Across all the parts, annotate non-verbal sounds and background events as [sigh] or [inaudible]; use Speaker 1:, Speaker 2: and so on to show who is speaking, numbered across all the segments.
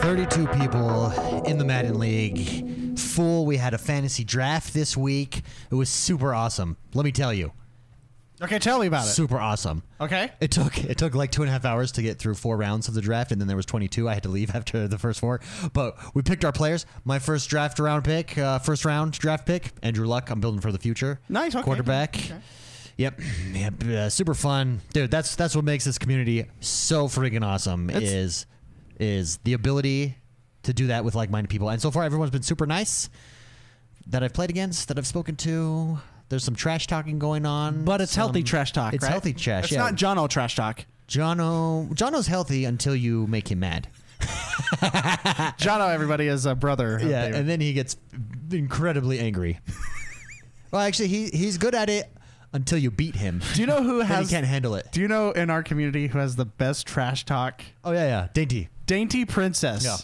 Speaker 1: 32 people in the Madden League. Full. We had a fantasy draft this week. It was super awesome. Let me tell you,
Speaker 2: Okay, tell me about it.
Speaker 1: super awesome.
Speaker 2: Okay.
Speaker 1: It took it took like two and a half hours to get through four rounds of the draft, and then there was 22. I had to leave [laughs] after the first four, but we picked our players. My first draft round pick, uh, first round draft pick, Andrew Luck. I'm building for the future.
Speaker 2: Nice, okay.
Speaker 1: quarterback.
Speaker 2: Okay.
Speaker 1: Yep, [clears throat] yep. Uh, super fun, dude. That's that's what makes this community so freaking awesome.
Speaker 2: It's-
Speaker 1: is is the ability to do that with like-minded people, and so far everyone's been super nice that I've played against, that I've spoken to. There's some trash talking going on,
Speaker 2: But it's healthy
Speaker 1: some-
Speaker 2: trash talk.
Speaker 1: It's
Speaker 2: right?
Speaker 1: healthy trash.
Speaker 2: It's
Speaker 1: yeah.
Speaker 2: not John O trash talk.
Speaker 1: Jono Jono's healthy until you make him mad.
Speaker 2: John O, everybody is a brother. of David.
Speaker 1: and then he gets incredibly angry. [laughs] well, actually, he he's good at it until you beat him.
Speaker 2: do you know
Speaker 1: [laughs]
Speaker 2: who
Speaker 1: Then
Speaker 2: has?
Speaker 1: he can't handle it.
Speaker 2: do you know in our community who has the best trash talk?
Speaker 1: Oh yeah, yeah, dainty.
Speaker 2: Dainty Princess.
Speaker 1: Yeah.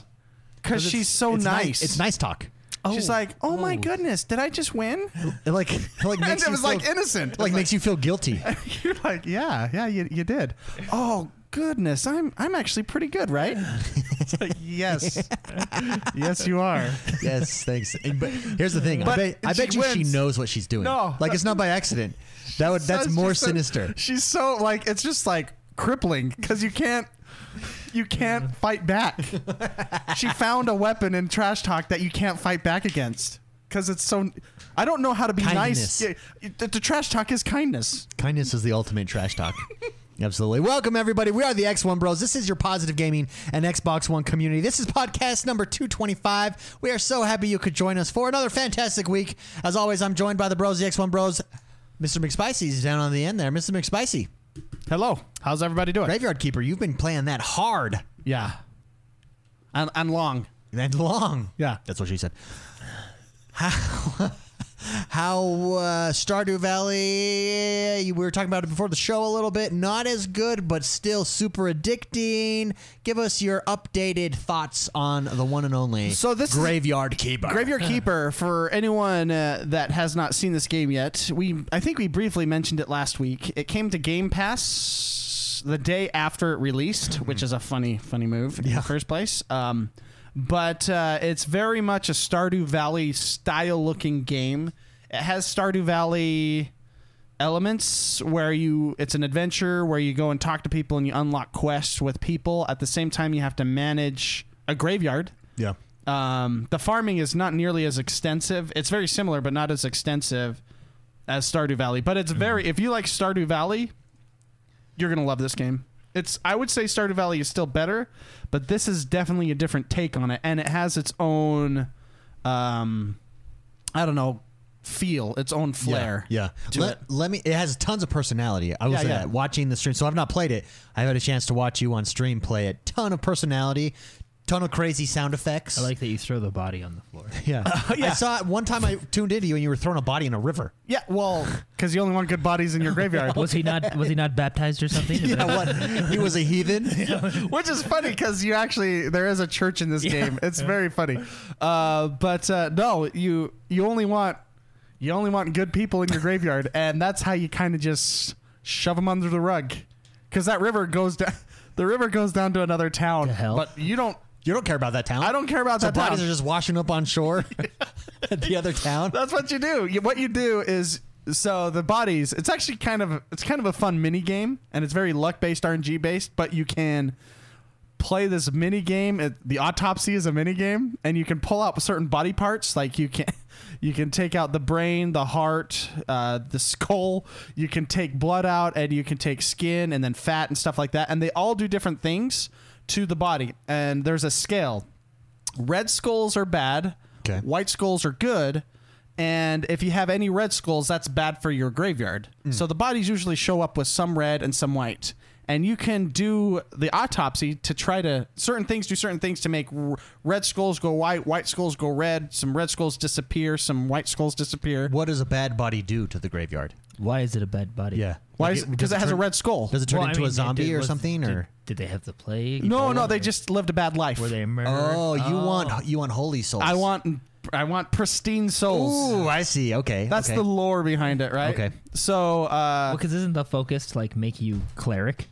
Speaker 2: Because
Speaker 1: 'Cause it's-
Speaker 2: she's so
Speaker 1: it's
Speaker 2: nice.
Speaker 1: It's nice talk.
Speaker 2: She's
Speaker 1: Oh.
Speaker 2: like, oh, my
Speaker 1: Oh.
Speaker 2: goodness, did I just win?
Speaker 1: It like it [laughs]
Speaker 2: [laughs]
Speaker 1: like
Speaker 2: And
Speaker 1: makes
Speaker 2: it
Speaker 1: you
Speaker 2: was
Speaker 1: feel,
Speaker 2: like innocent.
Speaker 1: Like
Speaker 2: It's [laughs]
Speaker 1: makes you feel guilty.
Speaker 2: You're like, yeah, yeah, you, you did. Oh goodness, I'm I'm actually pretty
Speaker 1: [laughs]
Speaker 2: good, right? It's like, yes, yes, you are.
Speaker 1: yes, thanks. And- But here's the thing.
Speaker 2: But
Speaker 1: I bet, I
Speaker 2: she
Speaker 1: bet you she
Speaker 2: wins.
Speaker 1: knows what she's doing.
Speaker 2: No.
Speaker 1: like it's not by accident. That
Speaker 2: [laughs]
Speaker 1: would Oh, that's
Speaker 2: So
Speaker 1: more
Speaker 2: she's so-
Speaker 1: sinister.
Speaker 2: she's so like it's just like crippling because you can't you can't fight back. she found a weapon in trash talk that you can't fight back against because it's so. I don't know how to be
Speaker 1: Kindness.
Speaker 2: nice. Yeah, the, the trash talk is kindness.
Speaker 1: Kindness is the ultimate trash talk. Absolutely. Welcome, everybody. We are the X1 Bros. This is your positive gaming and Xbox One community. This is podcast number 225. We are so happy you could join us for another fantastic week. As always, I'm joined by the Bros, the X1 Bros. Mr. McSpicy's down on the end there. Mr. McSpicy,
Speaker 2: Hello, how's everybody doing?
Speaker 1: Graveyard Keeper, you've been playing that hard
Speaker 2: Yeah, and and long.
Speaker 1: and long.
Speaker 2: Yeah.
Speaker 1: That's what she said. [laughs] How, how uh, Stardew Valley, you- we were talking about it before the show a little bit. Not as good, but still super addicting. Give us your updated thoughts on the one and only
Speaker 2: So this is-
Speaker 1: Graveyard Keeper.
Speaker 2: Graveyard Keeper. For anyone uh, that has not seen this game yet, we I think we briefly mentioned it last week. It came to Game Pass the day after it released, which is a funny, funny move in the first place. Um, but uh, it's very much a Stardew Valley style looking game. It has Stardew Valley elements where you it's an adventure where you go and talk to people and you unlock quests with people at the same time you have to manage a graveyard
Speaker 1: Yeah.
Speaker 2: um, the farming is not nearly as extensive. It's very similar, but not as extensive as Stardew Valley. But it's
Speaker 1: Mm-hmm.
Speaker 2: very if you like Stardew Valley, you're gonna love this game. It's I would say Stardew Valley is still better, but this is definitely a different take on it, and it has its own, um, I don't know, feel, its own flair.
Speaker 1: Yeah.
Speaker 2: to
Speaker 1: Let,
Speaker 2: it.
Speaker 1: let me. It has tons of personality. I will
Speaker 2: Yeah,
Speaker 1: say
Speaker 2: yeah.
Speaker 1: that. Watching the stream, so I've not played it. I've had a chance to watch you on stream play it. Ton of personality. Ton of crazy sound effects.
Speaker 3: I like that you throw the body on the
Speaker 2: [laughs]
Speaker 3: floor.
Speaker 1: Yeah.
Speaker 2: Uh,
Speaker 1: I saw it one time I tuned into you and you were throwing a body in a
Speaker 2: [laughs]
Speaker 1: river.
Speaker 2: Yeah, well, because you only want good bodies in
Speaker 1: [laughs]
Speaker 2: your graveyard.
Speaker 3: Was he not? Was he not baptized or
Speaker 2: [laughs]
Speaker 3: something? Is
Speaker 1: Yeah,
Speaker 3: that-
Speaker 1: what? He was a heathen?
Speaker 2: Which is funny because you actually there is a church in this game. It's very funny. Uh, but uh, no, you you only want you only want good people in your graveyard, and that's how you kind of just shove them under the rug, because that river goes down. [laughs] The river goes down to another town.
Speaker 3: To hell.
Speaker 2: But you don't.
Speaker 1: You don't care about that town.
Speaker 2: I don't care about
Speaker 1: So
Speaker 2: that
Speaker 1: bodies
Speaker 2: town.
Speaker 1: are just washing up on
Speaker 2: [laughs]
Speaker 1: shore [laughs] at the other town.
Speaker 2: That's what you do. You, what you do is so the bodies. It's actually kind of it's kind of a fun mini game, and it's very luck based, RNG based. But you can play this mini game. It, the autopsy is a mini game, and you can pull out certain body parts. Like you can [laughs] you can take out the brain, the heart, uh, the skull. You can take blood out, and you can take skin, and then fat and stuff like that. And they all do different things to the body. And there's a scale. Red skulls are bad.
Speaker 1: Okay.
Speaker 2: White skulls are good. And if you have any red skulls, that's bad for your graveyard.
Speaker 1: Hmm.
Speaker 2: So the bodies usually show up with some red and some white. And you can do the autopsy to try to certain things do certain things to make r- red skulls go white, white skulls go red, some red skulls disappear, some white skulls disappear.
Speaker 1: What does a bad body do to the graveyard?
Speaker 3: Why is it a bad body?
Speaker 2: Why?
Speaker 1: Like,
Speaker 2: is Because
Speaker 1: does
Speaker 2: it has
Speaker 1: turn-
Speaker 2: a red skull.
Speaker 1: Does it turn
Speaker 3: Well, I
Speaker 1: into
Speaker 3: mean,
Speaker 1: a
Speaker 3: they
Speaker 1: zombie
Speaker 3: did-
Speaker 1: or
Speaker 3: was-
Speaker 1: something?
Speaker 3: did-
Speaker 1: Or
Speaker 3: did, they have the plague?
Speaker 2: No, no,
Speaker 3: Ebola?
Speaker 2: they just lived a bad life.
Speaker 3: were they a murderer?
Speaker 1: oh, you want you want holy souls?
Speaker 2: I want, I want pristine souls.
Speaker 1: Ooh, I see. Okay,
Speaker 2: That's
Speaker 1: okay.
Speaker 2: the lore behind it, right?
Speaker 1: Okay.
Speaker 2: So, uh,
Speaker 3: because Oh, isn't the focus like make you cleric?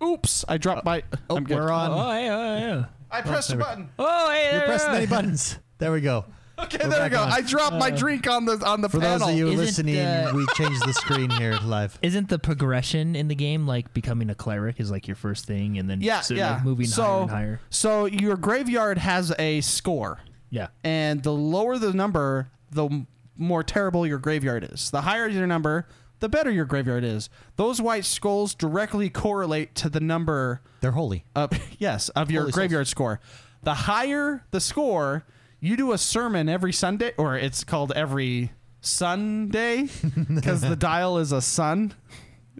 Speaker 3: Oh,
Speaker 2: oops, I dropped my. I'm good.
Speaker 1: Oh,
Speaker 2: Oh,
Speaker 1: we're on.
Speaker 3: yeah, yeah.
Speaker 2: I pressed a
Speaker 1: there we go.
Speaker 2: button.
Speaker 3: Oh, hey,
Speaker 1: You're
Speaker 3: there
Speaker 1: pressing
Speaker 3: we
Speaker 1: many
Speaker 3: go.
Speaker 1: buttons. There we go.
Speaker 2: Okay, there we
Speaker 1: back
Speaker 2: go.
Speaker 1: on. Uh,
Speaker 2: I dropped my drink on the on the
Speaker 1: For
Speaker 2: panel.
Speaker 1: those of you
Speaker 3: Isn't,
Speaker 1: listening,
Speaker 3: uh,
Speaker 1: we changed the screen here
Speaker 3: [laughs]
Speaker 1: live.
Speaker 3: Isn't the progression in the game like becoming a cleric is like your first thing, and then
Speaker 2: yeah,
Speaker 3: sort of,
Speaker 2: yeah.
Speaker 3: like, moving
Speaker 2: so,
Speaker 3: higher and higher?
Speaker 2: so your graveyard has a score,
Speaker 3: Yeah.
Speaker 2: and the lower the number, the m- more terrible your graveyard is. The higher your number, the better your graveyard is. Those white skulls directly correlate to the number
Speaker 1: They're holy.
Speaker 2: of [laughs] yes of your
Speaker 1: Holy
Speaker 2: graveyard score. The higher the score, you do a sermon every Sunday, or it's called every
Speaker 3: [laughs]
Speaker 2: Sunday because the dial is a sun.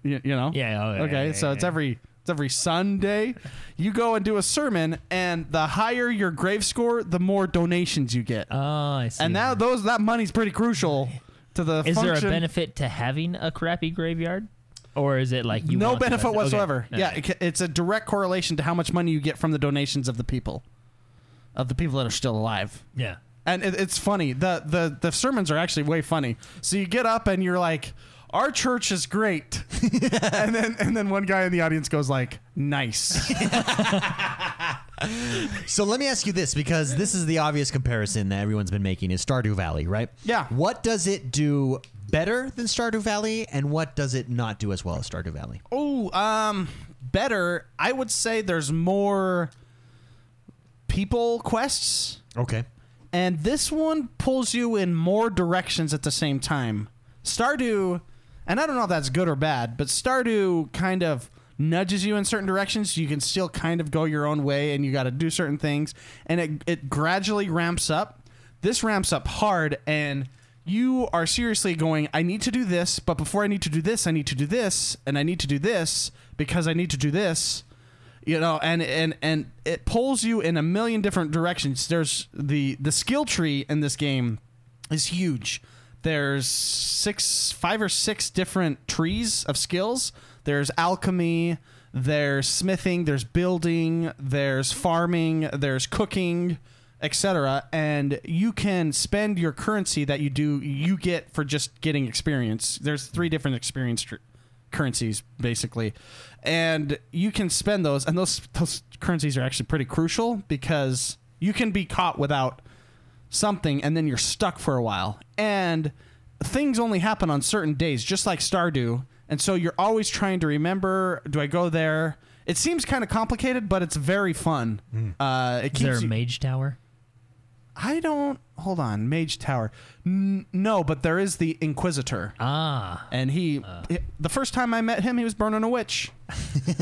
Speaker 2: You, you know.
Speaker 3: Yeah, oh, yeah,
Speaker 2: okay.
Speaker 3: yeah,
Speaker 2: so it's
Speaker 3: yeah.
Speaker 2: every it's every Sunday. You go and do a sermon, and the higher your grave score, the more donations you get.
Speaker 3: Oh, I see.
Speaker 2: and now those that money's pretty crucial to the
Speaker 3: is there a
Speaker 2: function.
Speaker 3: benefit to having a crappy graveyard, or is it like you
Speaker 2: no
Speaker 3: want the
Speaker 2: benefit
Speaker 3: best-
Speaker 2: whatsoever.
Speaker 3: Okay.
Speaker 2: Yeah,
Speaker 3: Okay.
Speaker 2: it ca- it's a direct correlation to how much money you get from the donations of the people, of the people that are still alive.
Speaker 3: yeah.
Speaker 2: And it, it's funny. The, the the sermons are actually way funny. So you get up and you're like, "Our church is
Speaker 3: [laughs]
Speaker 2: great," and then and then one guy in the audience goes like,
Speaker 3: [laughs]
Speaker 2: "Nice."
Speaker 1: So let me ask you this because this is the obvious comparison that everyone's been making is Stardew Valley, right?
Speaker 2: Yeah.
Speaker 1: What does it do better than Stardew Valley and what does it not do as well as Stardew Valley?
Speaker 2: oh, um, better. I would say there's more people quests.
Speaker 1: Okay.
Speaker 2: and this one pulls you in more directions at the same time. Stardew, and I don't know if that's good or bad, but Stardew kind of nudges you in certain directions. You can still kind of go your own way, and you got to do certain things, and it it gradually ramps up. This ramps up hard, and you are seriously going. I need to do this, but before I need to do this, I need to do this, and I need to do this because I need to do this you know and and and it pulls you in a million different directions there's the the skill tree in this game is huge there's six five or six different trees of skills there's alchemy there's smithing there's building there's farming there's cooking etc and you can spend your currency that you do you get for just getting experience there's three different experience tr- currencies basically and you can spend those and those those currencies are actually pretty crucial because you can be caught without something and then you're stuck for a while and things only happen on certain days just like stardew and so you're always trying to remember do i go there it seems kind of complicated but it's very fun uh, it
Speaker 3: Is
Speaker 2: keeps
Speaker 3: there a
Speaker 2: you-
Speaker 3: mage tower?
Speaker 2: i don't hold on mage tower N- no but there is the inquisitor
Speaker 3: Ah,
Speaker 2: and he, he- the first time i met him he was burning a witch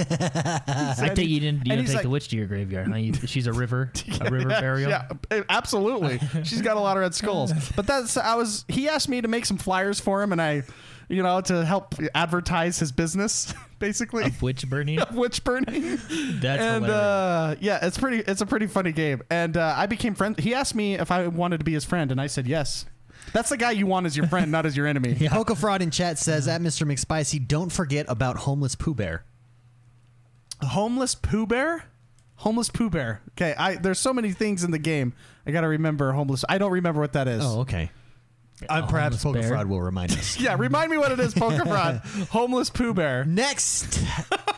Speaker 3: I
Speaker 2: and
Speaker 3: think
Speaker 2: he-
Speaker 3: you didn't. You don't
Speaker 2: and he's
Speaker 3: take
Speaker 2: like-
Speaker 3: the witch to your graveyard. Huh? You, she's a
Speaker 2: [laughs]
Speaker 3: river, a river burial.
Speaker 2: Yeah, a- absolutely. She's got a lot of red skulls. But that's I was he asked me to make some flyers for him and I you know to help advertise his business [laughs] basically.
Speaker 3: Of witch burning.
Speaker 2: [laughs] Of witch burning.
Speaker 3: That's
Speaker 2: and
Speaker 3: hilarious.
Speaker 2: uh yeah, it's pretty it's a pretty funny game. And uh, I became friends. He asked me if I wanted to be his friend and I said yes. That's the guy you want as your friend, not as
Speaker 3: [laughs]
Speaker 2: your enemy.
Speaker 1: Yeah. Hoka Fraud in chat says at Mr. McSpicy, don't forget about homeless Pooh Bear.
Speaker 2: Homeless Pooh Bear? Homeless Pooh Bear. Okay, I there's so many things in the game. I got to remember homeless. I don't remember what that is.
Speaker 1: Oh, okay. Uh,
Speaker 3: A
Speaker 1: perhaps Hoka
Speaker 3: homeless bear.
Speaker 1: Fraud will remind us. [laughs]
Speaker 2: Yeah, remind me what it is, Poker [laughs] Fraud. Homeless Pooh Bear.
Speaker 1: Next,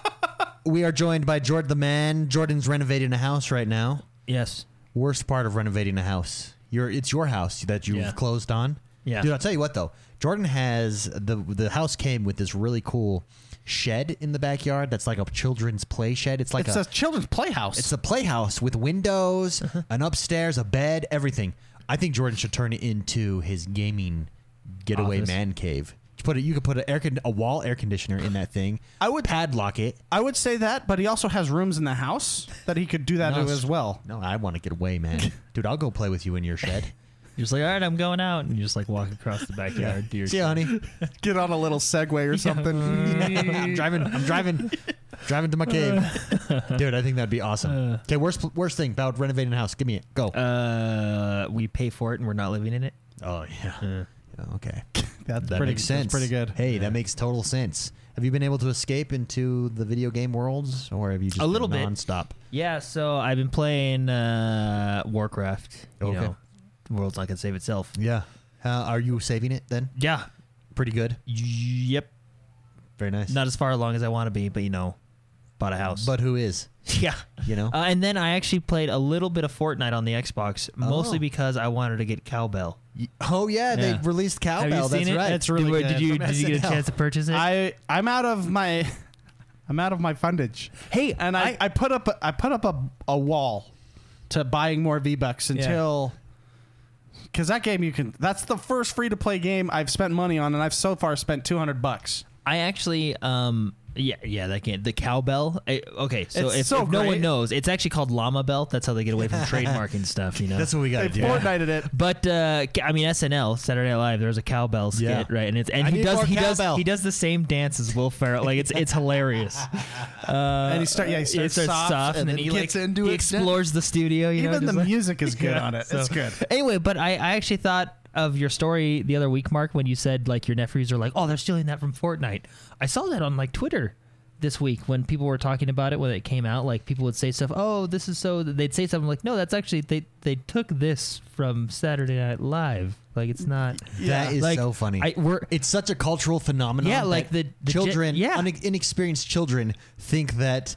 Speaker 1: [laughs] we are joined by Jordan the man. Jordan's renovating a house right now.
Speaker 3: Yes.
Speaker 1: Worst part of renovating a house. Your it's your house that you've
Speaker 3: Yeah.
Speaker 1: closed on.
Speaker 3: Yeah.
Speaker 1: Dude, I'll tell you what though. Jordan has the the house came with this really cool shed in the backyard that's like a children's play shed. It's like
Speaker 2: It's
Speaker 1: a,
Speaker 2: a children's playhouse.
Speaker 1: it's a playhouse with windows, an upstairs, a bed, everything. I think Jordan should turn it into his gaming getaway
Speaker 3: Office.
Speaker 1: man cave. You put it. You could put a air con- a wall air conditioner in that thing.
Speaker 2: I would-
Speaker 1: padlock it.
Speaker 2: I would say that, but he also has rooms in the house that he could do that
Speaker 1: No,
Speaker 2: to as well.
Speaker 1: No, I want to get away, man. Dude, I'll go play with you in your shed.
Speaker 3: You're just like, all right, I'm going out, and you just like walk across the backyard. to your
Speaker 1: See ya, honey.
Speaker 2: Get on a little Segway or
Speaker 3: [laughs]
Speaker 1: [laughs] I'm driving. I'm driving. Driving to my cave. Dude, I think that'd be awesome. Okay, worst worst thing about renovating a house. Give me it. Go.
Speaker 3: Uh, we pay for it, and we're not living in it.
Speaker 1: oh yeah.
Speaker 2: Uh-huh.
Speaker 3: Uh,
Speaker 1: Yeah, Okay. [laughs]
Speaker 2: That's
Speaker 1: That
Speaker 2: pretty
Speaker 1: makes
Speaker 2: that's
Speaker 1: sense.
Speaker 2: pretty good.
Speaker 1: Hey, that makes total sense. Have you been able to escape into the video game worlds, or have you just
Speaker 3: A little
Speaker 1: been
Speaker 3: bit.
Speaker 1: nonstop?
Speaker 3: Yeah, so I've been playing uh, Warcraft. You
Speaker 1: Okay.
Speaker 3: know, the world's not gonna save itself.
Speaker 1: Yeah. Uh, are you saving it then?
Speaker 3: Yeah.
Speaker 1: Pretty good.
Speaker 3: Yep.
Speaker 1: Very nice.
Speaker 3: Not as far along as I want to be, but you know,
Speaker 4: bought a house.
Speaker 3: [laughs]
Speaker 1: But who is?
Speaker 4: yeah.
Speaker 1: You know?
Speaker 4: Uh, and then I actually played a little bit of Fortnite on the Xbox, mostly because I wanted to get Cowbell.
Speaker 1: oh yeah,
Speaker 4: yeah.
Speaker 1: they released
Speaker 4: Have
Speaker 1: Cowbell.
Speaker 4: you seen
Speaker 1: that's
Speaker 4: it?
Speaker 1: right.
Speaker 4: That's really
Speaker 2: Did-
Speaker 4: good.
Speaker 2: did you-
Speaker 1: From
Speaker 4: did you get a
Speaker 1: SNL.
Speaker 4: chance to purchase
Speaker 2: [laughs]
Speaker 4: it?
Speaker 2: I I'm out of my [laughs] I'm out of my fundage.
Speaker 4: hey,
Speaker 2: and I, I, put up a, I put up a, a wall to buying more V Bucks until because that game you can that's the first free to play game I've spent money on and I've so far spent two hundred bucks.
Speaker 4: I actually, um, yeah, yeah, that can the cowbell. I, okay, so
Speaker 2: It's
Speaker 4: if,
Speaker 2: so
Speaker 4: if no
Speaker 2: great.
Speaker 4: one knows, it's actually called llama belt. That's how they get away [laughs] from trademarking stuff, you know.
Speaker 1: That's what we got
Speaker 2: They
Speaker 1: to do.
Speaker 2: Fortnited it.
Speaker 4: but uh, ca- I mean SNL Saturday Night Live. There's a cowbell skit,
Speaker 1: Yeah.
Speaker 4: right? And it's and
Speaker 1: I
Speaker 4: he
Speaker 1: need
Speaker 4: does
Speaker 1: more
Speaker 4: he does
Speaker 1: cowbell.
Speaker 4: he does the same dance as Will Ferrell. Like it's it's
Speaker 1: [laughs]
Speaker 4: hilarious. Uh,
Speaker 2: And he start- yeah, he
Speaker 4: it
Speaker 2: starts soft, and then
Speaker 4: he
Speaker 2: gets
Speaker 4: like,
Speaker 2: into
Speaker 4: he
Speaker 2: it.
Speaker 4: explores the studio. You know,
Speaker 2: Even the
Speaker 4: just like-
Speaker 2: music is good
Speaker 4: [laughs] Yeah,
Speaker 2: on it.
Speaker 4: so-
Speaker 2: It's good.
Speaker 4: Anyway, but I, I actually thought of your story the other week, Mark, when you said like your nephews are like, oh, they're stealing that from Fortnite. I saw that on like Twitter this week when people were talking about it when it came out. Like people would say stuff, oh, this is so. They'd say something like, no, that's actually they they took this from Saturday Night Live. Like it's not.
Speaker 2: Yeah.
Speaker 1: That is
Speaker 4: Like,
Speaker 1: so funny.
Speaker 4: I, we're
Speaker 1: it's such a cultural phenomenon.
Speaker 4: Yeah, like
Speaker 1: that
Speaker 4: the- the gen-
Speaker 1: children,
Speaker 4: yeah.
Speaker 1: une- inexperienced children, think that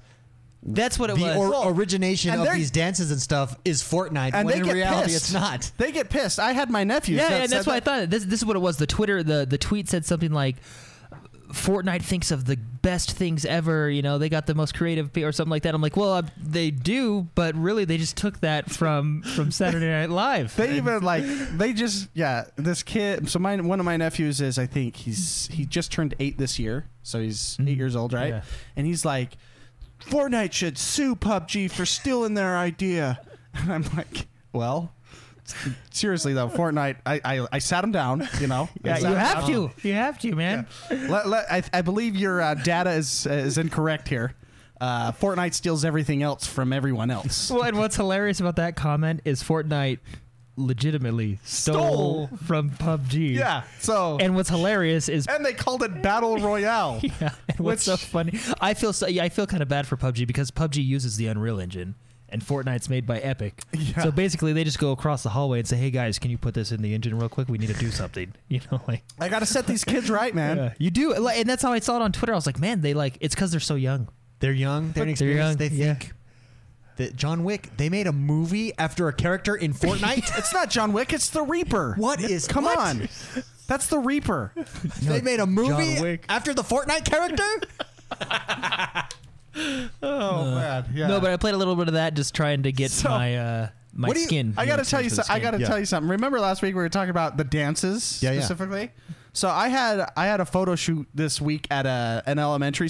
Speaker 4: that's what it
Speaker 1: the
Speaker 4: was.
Speaker 1: or- origination
Speaker 2: and
Speaker 1: of
Speaker 2: they're-
Speaker 1: these dances and stuff is Fortnite,
Speaker 2: And
Speaker 1: when
Speaker 2: they
Speaker 1: in
Speaker 2: get
Speaker 1: reality
Speaker 2: pissed.
Speaker 1: it's not.
Speaker 2: They get pissed. I had my nephews.
Speaker 4: Yeah,
Speaker 2: that
Speaker 4: yeah, and that's
Speaker 2: said
Speaker 4: what I
Speaker 2: that.
Speaker 4: thought. This this is what it was. The Twitter the the tweet said something like Fortnite thinks of the best things ever, you know, they got the most creative pe- or something like that. I'm like, "Well, uh, they do, but really they just took that from
Speaker 2: [laughs]
Speaker 4: from Saturday Night Live."
Speaker 2: They even like they just yeah this kid. So my one of my nephews is I think he's he just turned eight this year, so he's eight years old, right?
Speaker 4: Mm-hmm. Yeah.
Speaker 2: And he's like, Fortnite should sue PUBG for stealing their idea. [laughs] And I'm like, well, seriously though, Fortnite. I I, I sat him down, you know. I
Speaker 4: yeah,
Speaker 2: sat
Speaker 4: you
Speaker 2: him
Speaker 4: have
Speaker 2: down.
Speaker 4: to. You have to, man.
Speaker 2: Let- let- I, I believe your uh, data is is incorrect here. Uh, Fortnite steals everything else from everyone else.
Speaker 4: Well, and what's hilarious about that comment is Fortnite legitimately stole,
Speaker 2: Stole.
Speaker 4: from PUBG.
Speaker 2: Yeah. So
Speaker 4: And what's hilarious is
Speaker 2: and they called it
Speaker 1: [laughs]
Speaker 2: battle royale.
Speaker 4: Yeah, [laughs] and what's so
Speaker 2: Which-
Speaker 4: funny? I feel so. Yeah, I feel kind of bad for PUBG because PUBG uses the Unreal Engine, and Fortnite's made by Epic.
Speaker 2: Yeah.
Speaker 4: So basically, they just go across the hallway and say, "Hey guys, can you put this in the engine real quick? We need to do something." [laughs] You know, like
Speaker 2: I gotta set these kids right, man.
Speaker 4: yeah, you do. Like, and that's how I saw it on Twitter. I was like, "Man, they like it's because they're so young."
Speaker 1: They're young. They're
Speaker 4: They're
Speaker 1: inexperienced.
Speaker 4: young,
Speaker 1: They
Speaker 4: yeah.
Speaker 1: think that John Wick. They made a movie after a character in
Speaker 2: [laughs]
Speaker 1: Fortnite.
Speaker 2: It's not John Wick. It's the Reaper.
Speaker 1: What is-
Speaker 2: Come
Speaker 1: what?
Speaker 2: on, that's the Reaper.
Speaker 1: they made a movie
Speaker 4: John Wick.
Speaker 1: after the Fortnite character.
Speaker 2: [laughs] Oh
Speaker 1: Uh,
Speaker 2: man, yeah.
Speaker 4: No, but I played a little bit of that just trying to get
Speaker 2: So,
Speaker 4: my uh, my
Speaker 2: What do you-
Speaker 4: skin.
Speaker 2: I gotta tell you. So,
Speaker 4: something.
Speaker 2: I gotta tell you something. Remember last week we were talking about the dances
Speaker 1: Yeah, yeah.
Speaker 2: specifically. So I had I had a photo shoot this week at a, an elementary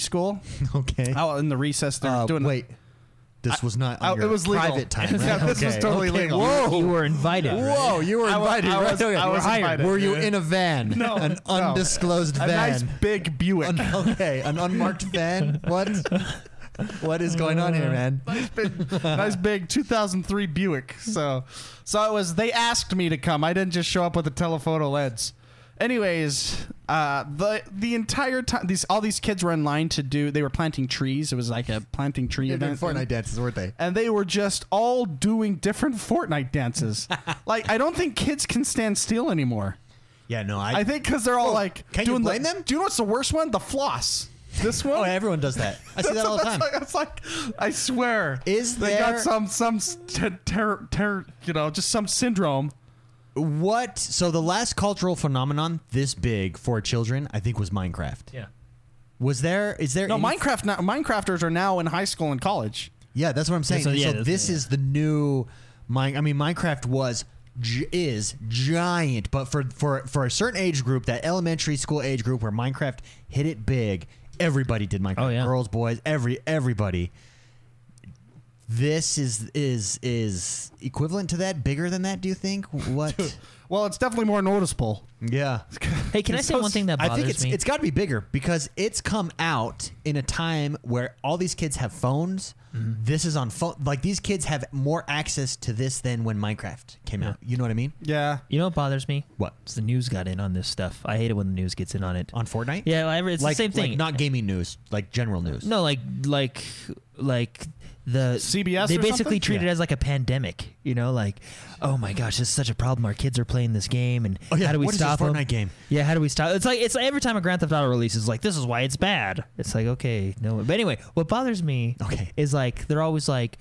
Speaker 1: [laughs]
Speaker 2: school
Speaker 1: okay.
Speaker 2: out in the recess. They were
Speaker 1: Uh,
Speaker 2: doing
Speaker 1: wait, this was not.
Speaker 2: I-
Speaker 1: On your
Speaker 2: it was legal.
Speaker 1: private time. Right?
Speaker 2: [laughs] Yeah, this was
Speaker 1: Okay,
Speaker 2: totally
Speaker 1: okay.
Speaker 2: legal.
Speaker 1: Whoa.
Speaker 4: You were invited. right?
Speaker 1: Whoa, you were
Speaker 2: I wa-
Speaker 1: invited.
Speaker 2: I
Speaker 1: right?
Speaker 2: was-
Speaker 1: Okay,
Speaker 2: I
Speaker 1: you were
Speaker 2: was
Speaker 1: hired.
Speaker 2: invited.
Speaker 1: Were you in a van?
Speaker 2: No,
Speaker 1: an
Speaker 2: no.
Speaker 1: undisclosed
Speaker 2: a
Speaker 1: van.
Speaker 2: nice big
Speaker 1: [laughs]
Speaker 2: Buick.
Speaker 1: Un- okay, an unmarked van. What? What is going on here, man?
Speaker 2: nice big, nice big 2003 Buick. So, so it was. They asked me to come. I didn't just show up with a telephoto lens. Anyways, uh, the the entire time these all these kids were in line to do. They were planting trees. It was like a planting tree
Speaker 1: They're doing
Speaker 2: event.
Speaker 1: Fortnite dances, weren't they?
Speaker 2: And they were just all doing different
Speaker 1: [laughs]
Speaker 2: Fortnite dances. like I don't think kids can stand still anymore.
Speaker 1: Yeah, no,
Speaker 2: I think because they're all
Speaker 1: Well,
Speaker 2: like
Speaker 1: can you
Speaker 2: doing
Speaker 1: blame
Speaker 2: the,
Speaker 1: them?
Speaker 2: Do you know what's the worst one? The floss. This one.
Speaker 1: Oh, everyone does that. I see that all the time.
Speaker 2: It's like, it's like- I swear.
Speaker 1: Is
Speaker 2: they
Speaker 1: there-
Speaker 2: got some some s- ter- ter- ter- you know just some syndrome?
Speaker 1: What? So the last cultural phenomenon this big for children, I think, was Minecraft.
Speaker 4: Yeah.
Speaker 1: Was there? Is there?
Speaker 2: No,
Speaker 1: any-
Speaker 2: Minecraft. Now, Minecrafters are now in high school and college.
Speaker 1: Yeah, that's what I'm saying.
Speaker 4: so-
Speaker 1: So,
Speaker 4: yeah, that's-
Speaker 1: this
Speaker 4: yeah.
Speaker 1: is the new. Mine. I mean, Minecraft was gi- is giant, but for for for a certain age group, that elementary school age group where Minecraft hit it big, everybody did Minecraft.
Speaker 4: Oh, yeah.
Speaker 1: Girls, boys, every everybody. This is is is equivalent to that, bigger than that. Do you think?
Speaker 4: [laughs]
Speaker 1: What?
Speaker 2: Well, it's definitely more noticeable.
Speaker 1: yeah.
Speaker 4: Hey, can I say
Speaker 2: So
Speaker 4: one thing that
Speaker 1: I
Speaker 4: bothers
Speaker 1: think it's
Speaker 4: me?
Speaker 1: it's got to be bigger because it's come out in a time where all these kids have phones.
Speaker 4: Mm-hmm.
Speaker 1: This is on phone. Like these kids have more access to this than when Minecraft came out. You know what I mean?
Speaker 2: Yeah.
Speaker 4: you know what bothers me?
Speaker 1: What
Speaker 4: It's the news got in on this stuff. I hate it when the news gets in on it.
Speaker 1: on Fortnite?
Speaker 4: Yeah, well, it's
Speaker 1: like,
Speaker 4: the same thing.
Speaker 1: Like not gaming news, like general news.
Speaker 4: no, like like like the
Speaker 2: CBS
Speaker 4: They
Speaker 2: or
Speaker 4: basically
Speaker 2: something?
Speaker 4: treat it
Speaker 1: Yeah.
Speaker 4: as like a pandemic. You know, like oh my gosh, this is such a problem. Our kids are playing this game, and
Speaker 1: Oh, yeah.
Speaker 4: how do we
Speaker 1: What is this
Speaker 4: stop them?
Speaker 1: Fortnite game?
Speaker 4: Yeah, how do we stop? It's like it's like every time a Grand Theft Auto releases, like this is why it's bad. It's like okay, no. But anyway, what bothers me
Speaker 1: Okay.
Speaker 4: is like they're always like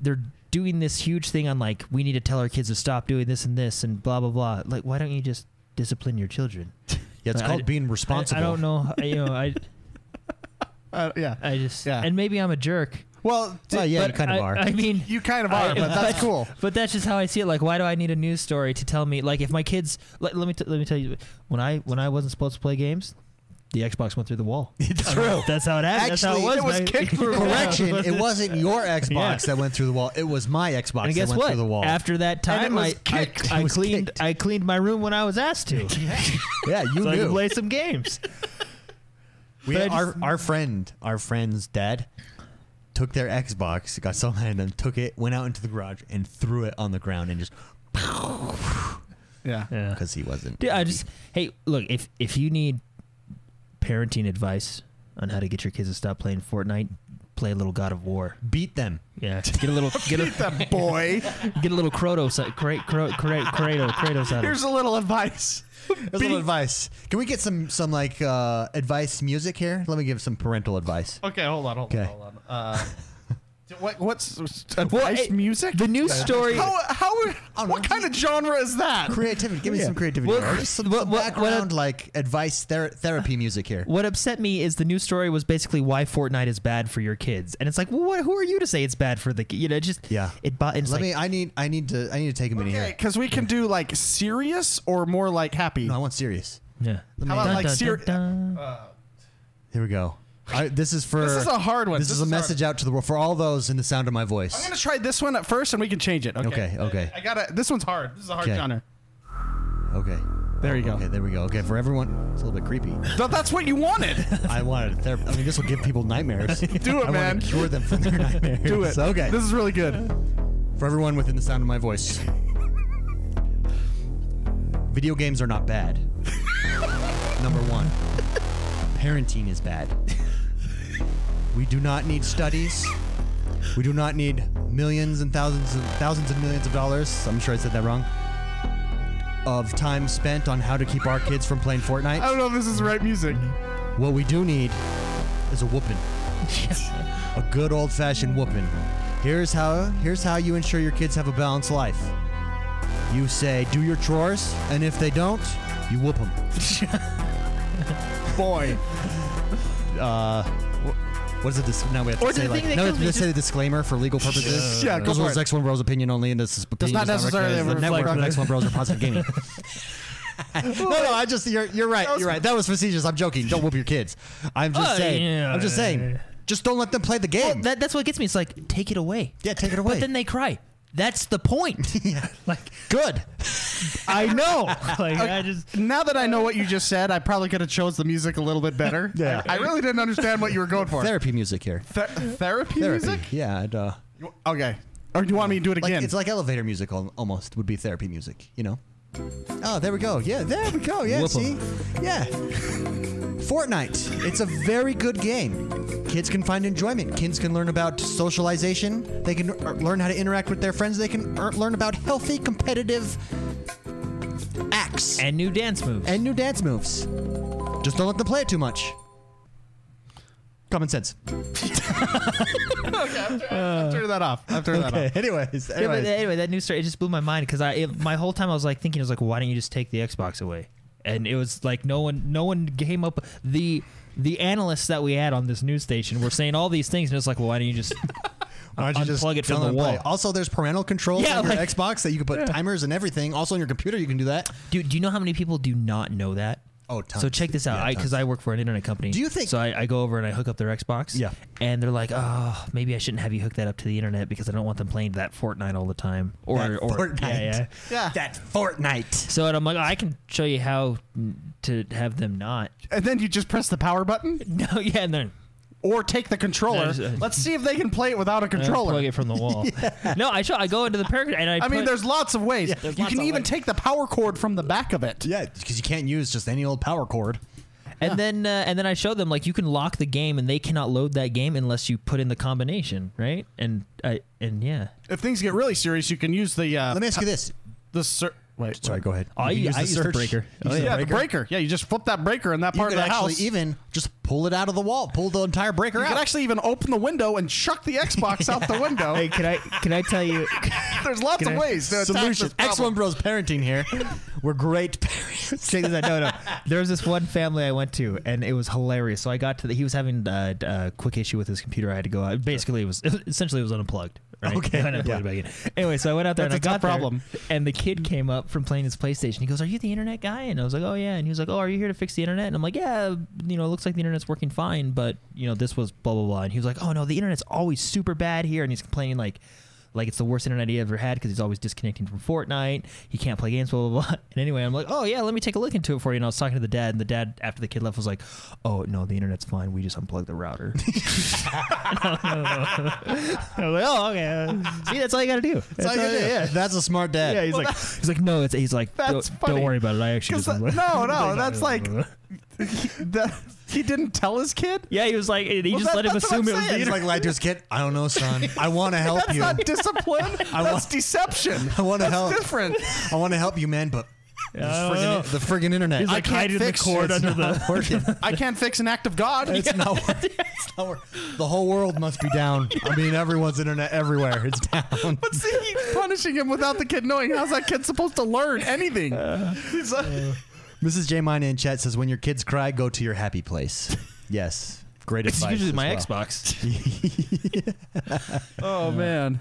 Speaker 4: they're doing this huge thing on like we need to tell our kids to stop doing this and this and blah blah blah. Like why don't you just discipline your children?
Speaker 1: Yeah, it's
Speaker 4: I-
Speaker 1: called
Speaker 4: I-
Speaker 1: being
Speaker 4: I-
Speaker 1: responsible.
Speaker 4: I, don't know. I, you know, I
Speaker 2: Uh, yeah.
Speaker 4: I just
Speaker 2: Yeah.
Speaker 4: and maybe I'm a jerk.
Speaker 2: Well,
Speaker 1: Well, uh,
Speaker 2: d-
Speaker 1: yeah, you
Speaker 4: but
Speaker 1: kind of
Speaker 4: I-
Speaker 1: are.
Speaker 4: I mean,
Speaker 2: you kind of are,
Speaker 4: I-
Speaker 2: but that's cool.
Speaker 4: But that's just how I see it. Like, why do I need a news story to tell me? Like, if my kids, let, let me t- let me tell you, when I when I wasn't supposed to play games, the Xbox went through the wall.
Speaker 1: [laughs] it's true.
Speaker 4: That's how it happened. that's how
Speaker 1: Actually,
Speaker 4: it was.
Speaker 1: it was
Speaker 4: man. [laughs]
Speaker 2: kicked through the wall.
Speaker 1: Correction, it wasn't your Xbox
Speaker 4: Yeah.
Speaker 1: that went through the wall. It was my Xbox
Speaker 4: And
Speaker 1: that
Speaker 4: guess
Speaker 1: went
Speaker 4: what?
Speaker 1: through the wall.
Speaker 4: After that
Speaker 2: And it
Speaker 4: time,
Speaker 2: was
Speaker 4: I, I,
Speaker 2: kicked.
Speaker 4: I
Speaker 1: It was
Speaker 4: cleaned
Speaker 1: kicked.
Speaker 4: I cleaned my room when I was asked to, so
Speaker 1: yeah, you
Speaker 4: I could
Speaker 1: knew.
Speaker 4: play some games.
Speaker 1: We,
Speaker 4: But I
Speaker 1: our,
Speaker 4: just-
Speaker 1: our friend, our friend's dad, took their Xbox, got so mad at them, took it, went out into the garage, and threw it on the ground, and just
Speaker 2: Yeah.
Speaker 4: Yeah.
Speaker 1: because he wasn't.
Speaker 4: Dude, I just hey, look if if you need parenting advice on how to get your kids to stop playing Fortnite, play a little God of War.
Speaker 1: beat them.
Speaker 4: Yeah, get a little get a
Speaker 2: That
Speaker 4: [laughs]
Speaker 2: boy.
Speaker 4: get a little Kratos, Kratos, Kratos, Kratos out of
Speaker 2: Here's a little advice.
Speaker 1: There's a little advice. Can we get some some like uh, advice music here? Let me give some parental advice.
Speaker 2: Okay, hold
Speaker 4: Oh,
Speaker 2: on, hold
Speaker 1: Okay.
Speaker 2: on, hold on. Uh, what, what's advice
Speaker 4: it-
Speaker 2: Uh, music?
Speaker 4: The news story.
Speaker 2: How, how,
Speaker 1: don't
Speaker 2: what
Speaker 1: know.
Speaker 2: kind of genre is that?
Speaker 1: Creativity. Give me
Speaker 4: Yeah.
Speaker 1: some creativity.
Speaker 4: Well,
Speaker 1: or just some,
Speaker 4: what-
Speaker 1: some
Speaker 4: what- what-
Speaker 1: background like advice ther- therapy music here.
Speaker 4: What upset me is the news story was basically why Fortnite is bad for your kids, and it's like, well, what, who are you to say it's bad for the ki- you know? it Just
Speaker 1: Yeah.
Speaker 4: it. bo- It's
Speaker 1: Let
Speaker 4: like,
Speaker 1: me. I need. I need to. I need to take a minute
Speaker 2: Okay,
Speaker 1: here.
Speaker 2: because we can do like serious or more like happy.
Speaker 1: No, I want serious.
Speaker 4: yeah.
Speaker 1: How
Speaker 2: about, like, ser-
Speaker 1: Here we go. I, this is for.
Speaker 2: This is a hard one.
Speaker 1: This,
Speaker 2: This
Speaker 1: is a
Speaker 2: is hard.
Speaker 1: message out to the world for all those in the sound of my voice.
Speaker 2: I'm gonna try this one at first, and we can change it. Okay.
Speaker 1: Okay, okay.
Speaker 2: I gotta. This one's hard. This is a hard
Speaker 1: Okay.
Speaker 2: genre.
Speaker 1: Okay.
Speaker 2: There you go.
Speaker 1: Okay, there we go. Okay, for everyone, it's a little bit
Speaker 2: [laughs]
Speaker 1: creepy.
Speaker 2: Th- that's what you wanted.
Speaker 1: I wanted a therapy. I mean, this will give people nightmares.
Speaker 2: [laughs] Do it,
Speaker 1: I
Speaker 2: man.
Speaker 1: want to cure them from their nightmares.
Speaker 2: [laughs] Do it.
Speaker 1: [laughs] Okay.
Speaker 2: This is really good.
Speaker 1: for everyone within the sound of my voice. Video games are not bad. Number one, parenting is bad. We do not need studies. We do not need millions and thousands of thousands of millions of dollars. I'm sure I said that wrong. Of time spent on how to keep our kids from playing Fortnite.
Speaker 2: I don't know if this is the right music.
Speaker 1: What we do need is a whooping. a good old fashioned whooping. Here's how here's how you ensure your kids have a balanced life. You say do your chores, and if they don't, you whoop them.
Speaker 2: Boy.
Speaker 1: Uh, wh- what is it? Dis- now we have to
Speaker 4: Or do
Speaker 1: say
Speaker 4: you
Speaker 1: like
Speaker 4: think they
Speaker 1: no.
Speaker 4: can
Speaker 1: Let's
Speaker 4: be
Speaker 1: just say the disclaimer for legal purposes.
Speaker 2: Sure. Yeah, go
Speaker 1: This
Speaker 2: for
Speaker 1: was
Speaker 2: it.
Speaker 1: X One Bros opinion only, and this is does
Speaker 2: not necessarily
Speaker 1: the
Speaker 2: reflect
Speaker 1: network of
Speaker 2: the-
Speaker 1: X One Bros or positive gaming. no, no, I just you're you're right, you're right. That was facetious. I'm joking. Don't whoop your kids. I'm just
Speaker 4: Oh,
Speaker 1: saying.
Speaker 4: yeah.
Speaker 1: I'm just saying. Just don't let them play the game.
Speaker 4: Oh, that, that's what gets me. It's like take it away.
Speaker 1: yeah, take it away.
Speaker 4: But then they cry. That's the point. Like
Speaker 1: Good.
Speaker 4: I know. Like I just
Speaker 2: Now that I know what you just said, I probably could have chose the music a little bit better.
Speaker 1: [laughs] Yeah.
Speaker 2: I, I really didn't understand what you were going for.
Speaker 1: Therapy music here.
Speaker 2: Ther- therapy,
Speaker 1: Therapy.
Speaker 2: music?
Speaker 1: Yeah. I'd, uh,
Speaker 2: Okay. Or do you want me to do it
Speaker 1: like,
Speaker 2: again?
Speaker 1: it's like elevator music al- almost would be therapy music, you know? Oh, there we go. Yeah, there we go. Yeah,
Speaker 4: Whoop 'em.
Speaker 1: see? Yeah. Fortnite. It's a very good game. Kids can find enjoyment. Kids can learn about socialization. They can er, learn how to interact with their friends. They can er, learn about healthy competitive acts
Speaker 4: and new dance moves.
Speaker 1: and new dance moves. Just don't let them play it too much. Common sense.
Speaker 2: I'll turn that off. I'll turn that off.
Speaker 1: Anyways,
Speaker 4: Yeah, but
Speaker 1: anyways.
Speaker 4: anyway, that news story it just blew my mind because I it, my whole time I was like thinking I was like, why don't you just take the Xbox away? And it was like no one no one came up the the analysts that we had on this news station were saying all these things and it's like, well, why don't you just
Speaker 1: [laughs] Why don't you just
Speaker 4: unplug it from
Speaker 1: download
Speaker 4: the
Speaker 1: and
Speaker 4: wall?
Speaker 1: play? Oh. Also, there's parental controls
Speaker 4: Yeah,
Speaker 1: on your
Speaker 4: like-
Speaker 1: Xbox that you can put timers and everything. Also, on your computer, you can do that.
Speaker 4: Dude, do you know how many people do not know that?
Speaker 1: Oh, tons.
Speaker 4: So check this
Speaker 1: Yeah,
Speaker 4: out, because
Speaker 1: tons.
Speaker 4: I, work for an internet company.
Speaker 1: Do you think-
Speaker 4: So I, I go over and I hook up their Xbox.
Speaker 1: Yeah.
Speaker 4: And they're like, oh, maybe I shouldn't have you hook that up to the internet because I don't want them playing that Fortnite all the time. Or
Speaker 1: That
Speaker 4: or
Speaker 1: Fortnite.
Speaker 4: yeah, yeah.
Speaker 2: Yeah.
Speaker 1: That Fortnite.
Speaker 4: So and I'm like, I can show you how to have them not. [laughs]
Speaker 2: And then you just press the power button
Speaker 4: No, yeah, and then
Speaker 2: or take the controller.
Speaker 4: There's a-
Speaker 2: Let's see if they can play it without a controller.
Speaker 4: Uh, Plug it from
Speaker 2: [laughs]
Speaker 4: the wall. No, I show, I go into the paragraph and I.
Speaker 2: I mean,
Speaker 4: put-
Speaker 2: there's lots of ways.
Speaker 1: there's
Speaker 2: you
Speaker 1: lots
Speaker 2: can
Speaker 1: of
Speaker 2: even
Speaker 1: ways.
Speaker 2: take the power cord from the back of it.
Speaker 1: Yeah, because you can't use just any old power cord.
Speaker 3: And then uh, and then I showed them like you can lock the game and they cannot load that game unless you put in the combination, right? And I and yeah.
Speaker 2: If things get really serious, you can use the uh,
Speaker 1: Let me ask you this.
Speaker 2: the ser- wait.
Speaker 1: Sorry,
Speaker 2: what?
Speaker 1: go ahead.
Speaker 3: I-
Speaker 1: You can
Speaker 3: I used the
Speaker 1: search.
Speaker 3: breaker.
Speaker 1: You
Speaker 3: Oh,
Speaker 1: use
Speaker 2: Yeah,
Speaker 1: the breaker.
Speaker 2: the breaker. Yeah, you just flip that breaker in that
Speaker 1: You
Speaker 2: part
Speaker 1: could
Speaker 2: of the
Speaker 1: actually
Speaker 2: house.
Speaker 1: even just pull it out of the wall. Pull the entire breaker
Speaker 2: you
Speaker 1: out.
Speaker 2: could actually even open the window and
Speaker 1: [laughs]
Speaker 2: chuck the Xbox out the window.
Speaker 4: Hey, can I can I tell you?
Speaker 2: There's lots
Speaker 4: Can
Speaker 2: of
Speaker 4: I-
Speaker 2: ways to attack
Speaker 1: Solution.
Speaker 2: this
Speaker 1: X1
Speaker 2: problem.
Speaker 1: Bros parenting here. We're great parents.
Speaker 4: [laughs] Check this out. No, no. There was this one family I went to, and it was hilarious. So I got to the. He was having a, a quick issue with his computer. I had to go out. Basically, it was [laughs] essentially it was unplugged. Right?
Speaker 1: Okay.
Speaker 4: And [laughs] I plugged it back in. Anyway, so I went out there
Speaker 2: That's
Speaker 4: and
Speaker 2: a
Speaker 4: I
Speaker 2: tough
Speaker 4: got there,
Speaker 2: problem.
Speaker 4: and the kid came up from playing his PlayStation. He goes, "Are you the internet guy?" And I was like, "Oh yeah." And he was like, "Oh, are you here to fix the internet?" And I'm like, "Yeah, you know, it looks like the internet's working fine, but you know, this was blah blah blah." And he was like, "Oh no, the internet's always super bad here," and he's complaining like. Like it's the worst internet he ever had because he's always disconnecting from Fortnite. He can't play games, blah [laughs] blah blah. And anyway, I'm like, oh yeah, let me take a look into it for you. And I was talking to the dad, and the dad after the kid left was like, oh no, the internet's fine. We just unplugged the router. [laughs] I was like, oh okay. See, that's all you got to do. That's
Speaker 1: That's,
Speaker 4: all- yeah.
Speaker 1: That's a smart dad.
Speaker 4: Yeah, he's like, he's like, no, it's he's like,
Speaker 2: That's
Speaker 4: don't,
Speaker 2: funny.
Speaker 4: don't worry about it. I actually
Speaker 1: [laughs]
Speaker 2: 'Cause
Speaker 4: just
Speaker 2: that- no, no, that's like [laughs] he, that, he didn't tell his kid.
Speaker 4: [laughs] yeah, he was like, he just
Speaker 2: that-
Speaker 4: let him
Speaker 2: that's what I'm
Speaker 4: assume it was
Speaker 2: saying.
Speaker 4: the
Speaker 1: He's
Speaker 4: internet.
Speaker 1: like, like, just kid. I don't know, son. I want to help
Speaker 2: That's
Speaker 1: you.
Speaker 2: not
Speaker 1: [laughs]
Speaker 2: discipline. that's
Speaker 1: want-
Speaker 2: deception.
Speaker 1: I want to
Speaker 2: That's
Speaker 1: help.
Speaker 2: different.
Speaker 1: I want to help you, man, but the
Speaker 4: don't
Speaker 1: friggin',
Speaker 4: know.
Speaker 1: the friggin' internet.
Speaker 4: He's
Speaker 1: I
Speaker 4: like
Speaker 1: can't
Speaker 4: hiding the
Speaker 1: fix
Speaker 4: cord
Speaker 1: it. It's
Speaker 4: under
Speaker 1: [laughs] not
Speaker 4: the-
Speaker 1: working.
Speaker 2: I can't fix an act of God.
Speaker 1: It's not
Speaker 4: [laughs]
Speaker 1: working. It's not working. The whole world must be down. I mean, everyone's internet everywhere. It's
Speaker 4: [laughs]
Speaker 1: down.
Speaker 2: But see, he's punishing him without the kid knowing. How's that kid supposed to learn anything? He's like,
Speaker 1: Mrs. J. Mina in chat says, "When your kids cry, go to your happy place." Yes, great
Speaker 4: [laughs] It's
Speaker 1: advice.
Speaker 4: usually
Speaker 1: as
Speaker 4: my
Speaker 1: well.
Speaker 4: [laughs] Xbox.
Speaker 2: oh man.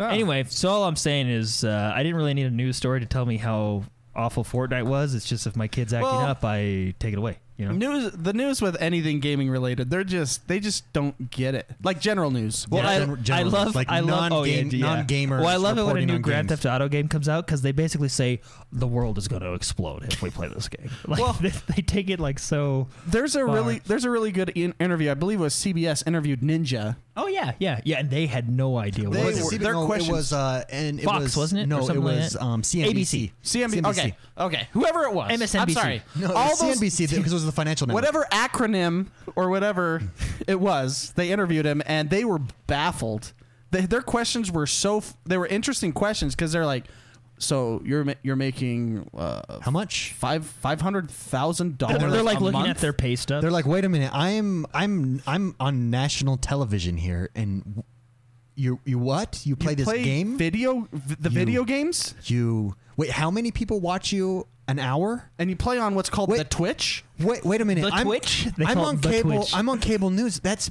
Speaker 2: Oh.
Speaker 4: anyway, so all I'm saying is, uh, I didn't really need a news story to tell me how awful Fortnite was. It's just if my kid's acting
Speaker 2: Well-
Speaker 4: up, I take it away. You know.
Speaker 2: news the news with anything gaming related, they're just they just don't get it. Like general news.
Speaker 4: Well,
Speaker 1: Yeah,
Speaker 4: I,
Speaker 1: gen-
Speaker 4: I
Speaker 1: general news,
Speaker 4: love
Speaker 1: like
Speaker 4: I love oh, yeah,
Speaker 1: non-game-
Speaker 4: yeah.
Speaker 1: non-gamers
Speaker 4: Well, I love it when a
Speaker 1: reporting
Speaker 4: new
Speaker 1: on
Speaker 4: Grand
Speaker 1: games.
Speaker 4: Theft Auto game comes out because they basically say the world is going to explode if we play this game. [laughs] Like
Speaker 2: Well-
Speaker 4: they, they take it like so.
Speaker 2: there's a
Speaker 4: Far.
Speaker 2: really there's a really good in- interview. I believe it was CBS interviewed Ninja.
Speaker 4: Oh yeah, yeah, yeah, and they had no idea
Speaker 1: They
Speaker 4: what
Speaker 2: Was
Speaker 1: were,
Speaker 2: it
Speaker 4: it was.
Speaker 2: CBS? their
Speaker 1: no,
Speaker 2: questions-
Speaker 1: It was uh, and it
Speaker 4: Fox,
Speaker 1: was,
Speaker 4: wasn't it? Or
Speaker 1: No, it
Speaker 4: something like
Speaker 1: was
Speaker 4: that?
Speaker 1: um, CNBC.
Speaker 4: ABC.
Speaker 2: CNBC.
Speaker 1: CNBC.
Speaker 2: Okay. Okay. Whoever it was. I'm
Speaker 4: MSNBC.
Speaker 2: sorry.
Speaker 1: No, it
Speaker 2: All
Speaker 1: was
Speaker 2: those-
Speaker 1: CNBC because it was the financial network.
Speaker 2: whatever acronym or whatever [laughs] it was, they interviewed him and they were baffled. They, their questions were so f- they were interesting questions because they're like, so you're ma- you're making uh,
Speaker 1: How much?
Speaker 2: five five hundred thousand
Speaker 4: They're,
Speaker 2: dollars.
Speaker 4: they're, like
Speaker 2: a
Speaker 4: looking
Speaker 2: month?
Speaker 4: at their pay stub.
Speaker 1: They're like, wait a minute, I'm I'm I'm on national television here, and w- you you what? You play this
Speaker 2: Play
Speaker 1: game?
Speaker 2: video v- the
Speaker 1: You-
Speaker 2: video games
Speaker 1: you wait. How many people watch you an hour?
Speaker 2: and you play on what's called
Speaker 1: Wait. [laughs]
Speaker 2: the Twitch.
Speaker 1: Wait wait a minute.
Speaker 4: The
Speaker 1: I'm, [laughs]
Speaker 4: Twitch? They
Speaker 1: I'm
Speaker 4: call it
Speaker 1: on
Speaker 4: the
Speaker 1: cable.
Speaker 4: Twitch.
Speaker 1: I'm on cable news. That's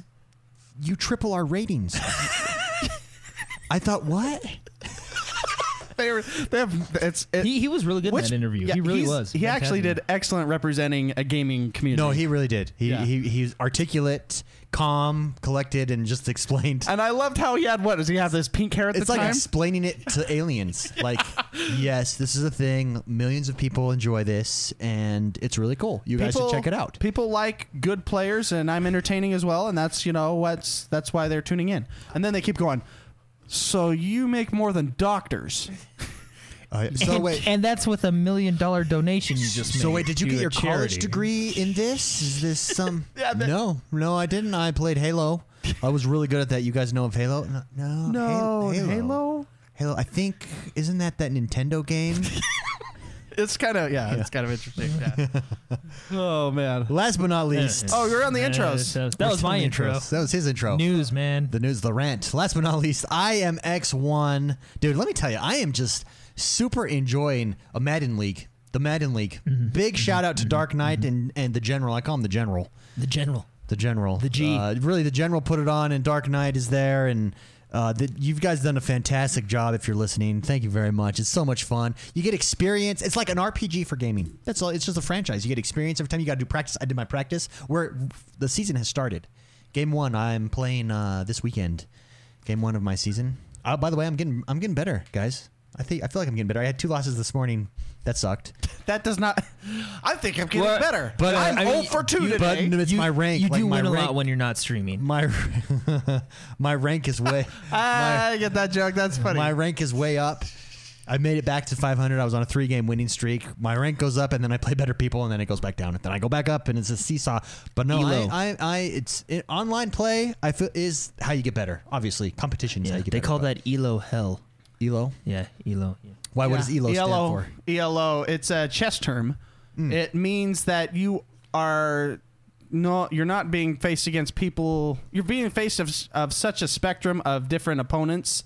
Speaker 1: you triple our ratings. I thought what?
Speaker 2: They were they have it's it,
Speaker 4: he, he was really good
Speaker 2: which-
Speaker 4: in that interview.
Speaker 2: yeah,
Speaker 4: he really
Speaker 2: he's-
Speaker 4: was.
Speaker 2: He actually did excellent representing a gaming community.
Speaker 1: No, he really did. He
Speaker 2: Yeah.
Speaker 1: he he's articulate, calm, collected, and just explained.
Speaker 2: And I loved how he had what? Does he have this pink hair at
Speaker 1: It's
Speaker 2: the
Speaker 1: like
Speaker 2: time?
Speaker 1: explaining it to aliens. Like, yes, this is a thing. Millions of people enjoy this, and it's really cool. You guys should check it out.
Speaker 2: People like good players, and I'm entertaining as well, and that's you know what's that's why they're tuning in. And then they keep going. So you make more than doctors.
Speaker 1: Uh, so
Speaker 4: So
Speaker 1: wait,
Speaker 4: wait, and that's with a million dollar donation you just made.
Speaker 1: so wait, did you
Speaker 4: to
Speaker 1: get
Speaker 4: a
Speaker 1: your college
Speaker 4: charity.
Speaker 1: degree in this? Is this some?
Speaker 2: Yeah, that-
Speaker 1: no, no, I didn't. I played Halo. I was really good at that. You guys know of Halo? No, no, Halo, Halo. Halo, I think isn't that that Nintendo game?
Speaker 2: It's kind of yeah, It's kind of interesting. Yeah. oh man.
Speaker 1: Last but not
Speaker 4: Yeah,
Speaker 1: least,
Speaker 4: yeah.
Speaker 2: Oh, you're on the
Speaker 4: Yeah,
Speaker 2: intros.
Speaker 4: so That was my intro.
Speaker 1: That was his intro.
Speaker 4: News, man.
Speaker 1: the news, the rant. Last but not least, I am X1. Dude, let me tell you, I am just super enjoying a Madden League. The Madden League. Big shout out to Dark Knight and, and the General. I call him the General.
Speaker 4: the general.
Speaker 1: The General. The
Speaker 4: G.
Speaker 1: Uh, really, the General put it on, and Dark Knight is there. And uh, the, you guys done a fantastic job if you're listening. Thank you very much. It's so much fun. You get experience. It's like an RPG for gaming. That's all. It's just a franchise. You get experience every time you got to do practice. I did my practice where the season has started. Game one, I'm playing uh, this weekend. Game one of my season. Uh, by the way, I'm getting I'm getting better, guys. I think I feel like I'm getting better. I had two losses this morning. That sucked.
Speaker 2: That does not. I think I'm getting
Speaker 4: Well,
Speaker 2: better.
Speaker 1: but, uh,
Speaker 2: I'm
Speaker 1: I
Speaker 2: 0
Speaker 1: mean,
Speaker 2: for two
Speaker 1: you- but
Speaker 2: today.
Speaker 1: it's my rank.
Speaker 4: You
Speaker 1: like
Speaker 4: do
Speaker 1: my
Speaker 4: win a
Speaker 1: rank,
Speaker 4: lot when you're not streaming.
Speaker 1: my [laughs] my rank is way my,
Speaker 2: [laughs] I get Ah, that joke. That's funny.
Speaker 1: my rank is way up. I made it back to 500. I was on a three game winning streak. My rank goes up, and then I play better people, and then it goes back down. And then I go back up, and it's a seesaw. But no,
Speaker 4: Elo.
Speaker 1: I, I, I, it's it, online play. I feel is how you get better. Obviously, competition is how
Speaker 4: Yeah,
Speaker 1: you get
Speaker 4: they
Speaker 1: better,
Speaker 4: call
Speaker 1: but-
Speaker 4: that Elo hell.
Speaker 1: Elo.
Speaker 4: Yeah, Elo. Yeah.
Speaker 1: Why? Uh, What does
Speaker 2: Yeah. E
Speaker 1: Elo,
Speaker 2: ELO,
Speaker 1: stand for? Hmm.
Speaker 2: ELO, it's a chess term. It means that you are not you're not being faced against people. You're being faced of, of such a spectrum of different opponents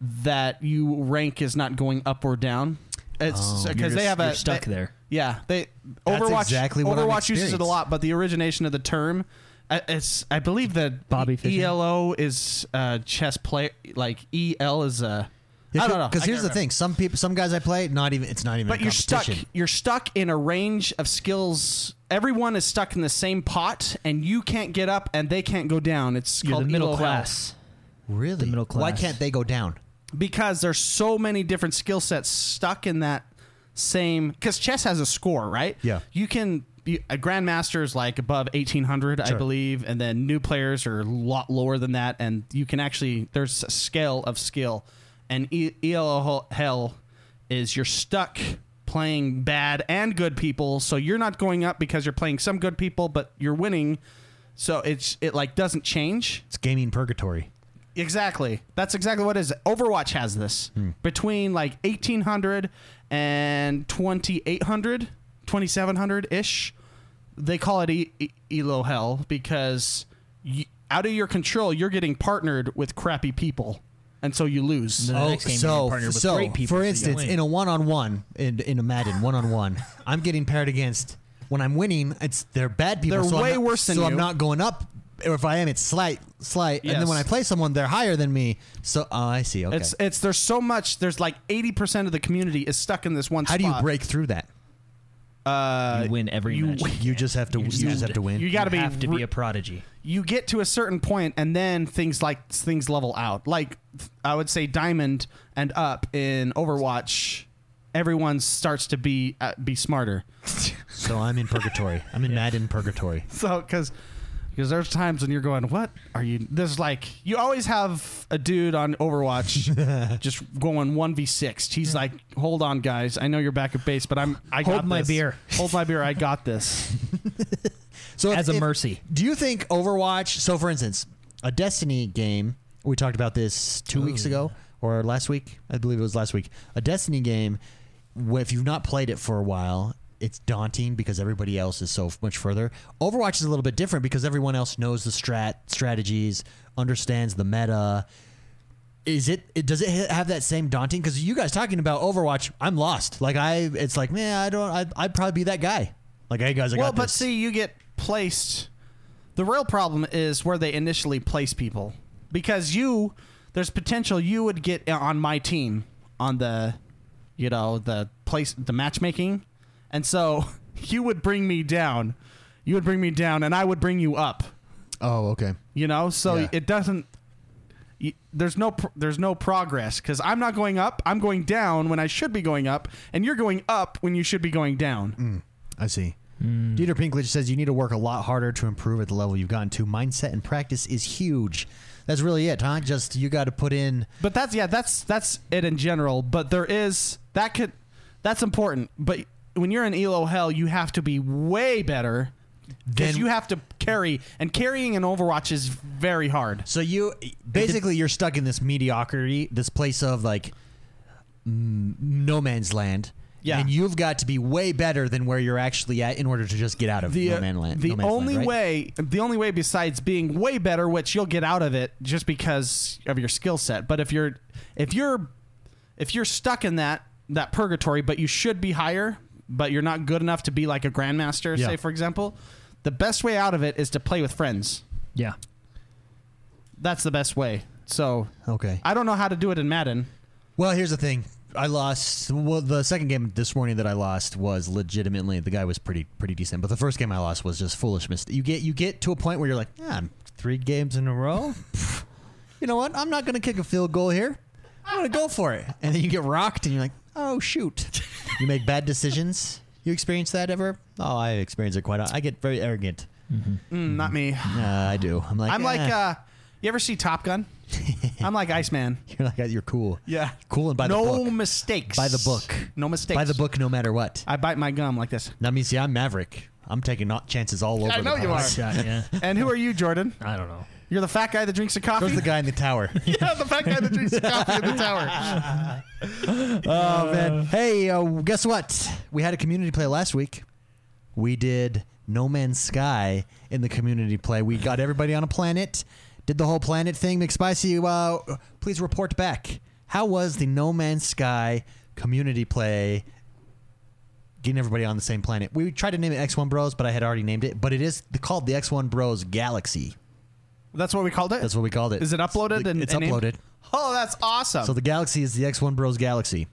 Speaker 2: that you rank is not going up or down.
Speaker 1: Oh,
Speaker 2: It's
Speaker 4: You're
Speaker 2: because they
Speaker 4: just-
Speaker 2: have a
Speaker 4: you're stuck
Speaker 2: they-
Speaker 4: there.
Speaker 2: Yeah, they
Speaker 1: That's
Speaker 2: Overwatch.
Speaker 1: exactly what I've
Speaker 2: Overwatch uses it a
Speaker 1: experienced.
Speaker 2: lot, but the origination of the term, uh, it's I believe that
Speaker 4: Bobby Fischer?
Speaker 2: ELO is uh, chess play like EL is a. I don't know.
Speaker 1: Because here's
Speaker 2: I can't
Speaker 1: the
Speaker 2: remember.
Speaker 1: thing: some people, some guys I play, not even. It's not even.
Speaker 2: But
Speaker 1: a
Speaker 2: you're stuck.
Speaker 1: competition.
Speaker 2: You're stuck in a range of skills. Everyone is stuck in the same pot, and you can't get up, and they can't go down. It's
Speaker 4: You're
Speaker 2: called
Speaker 4: the middle
Speaker 2: ELO
Speaker 4: class.
Speaker 1: Really?
Speaker 4: The middle
Speaker 1: Why
Speaker 4: class.
Speaker 1: can't they go down?
Speaker 2: hell. because there's so many different skill sets stuck in that same. Because chess has a score, right?
Speaker 1: Yeah.
Speaker 2: You can. You, a grandmaster is like above 1800, I
Speaker 1: Sure.
Speaker 2: believe, and then new players are a lot lower than that, and you can actually there's a scale of skill, and E- ELO hell is you're stuck playing bad and good people, so you're not going up because you're playing some good people, but you're winning, so it's it like doesn't change.
Speaker 1: It's gaming purgatory.
Speaker 2: Exactly. That's exactly what it is. Overwatch has this.
Speaker 1: Hmm.
Speaker 2: Between like 1800 and 2800, 2700 ish, they call it e- E- Elo Hell because y out of your control, you're getting partnered with crappy people. And so you lose.
Speaker 4: No. The next game you
Speaker 1: Oh, so,
Speaker 4: partner with
Speaker 1: so
Speaker 4: great people,
Speaker 1: for
Speaker 4: so you
Speaker 1: instance,
Speaker 4: win.
Speaker 1: in a one-on-one in in a Madden one-on-one, [laughs] I'm getting paired against. When I'm winning, it's they're bad people.
Speaker 2: They're
Speaker 1: so I'm
Speaker 2: way
Speaker 1: not-
Speaker 2: worse than
Speaker 1: so I'm
Speaker 2: you.
Speaker 1: not going up. Or if I am, it's slight, slight. And then when I
Speaker 2: Yes.
Speaker 1: play someone, they're higher than me. So oh, I see. Okay.
Speaker 2: It's it's there's so much there's like 80% of the community is stuck in this one
Speaker 1: How
Speaker 2: spot.
Speaker 1: do you break through that?
Speaker 2: uh
Speaker 4: [laughs] You win every
Speaker 2: you-
Speaker 4: match.
Speaker 1: You just have to. You
Speaker 4: just
Speaker 1: just
Speaker 4: have
Speaker 1: have to win.
Speaker 2: you got to be
Speaker 4: have to
Speaker 2: re-
Speaker 4: be a prodigy.
Speaker 2: you get to a certain point and then things like things level out like th- i would say diamond and up in overwatch everyone starts to be uh, be smarter [laughs]
Speaker 1: So I'm in purgatory. I'm in Madden purgatory.
Speaker 2: so because because there's times when you're going what are you there's like you always have a dude on
Speaker 4: [laughs]
Speaker 2: overwatch just going 1v6 he's like hold on guys i know you're back at base but i'm i
Speaker 4: Hold
Speaker 2: got
Speaker 4: my
Speaker 2: this.
Speaker 4: beer."
Speaker 2: hold my beer i got
Speaker 4: [laughs]
Speaker 2: this
Speaker 1: So if-
Speaker 4: As a
Speaker 1: if-
Speaker 4: mercy.
Speaker 1: do you think Overwatch? So for instance, a Destiny game. We talked about this two weeks ago or last week. I believe it was last week. A Destiny game. wh- If you've not played it for a while, it's daunting because everybody else is so f- much further. Overwatch is a little bit different because everyone else knows the strat strategies, understands the meta. Is it, it does it ha- have that same daunting? Because you guys talking about Overwatch, I'm lost. Like I, it's like man, I don't. I, I'd probably be that guy. Like hey guys, I
Speaker 2: well,
Speaker 1: got
Speaker 2: but
Speaker 1: this.
Speaker 2: see, you get placed. The real problem is where they initially place people, because you there's potential you would get uh, on my team on the, you know, the place the matchmaking, and so [laughs] you would bring me down, you would bring me down, and I would bring you up.
Speaker 1: oh okay.
Speaker 2: You know, so
Speaker 1: Yeah.
Speaker 2: it doesn't. y- There's no pr- there's no progress because I'm not going up. I'm going down when I should be going up, and you're going up when you should be going down.
Speaker 1: I see.
Speaker 2: Mm.
Speaker 1: Dieter Pinklage says you need to work a lot harder to improve at the level you've gotten to. Mindset and practice is huge. That's really it, huh? Just you got to put in.
Speaker 2: But that's yeah, that's that's it in general. But there is that could that's important. But when you're in Elo Hell, you have to be way better because
Speaker 1: Then-
Speaker 2: you have to carry, and carrying an Overwatch is very hard.
Speaker 1: So you basically you're stuck in this mediocrity, this place of like mm, no man's land.
Speaker 2: Yeah.
Speaker 1: and you've got to be way better than where you're actually at in order to just get out of
Speaker 2: The, uh,
Speaker 1: no man's land.
Speaker 2: the
Speaker 1: no man's land,
Speaker 2: only
Speaker 1: right?
Speaker 2: way, the only way besides being way better, which you'll get out of it just because of your skill set. But if you're if you're if you're stuck in that that purgatory, but you should be higher, but you're not good enough to be like a grandmaster,
Speaker 1: Yeah.
Speaker 2: say for example, the best way out of it is to play with friends.
Speaker 4: Yeah.
Speaker 2: That's the best way. So
Speaker 1: Okay.
Speaker 2: I don't know how to do it in Madden.
Speaker 1: Well, here's the thing. I lost. Well, the second game this morning that I lost was legitimately the guy was pretty pretty decent, but the first game I lost was just foolish mistake. You get you get to a point where you're like, yeah, I'm three games in a row. [laughs] Pff, you know what? I'm not gonna kick a field goal here. I'm gonna go for it, and then you get rocked, and you're like, oh [laughs] shoot. You make bad decisions. You experience that ever? Oh, I experience it quite. a I get very arrogant.
Speaker 2: Mm, not me.
Speaker 1: Uh, I do. I'm like,
Speaker 2: I'm like
Speaker 1: Mm-hmm. "Eh."
Speaker 2: uh You ever see Top Gun? I'm like Iceman.
Speaker 1: [laughs] You're like you're cool.
Speaker 2: [laughs] Yeah.
Speaker 1: Cool and by
Speaker 2: no
Speaker 1: the book.
Speaker 2: mistakes.
Speaker 1: By the book.
Speaker 2: No mistakes.
Speaker 1: By the book, no matter what.
Speaker 2: I bite my gum like this.
Speaker 1: Now, I mean, see, I'm Maverick. I'm taking not chances all over.
Speaker 2: I know
Speaker 1: the
Speaker 2: you
Speaker 1: place.
Speaker 3: Yeah, yeah.
Speaker 2: And who are you, Jordan?
Speaker 3: I don't know.
Speaker 2: You're the fat guy that drinks the
Speaker 1: [laughs]
Speaker 2: coffee.
Speaker 1: There's the guy in the tower.
Speaker 2: [laughs] yeah, the fat guy that drinks the coffee in the tower.
Speaker 1: [laughs] oh man! Hey, uh, guess what? We had a community play last week. We did No Man's Sky in the community play. We got everybody on a planet, did the whole planet thing. McSpicy, uh, please report back. How was the No Man's Sky community play? Getting everybody on the same planet. We tried to name it X1 Bros, but I had already named it. But it is called the X1 Bros Galaxy.
Speaker 2: That's what we called it.
Speaker 1: That's what we called it.
Speaker 2: Is it uploaded? and,
Speaker 1: it's
Speaker 2: and named?
Speaker 1: uploaded.
Speaker 2: Oh, that's awesome.
Speaker 1: So the galaxy is the X1 Bros Galaxy.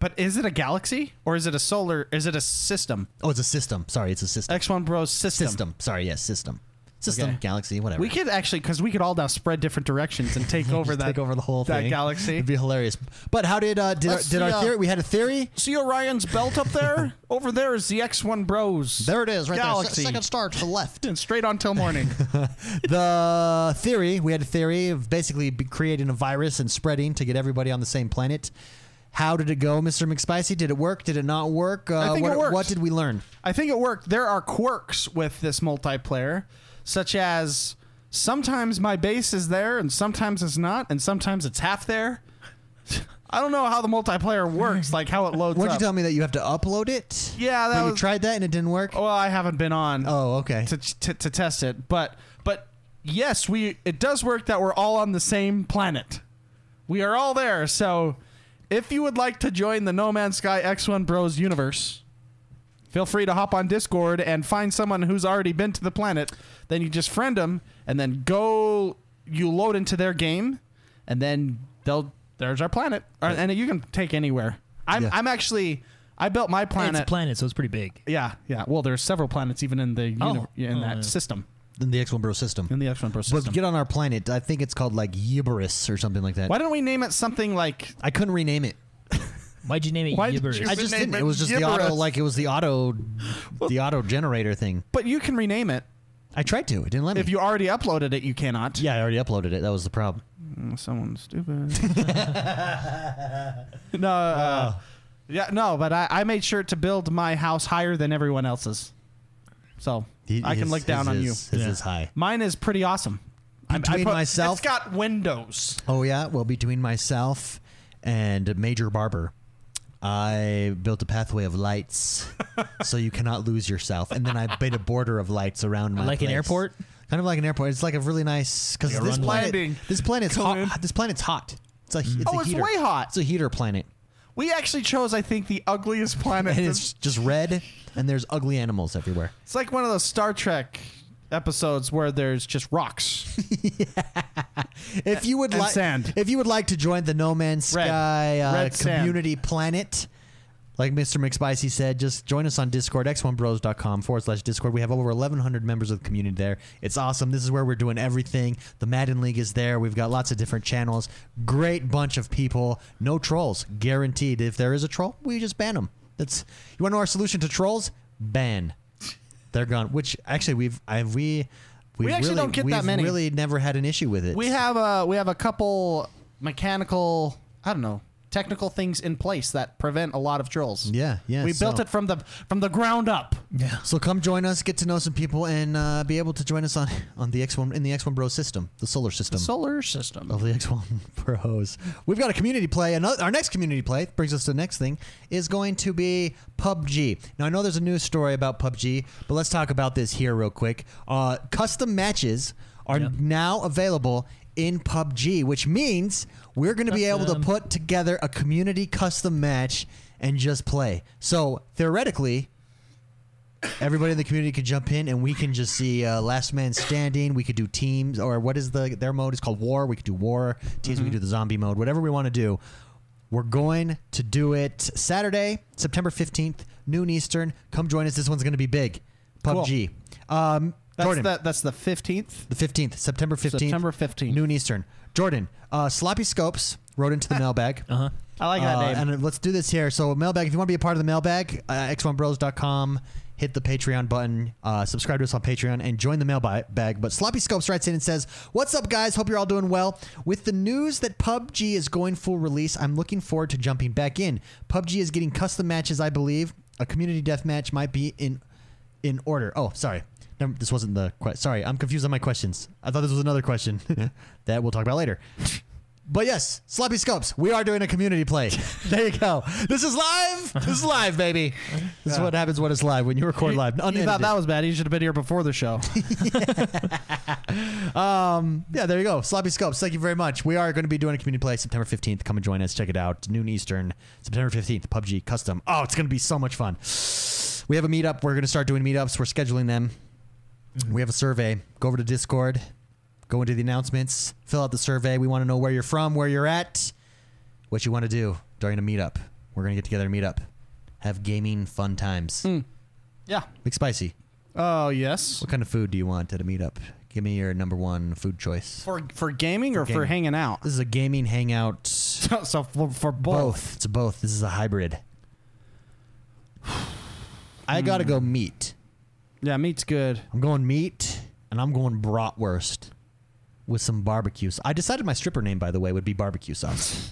Speaker 2: but is it a galaxy or is it a solar? Is it a system?
Speaker 1: Oh, it's a system. Sorry, it's a system.
Speaker 2: X1 Bros system.
Speaker 1: System. Sorry, yes, system. System,
Speaker 2: Okay.
Speaker 1: galaxy, whatever.
Speaker 2: We could actually, because we could all now spread different directions
Speaker 1: [laughs]
Speaker 2: and take over
Speaker 1: Just
Speaker 2: that
Speaker 1: take over the whole
Speaker 2: that
Speaker 1: thing.
Speaker 2: galaxy.
Speaker 1: It'd be hilarious. But how did uh, did our,
Speaker 2: Let's
Speaker 1: did
Speaker 2: see,
Speaker 1: our
Speaker 2: uh,
Speaker 1: theory? We had a theory.
Speaker 2: See Orion's belt up there?
Speaker 1: [laughs]
Speaker 2: Over there is the X1 Bros.
Speaker 1: There it is, right
Speaker 2: Galaxy.
Speaker 1: there. Se- second star to the
Speaker 2: [laughs]
Speaker 1: left.
Speaker 2: And straight on till morning.
Speaker 1: [laughs] the theory we had a theory of basically be- creating a virus and spreading to get everybody on the same planet. How did it go, Mr. McSpicy? Did it work? Did it not work? Uh,
Speaker 2: think
Speaker 1: what,
Speaker 2: it worked.
Speaker 1: what did we learn?
Speaker 2: I think it worked. There are quirks with this multiplayer, such as sometimes my base is there and sometimes it's not, and sometimes it's half there. [laughs] I don't know how the multiplayer works, like how it loads
Speaker 1: Why don't
Speaker 2: up.
Speaker 1: you tell me that you have to upload it?
Speaker 2: Yeah, that
Speaker 1: When you
Speaker 2: was-
Speaker 1: tried that and it didn't work.
Speaker 2: well, I haven't been on.
Speaker 1: Oh, okay.
Speaker 2: to, to, to test it. But but yes, we it does work that we're all on the same planet. We are all there. So if you would like to join the No Man's Sky X1 Bros universe, feel free to hop on Discord and find someone who's already been to the planet. Then you just friend them and then go you load into their game and then they'll there's our planet. Or- And you can take anywhere. I'm
Speaker 1: Yeah.
Speaker 2: I'm actually I built my
Speaker 3: It's a
Speaker 2: planet.
Speaker 3: planet, so it's pretty big.
Speaker 2: yeah, yeah. Well, there's several planets even in the uni-
Speaker 3: Oh.
Speaker 2: in
Speaker 3: Oh,
Speaker 2: that
Speaker 3: yeah.
Speaker 2: system
Speaker 1: In the X1 Bro system.
Speaker 2: in the X1 Pro
Speaker 1: But
Speaker 2: system.
Speaker 1: get on our planet. I think it's called like Yibris or something like that.
Speaker 2: Why don't we name it something like
Speaker 1: I couldn't rename it.
Speaker 3: Why'd you name it
Speaker 2: Why did
Speaker 3: Gibberish?
Speaker 1: [laughs]
Speaker 2: you-
Speaker 1: I
Speaker 2: Just
Speaker 1: just
Speaker 2: name
Speaker 1: didn't.
Speaker 2: it
Speaker 1: It was just the
Speaker 2: Yibris.
Speaker 1: auto, like it was the auto, the auto generator thing.
Speaker 2: but you can rename it.
Speaker 1: I tried to. It didn't let me.
Speaker 2: If you already uploaded it, you cannot.
Speaker 1: Hmm. yeah, I already uploaded it. That was the problem.
Speaker 2: Mm, Someone stupid.
Speaker 1: [laughs]
Speaker 2: [laughs] no. Uh, Yeah, no, but I, I made sure to build my house higher than everyone else's. So
Speaker 1: He-
Speaker 2: I can
Speaker 1: his-
Speaker 2: look down
Speaker 1: his
Speaker 2: on you.
Speaker 1: is- His
Speaker 3: Yeah.
Speaker 1: is high.
Speaker 2: Mine is pretty awesome. I- I
Speaker 1: Between myself-
Speaker 2: It's got windows.
Speaker 1: Oh yeah. Well, between myself and Major Barber, I built a pathway of
Speaker 2: [laughs]
Speaker 1: lights, so you cannot lose yourself. And then I made a border of lights around my
Speaker 3: Like an
Speaker 1: place.
Speaker 3: airport?
Speaker 1: Kind of like an airport. It's like a really nice because
Speaker 3: Like a
Speaker 1: this
Speaker 3: runway.
Speaker 1: planet,
Speaker 2: Landing.
Speaker 1: this planet's
Speaker 2: Come in.
Speaker 1: hot. This planet's hot. It's a, it's
Speaker 2: Oh,
Speaker 1: a
Speaker 2: it's
Speaker 1: heater.
Speaker 2: way hot.
Speaker 1: It's a heater planet.
Speaker 2: We actually chose, I think, the
Speaker 1: [laughs]
Speaker 2: ugliest planet.
Speaker 1: and it's just red and there's ugly animals everywhere.
Speaker 2: It's like one of those Star Trek episodes where there's just
Speaker 1: [laughs]
Speaker 2: rocks.
Speaker 1: If you would
Speaker 2: And
Speaker 1: like
Speaker 2: sand.
Speaker 1: if you would like to join the No Man's
Speaker 2: Red.
Speaker 1: Sky uh,
Speaker 2: Red sand.
Speaker 1: community planet like Mr. McSpicy said, just join us on Discord, x1bros.com forward slash Discord. We have over 1,100 members of the community there. It's awesome. This is where we're doing everything. The Madden League is there. We've got lots of different channels. Great bunch of people. No trolls, guaranteed. If there is a troll, we just ban them. That's you want to know our solution to trolls? Ban. They're gone. Which actually we've I we we've
Speaker 2: actually
Speaker 1: really-
Speaker 2: don't get that
Speaker 1: we've
Speaker 2: many.
Speaker 1: Really, never had an issue with it.
Speaker 2: We have a we have a couple mechanical, I don't know, technical things in place that prevent a lot of trolls.
Speaker 1: Yeah, yeah.
Speaker 2: we built
Speaker 1: so-
Speaker 2: it from the from the ground up.
Speaker 1: Yeah. So come join us, get to know some people, and uh, be able to join us on on the X1 in the X1 Bros system, the solar system
Speaker 2: Solar system.
Speaker 1: of the X1 [laughs] Bros. We've got a community play. Another, our next community play brings us to the next thing is going to be PUBG. Now I know there's a news story about PUBG, but let's talk about this here real quick. Uh, custom matches are now available in PUBG, which means we're going to be able to
Speaker 3: Custom.
Speaker 1: put together a community custom match and just play. So theoretically, everybody in the community could jump in and we can just see uh, last man standing we could do teams or what is the their mode is called war we could do war teams
Speaker 2: Mm-hmm.
Speaker 1: we could do the zombie mode whatever we want to do we're going to do it saturday september 15th noon eastern come join us this one's going to be big pubg um,
Speaker 2: That's
Speaker 1: jordan
Speaker 2: the that's the fifteenth.
Speaker 1: the 15th september 15th
Speaker 2: September 15th.
Speaker 1: noon eastern jordan uh, sloppy scopes wrote into
Speaker 2: [laughs]
Speaker 1: the mailbag
Speaker 3: Uh huh.
Speaker 2: Uh-huh. I like
Speaker 1: uh,
Speaker 2: that name.
Speaker 1: And let's do this here. So, mailbag, if you want to be a part of the mailbag, uh, x1bros.com hit the Patreon button, uh, subscribe to us on Patreon, and join the mailbag. But Sloppy Scopes writes in and says, What's up, guys? Hope you're all doing well. With the news that PUBG is going full release, I'm looking forward to jumping back in. PUBG is getting custom matches, I believe. A community deathmatch might be in in order. Oh, sorry. Never, this wasn't the question. Sorry, I'm confused on my questions. I thought this was another question [laughs] that we'll talk about later. But yes, Sloppy Scopes, we are doing a community play. there you go. This is live. This is live, baby. This is what happens when it's live, when you record live.
Speaker 2: You
Speaker 1: unedited.
Speaker 2: thought that was bad. You should have been here before
Speaker 1: [laughs]
Speaker 2: the show.
Speaker 1: Um, yeah, there you go. Sloppy Scopes, thank you very much. We are going to be doing a community play September 15th. Come and join us. Check it out. Noon Eastern, September 15th, PUBG Custom. Oh, it's going to be so much fun. We have a meetup. We're going to start doing meetups. We're scheduling them. We have a survey. Go over to Discord, go into the announcements, fill out the survey. We want to know where you're from, where you're at, what you want to do during a meetup. We're going to get together and meet up. Have gaming fun times.
Speaker 2: yeah.
Speaker 1: McSpicy,
Speaker 2: Oh yes.
Speaker 1: what kind of food do you want at a meetup? Give me your number one food choice.
Speaker 2: For for gaming or for
Speaker 1: gaming.
Speaker 2: hanging out. [laughs]
Speaker 1: This is a gaming hangout.
Speaker 2: So, so for, for both.
Speaker 1: Both. It's a both. This is a hybrid. I gotta go
Speaker 2: Hmm.
Speaker 1: meat.
Speaker 2: Yeah, meat's good.
Speaker 1: I'm going meat, and I'm going bratwurst with some barbecue. sauce. I decided my stripper name, by the way, would be barbecue sauce.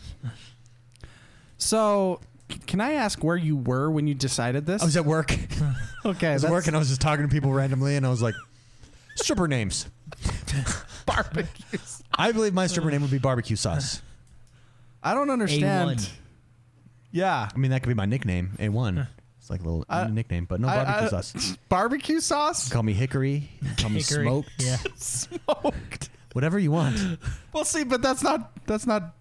Speaker 2: So, c- can I ask where you were when you decided this?
Speaker 1: I was at work. I
Speaker 2: [laughs] okay,
Speaker 1: was
Speaker 2: that's-
Speaker 1: at work, and I was just talking to people randomly, and I was like, stripper names.
Speaker 2: [laughs] barbecues.
Speaker 1: I believe my stripper name would be barbecue sauce.
Speaker 2: I don't understand.
Speaker 4: A1.
Speaker 2: Yeah.
Speaker 1: I mean, that could be my nickname. A one. It's like a little
Speaker 2: I-
Speaker 1: nickname, but no
Speaker 2: I-
Speaker 1: barbecue
Speaker 2: I-
Speaker 1: sauce.
Speaker 2: Barbecue sauce?
Speaker 1: Call me Hickory.
Speaker 4: [laughs]
Speaker 1: Call me
Speaker 4: Hickory.
Speaker 1: Smoked.
Speaker 4: Yeah.
Speaker 2: [laughs] Smoked.
Speaker 1: Whatever you
Speaker 2: [laughs]
Speaker 1: want.
Speaker 2: Well, see, but that's not that's not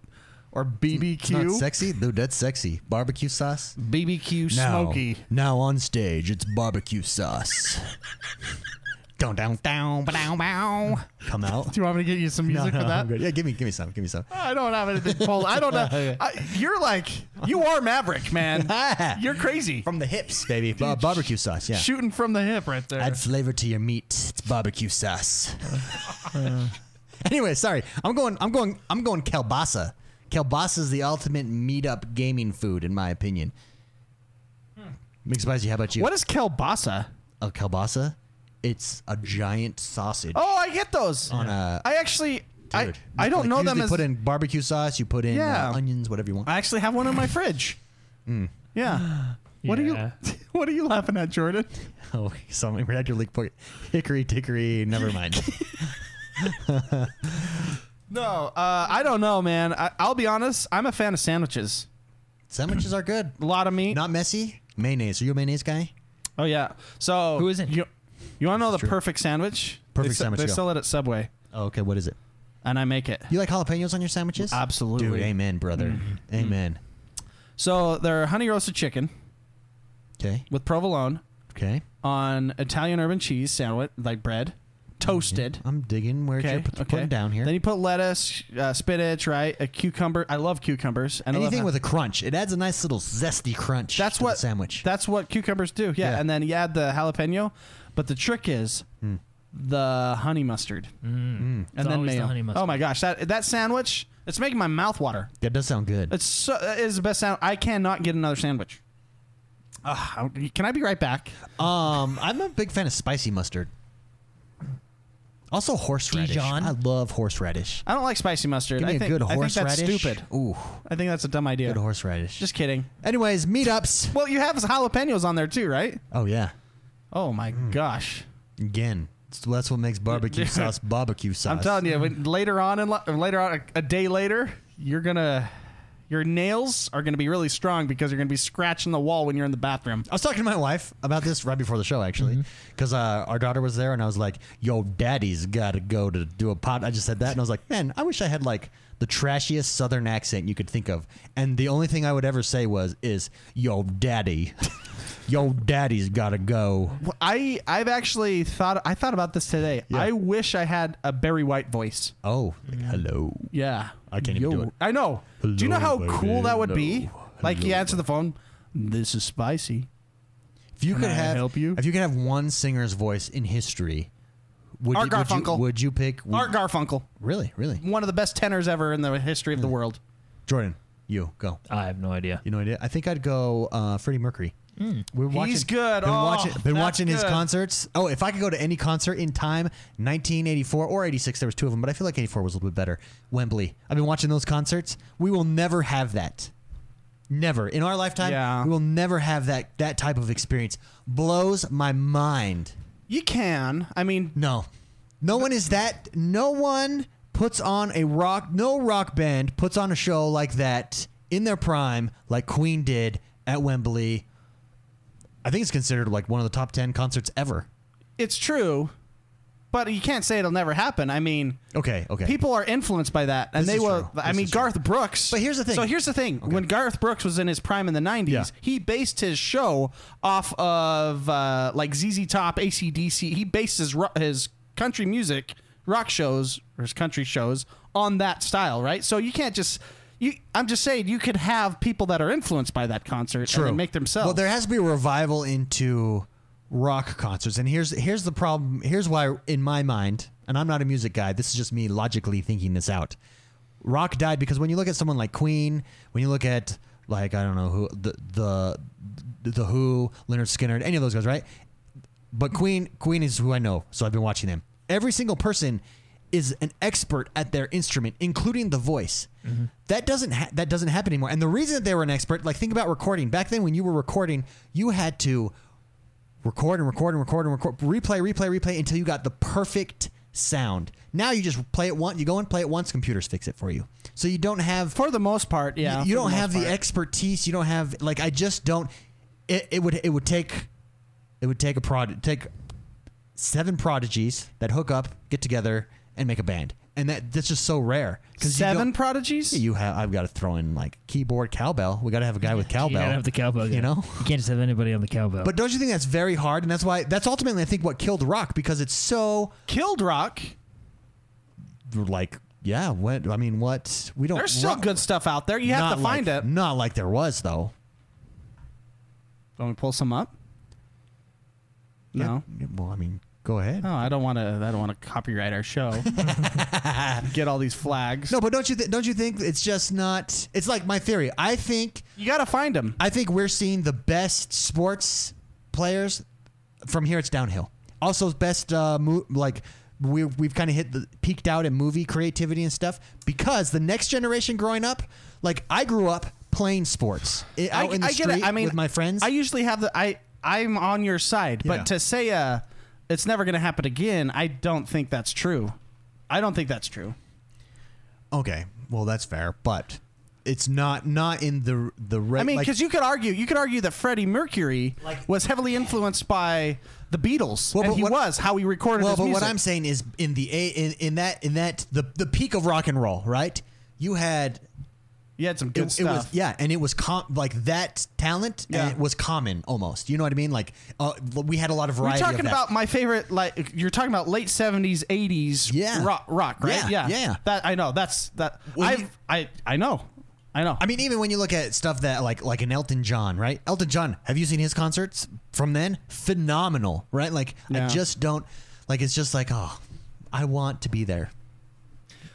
Speaker 2: or
Speaker 1: It's not
Speaker 2: BBQ.
Speaker 1: sexy, dude. That's sexy. Barbecue sauce.
Speaker 2: BBQ smoky.
Speaker 1: Now on stage, it's barbecue sauce. Don't down down bow bow.
Speaker 2: [laughs]
Speaker 1: Come out.
Speaker 2: Do you want me to get you some music for that?
Speaker 1: I'm good. Yeah, give me give me some. Give me some.
Speaker 2: I don't have anything pulled. I don't
Speaker 1: [laughs]
Speaker 2: know. I, you're like you are Maverick, man.
Speaker 1: [laughs]
Speaker 2: You're crazy.
Speaker 1: Ah, From the hips, baby. Ba- barbecue sauce. Yeah.
Speaker 2: Shooting from the hip right there.
Speaker 1: Add flavor to your meat. It's barbecue
Speaker 2: [laughs]
Speaker 1: sauce. [laughs] anyway, sorry. I'm going. I'm going. I'm going kielbasa. Kielbasa is the ultimate meetup gaming food, in my opinion.
Speaker 2: Hmm.
Speaker 1: Mixed spicy. How about you?
Speaker 2: what is kielbasa?
Speaker 1: a kielbasa? It's a giant sausage.
Speaker 2: Oh, I get those.
Speaker 1: on a
Speaker 2: I actually, I,
Speaker 1: Dude,
Speaker 2: I don't
Speaker 1: like,
Speaker 2: know
Speaker 1: usually
Speaker 2: them as.
Speaker 1: put in barbecue sauce. You put in uh,
Speaker 2: Yeah.
Speaker 1: onions, whatever you want. [laughs]
Speaker 2: I actually have one in my fridge.
Speaker 1: Hmm.
Speaker 4: [gasps]
Speaker 2: Yeah. What
Speaker 3: Yeah.
Speaker 2: are you? [laughs] What are you laughing at, Jordan?
Speaker 1: oh, something had your leak point. Hickory dickory. Never
Speaker 2: [laughs]
Speaker 1: mind.
Speaker 2: No, uh, I don't know, man. I, I'll be honest. I'm a fan of sandwiches.
Speaker 1: Sandwiches are good.
Speaker 2: A lot of meat.
Speaker 1: Not messy. Mayonnaise. Are you a mayonnaise guy?
Speaker 2: Oh yeah. So
Speaker 4: Who isn't?
Speaker 2: You, you want to know the
Speaker 1: true.
Speaker 2: perfect sandwich?
Speaker 1: Perfect
Speaker 2: They se-
Speaker 1: sandwich,
Speaker 2: They
Speaker 1: go.
Speaker 2: sell it at Subway,
Speaker 1: Oh, okay. What is it?
Speaker 2: and I make it.
Speaker 1: You like jalapenos on your sandwiches?
Speaker 2: Absolutely. Mm-hmm.
Speaker 1: Dude, amen, brother. Amen.
Speaker 2: So they're honey roasted chicken
Speaker 1: Okay.
Speaker 2: with provolone
Speaker 1: Okay.
Speaker 2: on Italian urban cheese sandwich, like bread, toasted.
Speaker 1: I'm digging where
Speaker 2: Okay.
Speaker 1: you're Mm-hmm. put- putting down here.
Speaker 2: Then you put lettuce, uh, spinach, right? A cucumber. I love cucumbers. And I love
Speaker 1: Anything
Speaker 2: how-
Speaker 1: with a crunch. It adds a nice little zesty crunch
Speaker 2: That's
Speaker 1: to
Speaker 2: what-
Speaker 1: the sandwich.
Speaker 2: That's what cucumbers do. Yeah.
Speaker 1: Yeah. Hmm.
Speaker 2: And then you add the jalapeno, but the trick is the honey mustard
Speaker 3: Mm.
Speaker 2: and then
Speaker 4: Hmm. always
Speaker 2: mayo.
Speaker 4: the honey
Speaker 2: Oh
Speaker 4: mustard.
Speaker 2: my gosh, that that sandwich, it's making my mouth water.
Speaker 1: that does sound good.
Speaker 2: It's so, it is the best sound. I cannot get another sandwich. Ugh, I- can I be right back?
Speaker 1: Um, I'm a big fan of spicy mustard. Also horseradish.
Speaker 4: Dijon?
Speaker 1: I love horseradish.
Speaker 2: I don't like spicy mustard.
Speaker 1: Give me
Speaker 2: I think,
Speaker 1: a good
Speaker 2: I think
Speaker 1: horseradish.
Speaker 2: that's stupid.
Speaker 1: Ooh,
Speaker 2: I think that's a dumb idea.
Speaker 1: good horseradish.
Speaker 2: Just kidding.
Speaker 1: Anyways, meetups.
Speaker 2: Well, you have jalapenos on there too, right?
Speaker 1: Oh yeah,
Speaker 2: Oh my
Speaker 1: Hmm.
Speaker 2: gosh.
Speaker 1: again. So that's what makes
Speaker 2: [laughs]
Speaker 1: barbecue sauce barbecue sauce.
Speaker 2: I'm telling you, when, later on in li- or later on a, a day later, you're gonna your nails are gonna be really strong because you're gonna be scratching the wall when you're in the bathroom.
Speaker 1: I was talking to my wife about this right before the show, actually,
Speaker 2: Mm-hmm.
Speaker 1: because uh, our daughter was there, and I was like, "Yo, daddy's got to go to do a pod." I just said that, and I was like, "Man, I wish I had like the trashiest Southern accent you could think of." And the only thing I would ever say was, "Is yo, daddy, [laughs] yo, daddy's got to go."
Speaker 2: Well, I I've actually thought I thought about this today. I wish I had a Barry White voice.
Speaker 1: Oh, like, hello.
Speaker 2: Yeah,
Speaker 1: I can't even do it.
Speaker 2: I know. do you know how
Speaker 1: Hello,
Speaker 2: cool
Speaker 1: baby.
Speaker 2: that would be?
Speaker 1: Hello.
Speaker 2: Like you
Speaker 1: Hello,
Speaker 2: answer the phone. This is spicy.
Speaker 1: If you
Speaker 2: Can
Speaker 1: could
Speaker 2: I
Speaker 1: have
Speaker 2: help you?
Speaker 1: if you could have one singer's voice in history, would
Speaker 2: Art
Speaker 1: you, would you-
Speaker 2: Garfunkel.
Speaker 1: Would you pick would-
Speaker 2: Art Garfunkel,
Speaker 1: Really, really,
Speaker 2: one of the best tenors ever in the history
Speaker 1: Mm.
Speaker 2: of the world.
Speaker 1: Jordan, you go.
Speaker 4: I have no idea.
Speaker 1: You know what I did? I think I'd go uh, Freddie Mercury. We're watching,
Speaker 2: Hmm. He's good.
Speaker 1: Been,
Speaker 2: Oh,
Speaker 1: watching, been
Speaker 2: that's
Speaker 1: watching his
Speaker 2: good.
Speaker 1: concerts. Oh, if I could go to any concert in time, 1984 or 86, there was two of them, but I feel like 84 was a little bit better. Wembley. I've been watching those concerts. We will never have that. Never in our lifetime.
Speaker 2: Yeah.
Speaker 1: We will never have that that type of experience. Blows my mind.
Speaker 2: You can. I mean,
Speaker 1: No. No one is that. No one puts on a rock. No rock band puts on a show like that in their prime, like Queen did at Wembley. I think it's considered like one of the top 10 concerts ever.
Speaker 2: it's true, but you can't say it'll never happen. I mean,
Speaker 1: Okay, okay.
Speaker 2: people are influenced by that, and
Speaker 1: This
Speaker 2: they
Speaker 1: is
Speaker 2: will.
Speaker 1: true.
Speaker 2: I
Speaker 1: This
Speaker 2: mean,
Speaker 1: is true.
Speaker 2: Garth Brooks.
Speaker 1: But here's the thing.
Speaker 2: So here's the thing.
Speaker 1: Okay.
Speaker 2: When Garth Brooks was in his prime in the '90s,
Speaker 1: Yeah.
Speaker 2: he based his show off of uh, like ZZ Top, ACDC. He based his ro- his country music rock shows or his country shows on that style, right? So you can't just. You, I'm just saying you could have people that are influenced by that concert and then make themselves.
Speaker 1: Well, there has to be a revival into rock concerts, and here's here's the problem. Here's why, in my mind, and I'm not a music guy. This is just me logically thinking this out. Rock died because when you look at someone like Queen, when you look at like I don't know who the the the Who, Leonard Skinner, any of those guys, right? But Queen Queen is who I know, so I've been watching them. Every single person is an expert at their instrument, including the voice. That doesn't ha- that doesn't happen anymore. And the reason that they were an expert, like think about recording. Back then, when you were recording, you had to record and record and record and record, replay, replay, replay until you got the perfect sound. Now you just play it once. You go and play it once. Computers fix it for you, so you don't have
Speaker 2: for the most part, yeah.
Speaker 1: you, you
Speaker 2: for
Speaker 1: don't
Speaker 2: most
Speaker 1: have the
Speaker 2: part.
Speaker 1: expertise. You don't have like I just don't. It, it would it would take it would take a prod take seven prodigies that hook up, get together, and make a band, and that that's just so rare. 'Cause you
Speaker 2: seven
Speaker 1: don't-
Speaker 2: prodigies.
Speaker 1: You have I've got to throw in like keyboard cowbell. We got to have a guy
Speaker 2: [laughs]
Speaker 1: with
Speaker 3: You
Speaker 1: cowbell.
Speaker 3: gotta have the cowbell. guy.
Speaker 1: You know.
Speaker 3: you can't just have anybody on the cowbell.
Speaker 1: But don't you think that's very hard? And that's why that's ultimately I think what killed rock because it's so
Speaker 2: Killed Rock.
Speaker 1: like yeah. What I mean, what we don't.
Speaker 2: There's still
Speaker 1: rock-
Speaker 2: good stuff out there. You have
Speaker 1: not
Speaker 2: to find
Speaker 1: like-
Speaker 2: it.
Speaker 1: Not like there was though.
Speaker 2: Let me pull some up. No.
Speaker 1: Yeah, well, Oh, I mean, go ahead.
Speaker 2: No, I don't want to. I don't want to copyright our show. [laughs] Get all these flags.
Speaker 1: No, but don't you th- don't you think it's just not? It's like my theory. I think
Speaker 2: you got to find them.
Speaker 1: I think we're seeing the best sports players. From here, it's downhill. Also, best uh, mo- like we we've kind of hit the peaked out in movie creativity and stuff because the next generation growing up, like I grew up playing sports i- out in the street with my friends.
Speaker 2: I usually have the. I I'm on your side,
Speaker 1: Yeah.
Speaker 2: but to say uh, it's never going to happen again. I don't think that's true. I don't think that's true.
Speaker 1: okay, well that's fair, but it's not not in the the. Re-
Speaker 2: I mean,
Speaker 1: like-
Speaker 2: because you could argue, you could argue that Freddie Mercury
Speaker 1: Like-
Speaker 2: was heavily influenced by the Beatles,
Speaker 1: Well,
Speaker 2: and
Speaker 1: but
Speaker 2: he
Speaker 1: what-
Speaker 2: was how he recorded
Speaker 1: Well,
Speaker 2: his
Speaker 1: but
Speaker 2: music.
Speaker 1: what I'm saying is in the a in, in that in that the the peak of rock and roll, right? You had
Speaker 2: you had some good
Speaker 1: it, it
Speaker 2: stuff.
Speaker 1: was yeah, and it was com- like that talent
Speaker 2: Yeah.
Speaker 1: and it was common almost. You know what I mean? Like uh, we had a lot of
Speaker 2: We're
Speaker 1: variety.
Speaker 2: talking
Speaker 1: of that.
Speaker 2: about my favorite, like you're talking about late '70s, '80s,
Speaker 1: Yeah.
Speaker 2: rock, rock, right?
Speaker 1: Yeah, yeah.
Speaker 2: That I know. That's that.
Speaker 1: Well,
Speaker 2: I've,
Speaker 1: you-
Speaker 2: I, I know, I know.
Speaker 1: I mean, even when you look at stuff that like like an Elton John, right? Elton John, have you seen his concerts from then? Phenomenal, right? Like I
Speaker 2: Yeah.
Speaker 1: just don't like. It's just like oh, I want to be there.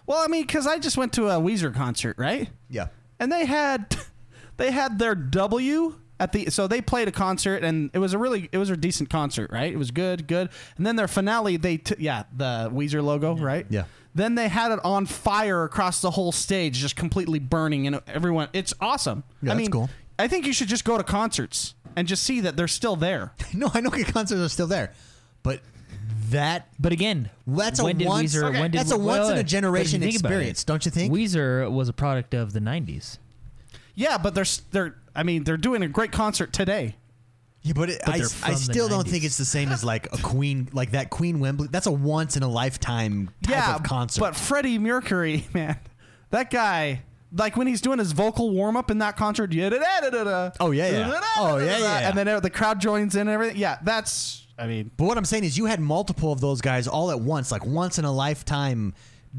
Speaker 2: well, I mean, because I just went to a Weezer concert, right?
Speaker 1: Yeah.
Speaker 2: and they had [laughs] they had their W at the so they played a concert and it was a really it was a decent concert, right? It was good, good. And then their finale, they t- yeah the Weezer logo, right?
Speaker 1: Yeah.
Speaker 2: Then they had it on fire across the whole stage, just completely burning, and everyone. It's awesome.
Speaker 1: Yeah,
Speaker 2: I
Speaker 1: that's
Speaker 2: mean,
Speaker 1: cool.
Speaker 2: I think you should just go to concerts and just see that they're
Speaker 1: [laughs]
Speaker 2: still there.
Speaker 1: [laughs] No, I know concerts are still there, but that
Speaker 4: But again,
Speaker 1: That's a
Speaker 4: when did
Speaker 1: once-
Speaker 4: Weezer,
Speaker 1: okay,
Speaker 4: when did,
Speaker 1: that's a
Speaker 4: well,
Speaker 1: once in a
Speaker 4: but if you
Speaker 1: generation
Speaker 4: think about it,
Speaker 1: experience, don't you think?
Speaker 4: Weezer was a product of the '90s.
Speaker 2: Yeah, but they're s- they're. I mean, they're doing a great concert today.
Speaker 1: Yeah, but, it,
Speaker 4: But
Speaker 1: I,
Speaker 4: they're
Speaker 1: s- I
Speaker 4: from the
Speaker 1: still don't
Speaker 4: 90s.
Speaker 1: think it's the same as like a Queen, like that Queen Wembley. That's a once in a lifetime type
Speaker 2: yeah,
Speaker 1: of concert.
Speaker 2: But Freddie Mercury, [laughs] man, that guy, like when he's doing his vocal warm up in that concert, da-da-da-da-da,
Speaker 1: Oh, yeah, yeah.
Speaker 2: da-da-da-da-da-da,
Speaker 1: Oh, yeah, yeah, yeah.
Speaker 2: and then the crowd joins in and everything. Yeah, that's. I mean,
Speaker 1: But what I'm saying is, you had multiple of those guys all at once, like once in a lifetime,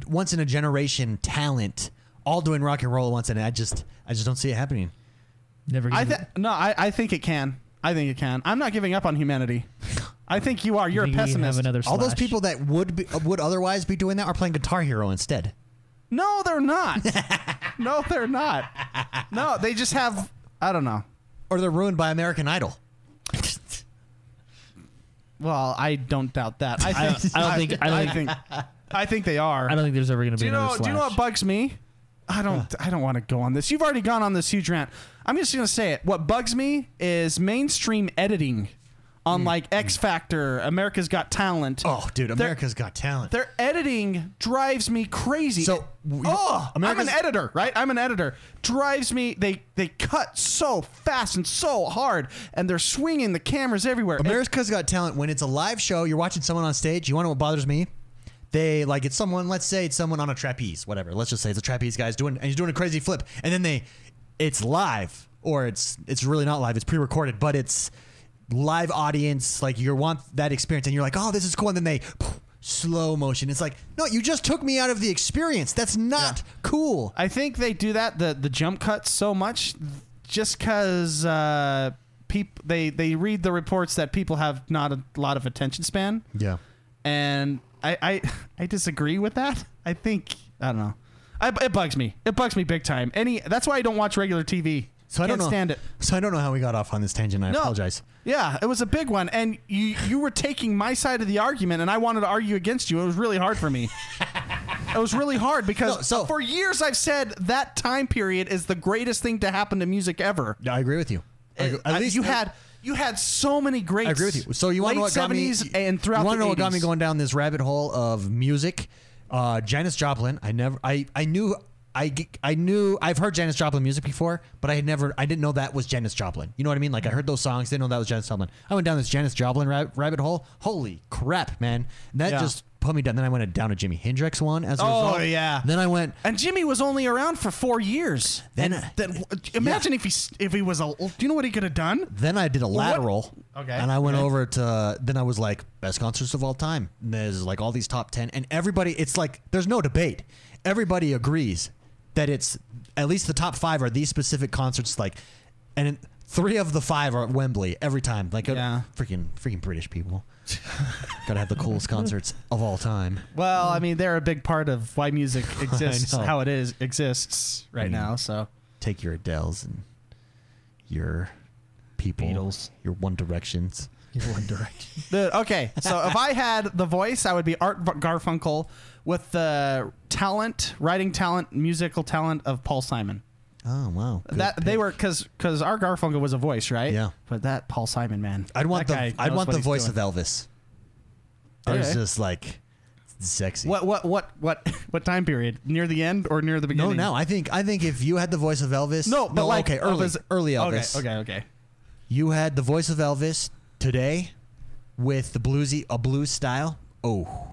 Speaker 1: once in a generation talent, all doing rock and roll at once, and I just, I just don't see it happening.
Speaker 3: Never.
Speaker 2: I
Speaker 3: gonna-
Speaker 2: th- no, I, I think it can. I think it can. I'm not giving up on humanity. I think you are. You're
Speaker 4: Think
Speaker 2: a
Speaker 4: we Have
Speaker 2: pessimist.
Speaker 4: another
Speaker 1: All those
Speaker 4: Slash.
Speaker 1: people that would be, would otherwise be doing that are playing Guitar Hero instead.
Speaker 2: no, they're not. no, they're not. No, they just have. I don't know.
Speaker 1: or they're ruined by American Idol.
Speaker 2: Well, I don't doubt that. I
Speaker 3: I
Speaker 2: think.
Speaker 3: don't- I don't think- I don't
Speaker 2: I think. I think they are.
Speaker 3: I don't think there's ever going to
Speaker 2: do
Speaker 3: be
Speaker 2: you
Speaker 3: another
Speaker 2: know? Do you know
Speaker 3: Slash.
Speaker 2: what bugs me? I don't. I don't want to go on this. You've already gone on this huge rant. I'm just gonna say it. What bugs me is mainstream editing on like X Factor, America's Got Talent.
Speaker 1: Mm. Oh, dude, America's Got Talent.
Speaker 2: Their editing drives me crazy.
Speaker 1: So, w-
Speaker 2: oh,
Speaker 1: America's-
Speaker 2: I'm an editor, right? I'm an editor. Drives me. They they cut so fast and so hard, and they're swinging the cameras everywhere. It-
Speaker 1: America's Got Talent. When it's a live show, you're watching someone on stage. You want to know what bothers me? They like it's someone. Let's say it's someone on a trapeze, whatever. Let's just say it's a trapeze guy's doing, and he's doing a crazy flip, and then they, it's live, or it's it's really not live. It's pre-recorded, but it's live audience. Like you want that experience, and you're like, oh, this is cool, and then they. Slow motion. It's like, no, you just took me out of the experience. That's not cool.
Speaker 2: I think they do that the the jump cuts so much just because uh, people they they read the reports that people have not a lot of attention span,
Speaker 1: Yeah.
Speaker 2: and I I, I disagree with that. I think I don't know. I, it bugs me. It bugs me big time. Any that's why I don't watch regular TV.
Speaker 1: So I
Speaker 2: Can't
Speaker 1: don't know.
Speaker 2: stand it.
Speaker 1: So I don't know how we got off on this tangent. I
Speaker 2: No.
Speaker 1: apologize.
Speaker 2: Yeah, it was a big one, and you you were taking my side of the argument, and I wanted to argue against you. It was really hard for me. it was really hard because
Speaker 1: No, so-
Speaker 2: for years I've said that time period is the greatest thing to happen to music ever.
Speaker 1: No, I agree with you. I agree-
Speaker 2: I- Uh, you had you had so many greats.
Speaker 1: I agree with you. So you want to
Speaker 2: late
Speaker 1: know what got me?
Speaker 2: seventies and throughout
Speaker 1: you
Speaker 2: the
Speaker 1: want to know what got me
Speaker 2: 80s.
Speaker 1: going down this rabbit hole of music? Uh, Janis Joplin. I never. I I knew. I, g- I knew I've heard Janis Joplin music before, but I had never I didn't know that was Janis Joplin. You know what I mean?
Speaker 2: Mm.
Speaker 1: Like I heard those songs, didn't know that was Janis Joplin. I went down this Janis Joplin rab- rabbit hole. Holy crap, man! And that
Speaker 2: Yeah.
Speaker 1: just put me down. Then I went down a Jimi Hendrix one as a
Speaker 2: Oh,
Speaker 1: result.
Speaker 2: yeah.
Speaker 1: Then I went
Speaker 2: And Jimmy was only around for four years.
Speaker 1: Then-
Speaker 2: And then imagine if he s- if he was a. Do you know what he could have done?
Speaker 1: Then I did a lateral.
Speaker 2: Okay.
Speaker 1: And I went
Speaker 2: Okay.
Speaker 1: over to then I was like best concerts of all time. And there's like all these top 10 and everybody it's like there's no debate. Everybody agrees that it's at least the top 5 are these specific concerts like and in- 3 of the 5 are at Wembley every time. Like uh,
Speaker 2: Yeah.
Speaker 1: freaking freaking British people. [laughs] Got to have the coolest concerts of all time.
Speaker 2: Well, I mean, they're a big part of why
Speaker 1: [laughs]
Speaker 2: music exists,
Speaker 1: know.
Speaker 2: how it is exists right
Speaker 1: Mm.
Speaker 2: now. So
Speaker 1: Take your Adele's and your people,
Speaker 4: Beatles.
Speaker 1: your One Directions.
Speaker 4: [laughs]
Speaker 1: [laughs]
Speaker 4: One Direction.
Speaker 2: The- okay, so if I had the voice, I would be Art Garfunkel with the talent, writing talent, musical talent of Paul Simon.
Speaker 1: Oh, wow. Good
Speaker 2: that they
Speaker 1: pick.
Speaker 2: were because because Art Garfunkel was a voice, right?
Speaker 1: Yeah.
Speaker 2: But that Paul Simon man,
Speaker 1: I'd want
Speaker 2: that
Speaker 1: the
Speaker 2: guy
Speaker 1: I'd
Speaker 2: knows
Speaker 1: want
Speaker 2: what
Speaker 1: the
Speaker 2: he's
Speaker 1: voice
Speaker 2: doing.
Speaker 1: of Elvis. There's
Speaker 2: Okay.
Speaker 1: just like sexy.
Speaker 2: What what what what what time period? Near the end or near
Speaker 1: No,
Speaker 2: the beginning?
Speaker 1: no. I think I think if you had the voice of Elvis,
Speaker 2: no, but like
Speaker 1: okay, early
Speaker 2: Elvis-
Speaker 1: early Elvis.
Speaker 2: Okay, okay, okay.
Speaker 1: You had the voice of Elvis today with the bluesy a blues style. Oh,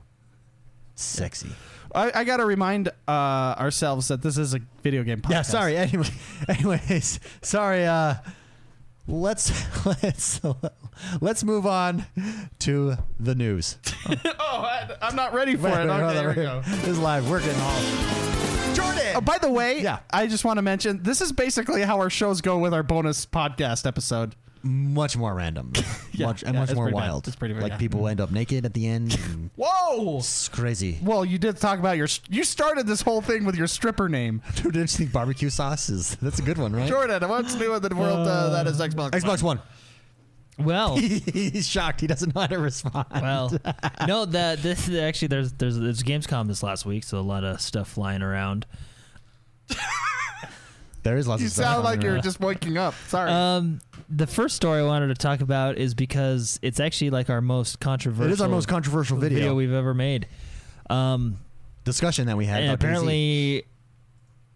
Speaker 1: sexy.
Speaker 2: I, I got to remind uh, ourselves that this is a video game podcast.
Speaker 1: Yeah. Sorry.
Speaker 2: [laughs]
Speaker 1: Anyway, [laughs] anyways, sorry. Uh, let's [laughs] let's let's move on to the [laughs] news.
Speaker 2: oh, I, I'm not ready for
Speaker 1: Wait,
Speaker 2: it.
Speaker 1: wait, hold on,
Speaker 2: okay, here we
Speaker 1: wait.
Speaker 2: go.
Speaker 1: This is live. We're getting all Jordan.
Speaker 2: Oh, by the way,
Speaker 1: Yeah.
Speaker 2: I just want to mention this is basically how our shows go with our bonus podcast episode.
Speaker 1: much more [laughs] random, much, and
Speaker 2: yeah,
Speaker 1: much
Speaker 2: it's
Speaker 1: more
Speaker 2: pretty bad.
Speaker 1: wild.
Speaker 2: It's pretty bad,
Speaker 1: like
Speaker 2: yeah.
Speaker 1: people end up naked at the [laughs] end. and
Speaker 2: Whoa!
Speaker 1: it's crazy.
Speaker 2: Well, you did talk about your. You started this whole thing with your stripper name,
Speaker 1: [laughs] Dude, don't you think barbecue sauce is that's a good one, right?
Speaker 2: Jordan. What's new in the world? Uh, that is Xbox.
Speaker 1: Xbox Oh. One. [laughs]
Speaker 4: Well,
Speaker 1: He's shocked. He doesn't know how to respond.
Speaker 4: well, no. The this is actually there's there's there's Gamescom this last week, so a lot of stuff flying around.
Speaker 1: [laughs] there is Uh, lots
Speaker 2: You
Speaker 1: of stuff
Speaker 2: sound
Speaker 1: on
Speaker 2: like
Speaker 1: there.
Speaker 2: you're just waking up. Sorry.
Speaker 4: Um, the first story I wanted to talk about is because it's actually like our most controversial.
Speaker 1: It is our most controversial video,
Speaker 4: we've ever made. Um,
Speaker 1: discussion that we had.
Speaker 4: and
Speaker 1: about Jay-Z.
Speaker 4: apparently,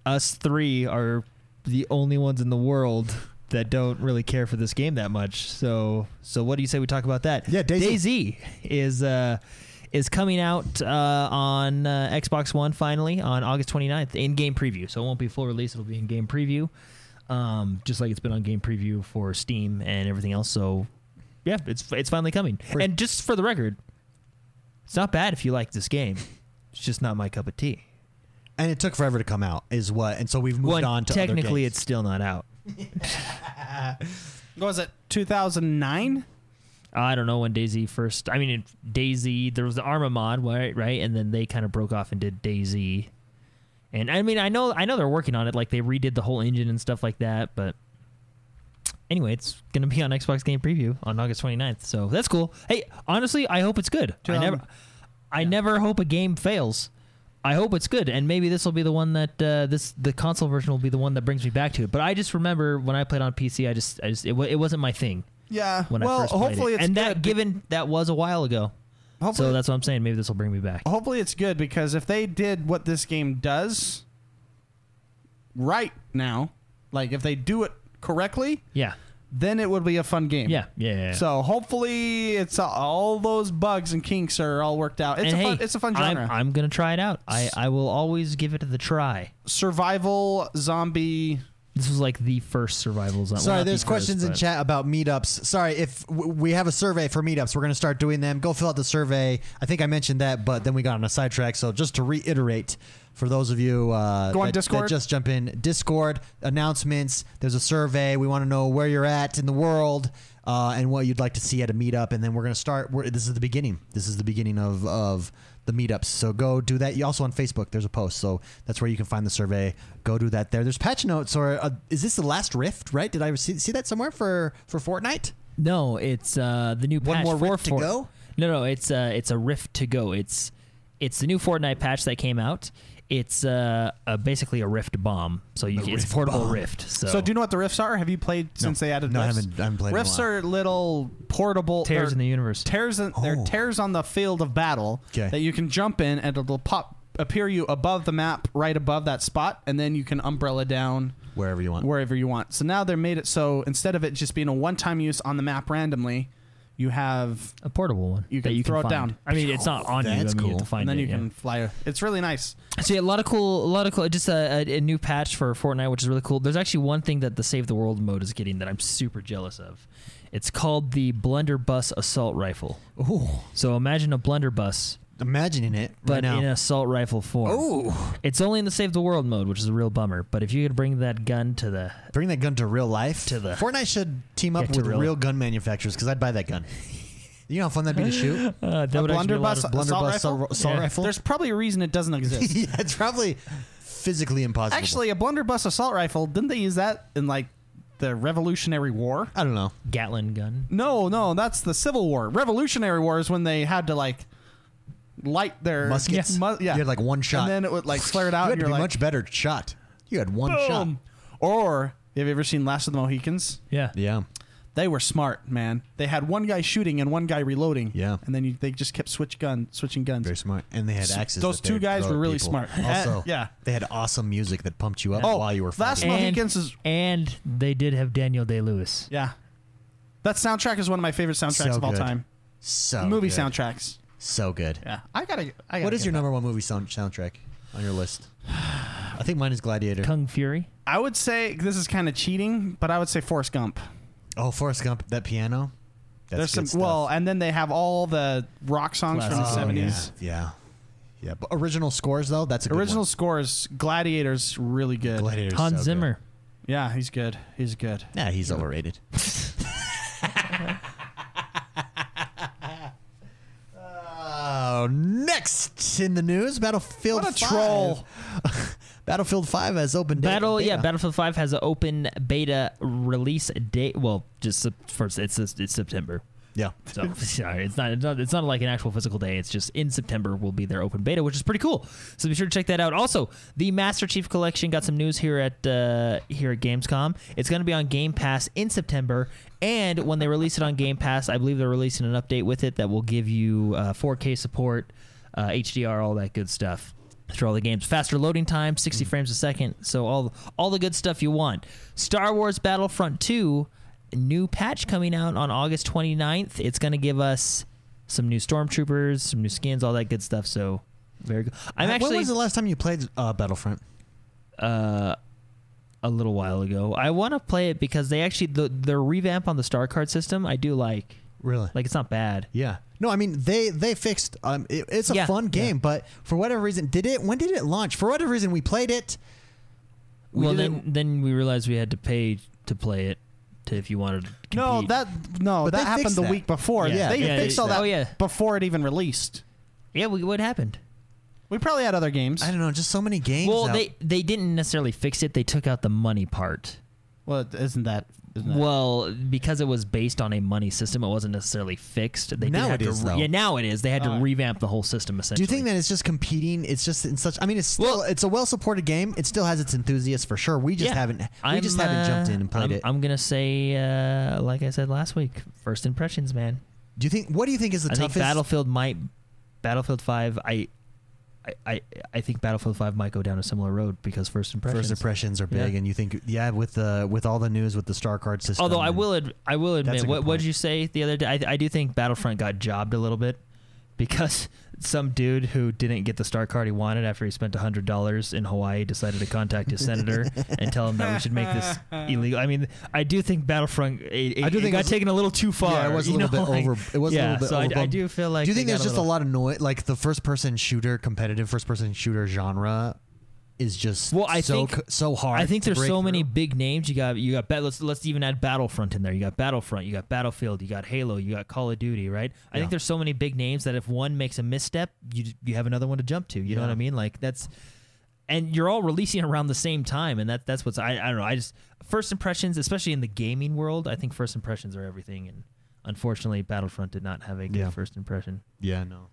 Speaker 4: us three are the only ones in the world that don't really care for this game that much. So, so what do you say we talk about that?
Speaker 1: Yeah, DayZ.
Speaker 4: DayZ is uh, is coming out uh, on uh, Xbox One finally on August 29th in game preview. So it won't be full release; it'll be in game preview, um, just like it's been on game preview for Steam and everything else. So, yeah, it's it's finally coming. and just for the record, it's not bad if you like this game. It's just not my cup of tea.
Speaker 1: and it took forever to come out, is what. And so we've moved
Speaker 4: One,
Speaker 1: on to other
Speaker 4: technically,
Speaker 1: games.
Speaker 4: it's still not out.
Speaker 2: what was it? 2009.
Speaker 4: I don't know when Daisy first. I mean, in Daisy there was the Arma mod, right? Right, and then they kind of broke off and did Daisy. And I mean, I know, I know they're working on it. Like they redid the whole engine and stuff like that. But anyway, it's going to be on Xbox Game Preview on August 29th. So that's cool. Hey, honestly, I hope it's good. I
Speaker 2: John.
Speaker 4: never, I never hope a game fails. I hope it's good, and maybe this will be the one that uh, this the console version will be the one that brings me back to it. But I just remember when I played on PC, I just I just it, wa it wasn't my thing
Speaker 2: Yeah.
Speaker 4: when
Speaker 2: well,
Speaker 4: I first played
Speaker 2: hopefully
Speaker 4: it.
Speaker 2: it's
Speaker 4: and
Speaker 2: good.
Speaker 4: that given that was a while ago,
Speaker 2: hopefully, Oh.
Speaker 4: so that's what I'm saying. Maybe this will bring me back.
Speaker 2: hopefully it's good because if they did what this game does right now, like if they do it correctly,
Speaker 4: Yeah,
Speaker 2: then it would be a fun game.
Speaker 4: yeah, yeah. yeah, yeah.
Speaker 2: So hopefully it's uh, all those bugs and kinks are all worked out. It's
Speaker 4: And
Speaker 2: a fun,
Speaker 4: hey,
Speaker 2: it's a fun
Speaker 4: I'm-
Speaker 2: genre.
Speaker 4: I'm, gonna try it out. I, I will always give it the try.
Speaker 2: Survival zombie.
Speaker 4: This was like the first survival zone.
Speaker 1: Sorry, there's questions in
Speaker 4: chat.
Speaker 1: chat about meetups. Sorry, if w- we have a survey for meetups, we're going to start doing them. Go fill out the survey. I think I mentioned that, but then we got on a sidetrack. So just to reiterate, for those of you uh,
Speaker 2: Go on
Speaker 1: that,
Speaker 2: Discord.
Speaker 1: that just jump in, Discord announcements. There's a survey. We want to know where you're at in the world uh, and what you'd like to see at a meetup. And then we're going to start. We're, this is the beginning. This is the beginning of of the meetups. So go do that. You also on Facebook. There's a post, so that's where you can find the survey. Go do that there. There's patch notes, or uh, is this the last rift? Right? Did I see, see that somewhere for for Fortnite?
Speaker 4: No, it's uh, the new
Speaker 1: One
Speaker 4: patch
Speaker 1: more
Speaker 4: for
Speaker 1: Rift to
Speaker 4: Fort-
Speaker 1: go?
Speaker 4: No, no, it's uh, it's a rift to go. It's it's the new Fortnite patch that came out. It's uh, uh basically a rift bomb. So you, it's portable rift. So,
Speaker 2: So, do you know what the rifts are? Have you played since they added?
Speaker 1: No, I
Speaker 2: rifts?
Speaker 1: haven't- I haven't played in a
Speaker 2: Rifts
Speaker 1: while.
Speaker 2: are little portable
Speaker 4: tears
Speaker 2: they're
Speaker 4: in the universe.
Speaker 2: Tears, in,
Speaker 1: Oh.
Speaker 2: they're tears on the field of battle
Speaker 1: Okay.
Speaker 2: that you can jump in and it'll pop appear you above the map, right above that spot, and then you can umbrella down
Speaker 1: Wherever you want.
Speaker 2: wherever you want. So now they're made it so instead of it just being a one-time use on the map randomly, you have
Speaker 4: a portable one
Speaker 2: You
Speaker 4: that
Speaker 2: can
Speaker 4: you
Speaker 2: throw it
Speaker 4: can find.
Speaker 2: down.
Speaker 4: I mean, it's not on you. I
Speaker 1: That's
Speaker 4: mean, You
Speaker 1: cool.
Speaker 4: have to find
Speaker 2: and then
Speaker 4: it,
Speaker 2: you
Speaker 4: yeah.
Speaker 2: can fly. It's really nice.
Speaker 4: So yeah, a lot of cool, a lot of cool. Just a, a, a new patch for Fortnite, which is really cool. There's actually one thing that the Save the World mode is getting that I'm super jealous of. It's called the Blunderbuss Assault Rifle.
Speaker 1: Ooh,
Speaker 4: So imagine a blunderbuss,
Speaker 1: imagining it
Speaker 4: but
Speaker 1: right now.
Speaker 4: in an assault rifle form.
Speaker 1: Ooh,
Speaker 4: It's only in the Save the World mode, which is a real bummer. But if you could bring that gun to the
Speaker 1: bring that gun to real life.
Speaker 4: To the-
Speaker 1: Fortnite should team up
Speaker 4: Yeah, to
Speaker 1: with
Speaker 4: real-
Speaker 1: real gun manufacturers because I'd buy that
Speaker 4: [laughs]
Speaker 1: gun. you know how fun that'd be to shoot.
Speaker 4: uh, that
Speaker 2: A
Speaker 4: would actually be a lot
Speaker 2: blunderbuss
Speaker 4: of-
Speaker 1: Blunderbuss
Speaker 2: assault
Speaker 1: assault,
Speaker 2: rifle?
Speaker 1: assault
Speaker 4: Yeah.
Speaker 1: rifle.
Speaker 2: There's probably a reason
Speaker 1: [laughs]
Speaker 2: it doesn't exist.
Speaker 1: yeah, it's probably physically impossible.
Speaker 2: Actually, a blunderbuss assault rifle, didn't they use that in like the Revolutionary War?
Speaker 1: I don't know.
Speaker 4: Gatlin gun.
Speaker 2: No, no, that's the Civil War. Revolutionary War is when they had to like light their
Speaker 1: Muskets.
Speaker 2: Mu- yeah,
Speaker 1: You had like one shot.
Speaker 2: and then it would like flare it
Speaker 1: you
Speaker 2: out.
Speaker 1: had
Speaker 2: and
Speaker 1: to
Speaker 2: you're
Speaker 1: be
Speaker 2: like,
Speaker 1: much better shot. You had one shot.
Speaker 2: boom. Or have you ever seen Last of the Mohicans?
Speaker 4: Yeah.
Speaker 1: Yeah.
Speaker 2: They were smart, man. They had one guy shooting and one guy reloading.
Speaker 1: Yeah.
Speaker 2: and then you, they just kept switch gun switching guns.
Speaker 1: Very smart. And they had
Speaker 2: S-
Speaker 1: axes.
Speaker 2: those
Speaker 1: that they
Speaker 2: two
Speaker 1: would
Speaker 2: guys
Speaker 1: throw
Speaker 2: were
Speaker 1: at
Speaker 2: really
Speaker 1: people.
Speaker 2: smart.
Speaker 1: [laughs] Also,
Speaker 2: And- [laughs] yeah.
Speaker 1: they had awesome music that pumped you up
Speaker 2: Oh,
Speaker 1: while you were
Speaker 2: last
Speaker 1: fighting.
Speaker 2: month-
Speaker 4: And,
Speaker 2: Mohicans is-
Speaker 4: and they did have Daniel Day Lewis.
Speaker 2: yeah, that soundtrack is one of my favorite soundtracks
Speaker 1: So
Speaker 2: of all
Speaker 1: good.
Speaker 2: time.
Speaker 1: so
Speaker 2: Movie
Speaker 1: good.
Speaker 2: soundtracks.
Speaker 1: So good.
Speaker 2: Yeah, I gotta. I gotta
Speaker 1: What is
Speaker 2: get
Speaker 1: your
Speaker 2: that.
Speaker 1: number one movie sound- soundtrack on your list? I think mine is Gladiator.
Speaker 4: Kung Fury.
Speaker 2: I would say this is kind of cheating, but I would say Forrest Gump.
Speaker 1: Oh, Forrest Gump. That piano. That's
Speaker 2: There's some
Speaker 1: good stuff.
Speaker 2: well, and then they have all the rock songs from the
Speaker 4: Classics. Oh,
Speaker 2: seventies.
Speaker 1: Yeah. yeah. Yeah, But original scores though. That's a good
Speaker 2: Original
Speaker 1: one.
Speaker 2: scores, Gladiator's really good.
Speaker 1: Gladiator's so
Speaker 4: Hans
Speaker 1: good.
Speaker 4: Zimmer.
Speaker 2: Yeah, he's good. He's good.
Speaker 1: Nah, he's [laughs] overrated. Uh, next in the news, Battlefield.
Speaker 2: What a
Speaker 1: 5.
Speaker 2: troll.
Speaker 1: [laughs] Battlefield Five has opened.
Speaker 4: Battle,
Speaker 1: data.
Speaker 4: yeah, Battlefield Five has an open beta release date. Well, just sep- first, it's it's September.
Speaker 1: Yeah,
Speaker 4: So [laughs] sorry, it's not, it's not it's not like an actual physical day. It's just in September will be their open beta, which is pretty cool. So be sure to check that out. Also, the Master Chief Collection got some news here at uh, here at Gamescom. It's going to be on Game Pass in September, and when they release it on Game Pass, I believe they're releasing an update with it that will give you uh, 4K support, uh, HDR, all that good stuff through all the games. Faster loading time, 60 frames a second. So all all the good stuff you want. Star Wars Battlefront 2 new patch coming out on August 29th. It's going to give us some new stormtroopers, some new skins, all that good stuff. So very good. I'm
Speaker 1: Uh, When
Speaker 4: actually
Speaker 1: was the last time you played uh, Battlefront?
Speaker 4: uh a little while ago. I want to play it because they actually the their revamp on the star card system, I do like.
Speaker 1: Really?
Speaker 4: Like it's not bad.
Speaker 1: yeah. No, I mean they they fixed. Um, it, it's a
Speaker 4: Yeah,
Speaker 1: fun
Speaker 4: yeah.
Speaker 1: game, but for whatever reason, did it? When did it launch? For whatever reason, we played it. We
Speaker 4: well,
Speaker 1: didn't-
Speaker 4: then then we realized we had to pay to play it to, if you wanted to compete.
Speaker 2: No, that no,
Speaker 1: But they
Speaker 2: that happened
Speaker 1: fixed
Speaker 2: the
Speaker 1: that.
Speaker 2: week before.
Speaker 1: Yeah,
Speaker 2: they
Speaker 1: yeah,
Speaker 2: fixed
Speaker 1: they-
Speaker 2: all that
Speaker 4: oh, yeah.
Speaker 2: before it even released.
Speaker 4: Yeah, we, what happened?
Speaker 2: We probably had other games.
Speaker 1: I don't know. Just so many games.
Speaker 4: Well,
Speaker 1: out.
Speaker 4: they they didn't necessarily fix it. They took out the money part.
Speaker 2: Well, isn't that? Isn't that
Speaker 4: Well, because it was based on a money system, it wasn't necessarily fixed. They did
Speaker 1: Now
Speaker 4: have
Speaker 1: it
Speaker 4: to
Speaker 1: is,
Speaker 4: re-
Speaker 1: though.
Speaker 4: Yeah, now it is. They had to
Speaker 2: Oh.
Speaker 4: revamp the whole system
Speaker 1: Do
Speaker 4: essentially.
Speaker 1: you think that it's just competing? It's just in such. I mean, it's still it's a well supported game. It still has its enthusiasts for sure. We just
Speaker 4: Yeah.
Speaker 1: haven't we
Speaker 4: I'm,
Speaker 1: just haven't jumped
Speaker 4: uh,
Speaker 1: in and played
Speaker 4: I'm-
Speaker 1: it.
Speaker 4: I'm gonna say, uh, like I said last week, first impressions, man.
Speaker 1: do you think? What do you think is the
Speaker 4: I
Speaker 1: toughest?
Speaker 4: think Battlefield might, Battlefield Five. I, I, I, I think Battlefield Five might go down a similar road because first impressions.
Speaker 1: First impressions are big,
Speaker 4: Yeah.
Speaker 1: and you think yeah, with the with all the news with the star card system.
Speaker 4: Although I
Speaker 1: and-
Speaker 4: will, ad- I will
Speaker 1: That's a
Speaker 4: admit,
Speaker 1: good
Speaker 4: what what
Speaker 1: point.
Speaker 4: did you say the other day? I, I do think Battlefront got jobbed a little bit [laughs] because some dude who didn't get the star card he wanted after he spent hundred dollars in Hawaii decided to contact
Speaker 1: [laughs]
Speaker 4: his senator and tell him that we should make this illegal. I mean, I do think Battlefront. It, it,
Speaker 1: I do
Speaker 4: it
Speaker 1: think it
Speaker 4: got
Speaker 1: was-
Speaker 4: taken a little too far.
Speaker 1: Yeah, it was a
Speaker 4: you
Speaker 1: little
Speaker 4: know,
Speaker 1: bit
Speaker 4: [laughs] like-
Speaker 1: over. It was a
Speaker 4: yeah,
Speaker 1: little bit
Speaker 4: so I- I,
Speaker 1: overblown.
Speaker 4: do feel like.
Speaker 1: do you think
Speaker 4: they
Speaker 1: there's
Speaker 4: got
Speaker 1: just a
Speaker 4: little-
Speaker 1: lot of noise? Like the first person shooter, competitive first person shooter genre, is just
Speaker 4: Well, I
Speaker 1: so
Speaker 4: think-
Speaker 1: c- so hard.
Speaker 4: I think
Speaker 1: to
Speaker 4: there's so
Speaker 1: break
Speaker 4: many
Speaker 1: through.
Speaker 4: big names. You got you got bat, let's let's even add Battlefront in there. You got Battlefront, you got Battlefield, you got Halo, you got Call of Duty, right? I
Speaker 1: Yeah.
Speaker 4: think there's so many big names that if one makes a misstep, you you have another one to jump to. You know
Speaker 1: Yeah.
Speaker 4: what I mean? Like that's and you're all releasing around the same time and that that's what's I, I don't know. I just first impressions, especially in the gaming world, I think first impressions are everything and unfortunately Battlefront did not have a good
Speaker 1: Yeah.
Speaker 4: first impression.
Speaker 1: Yeah, no.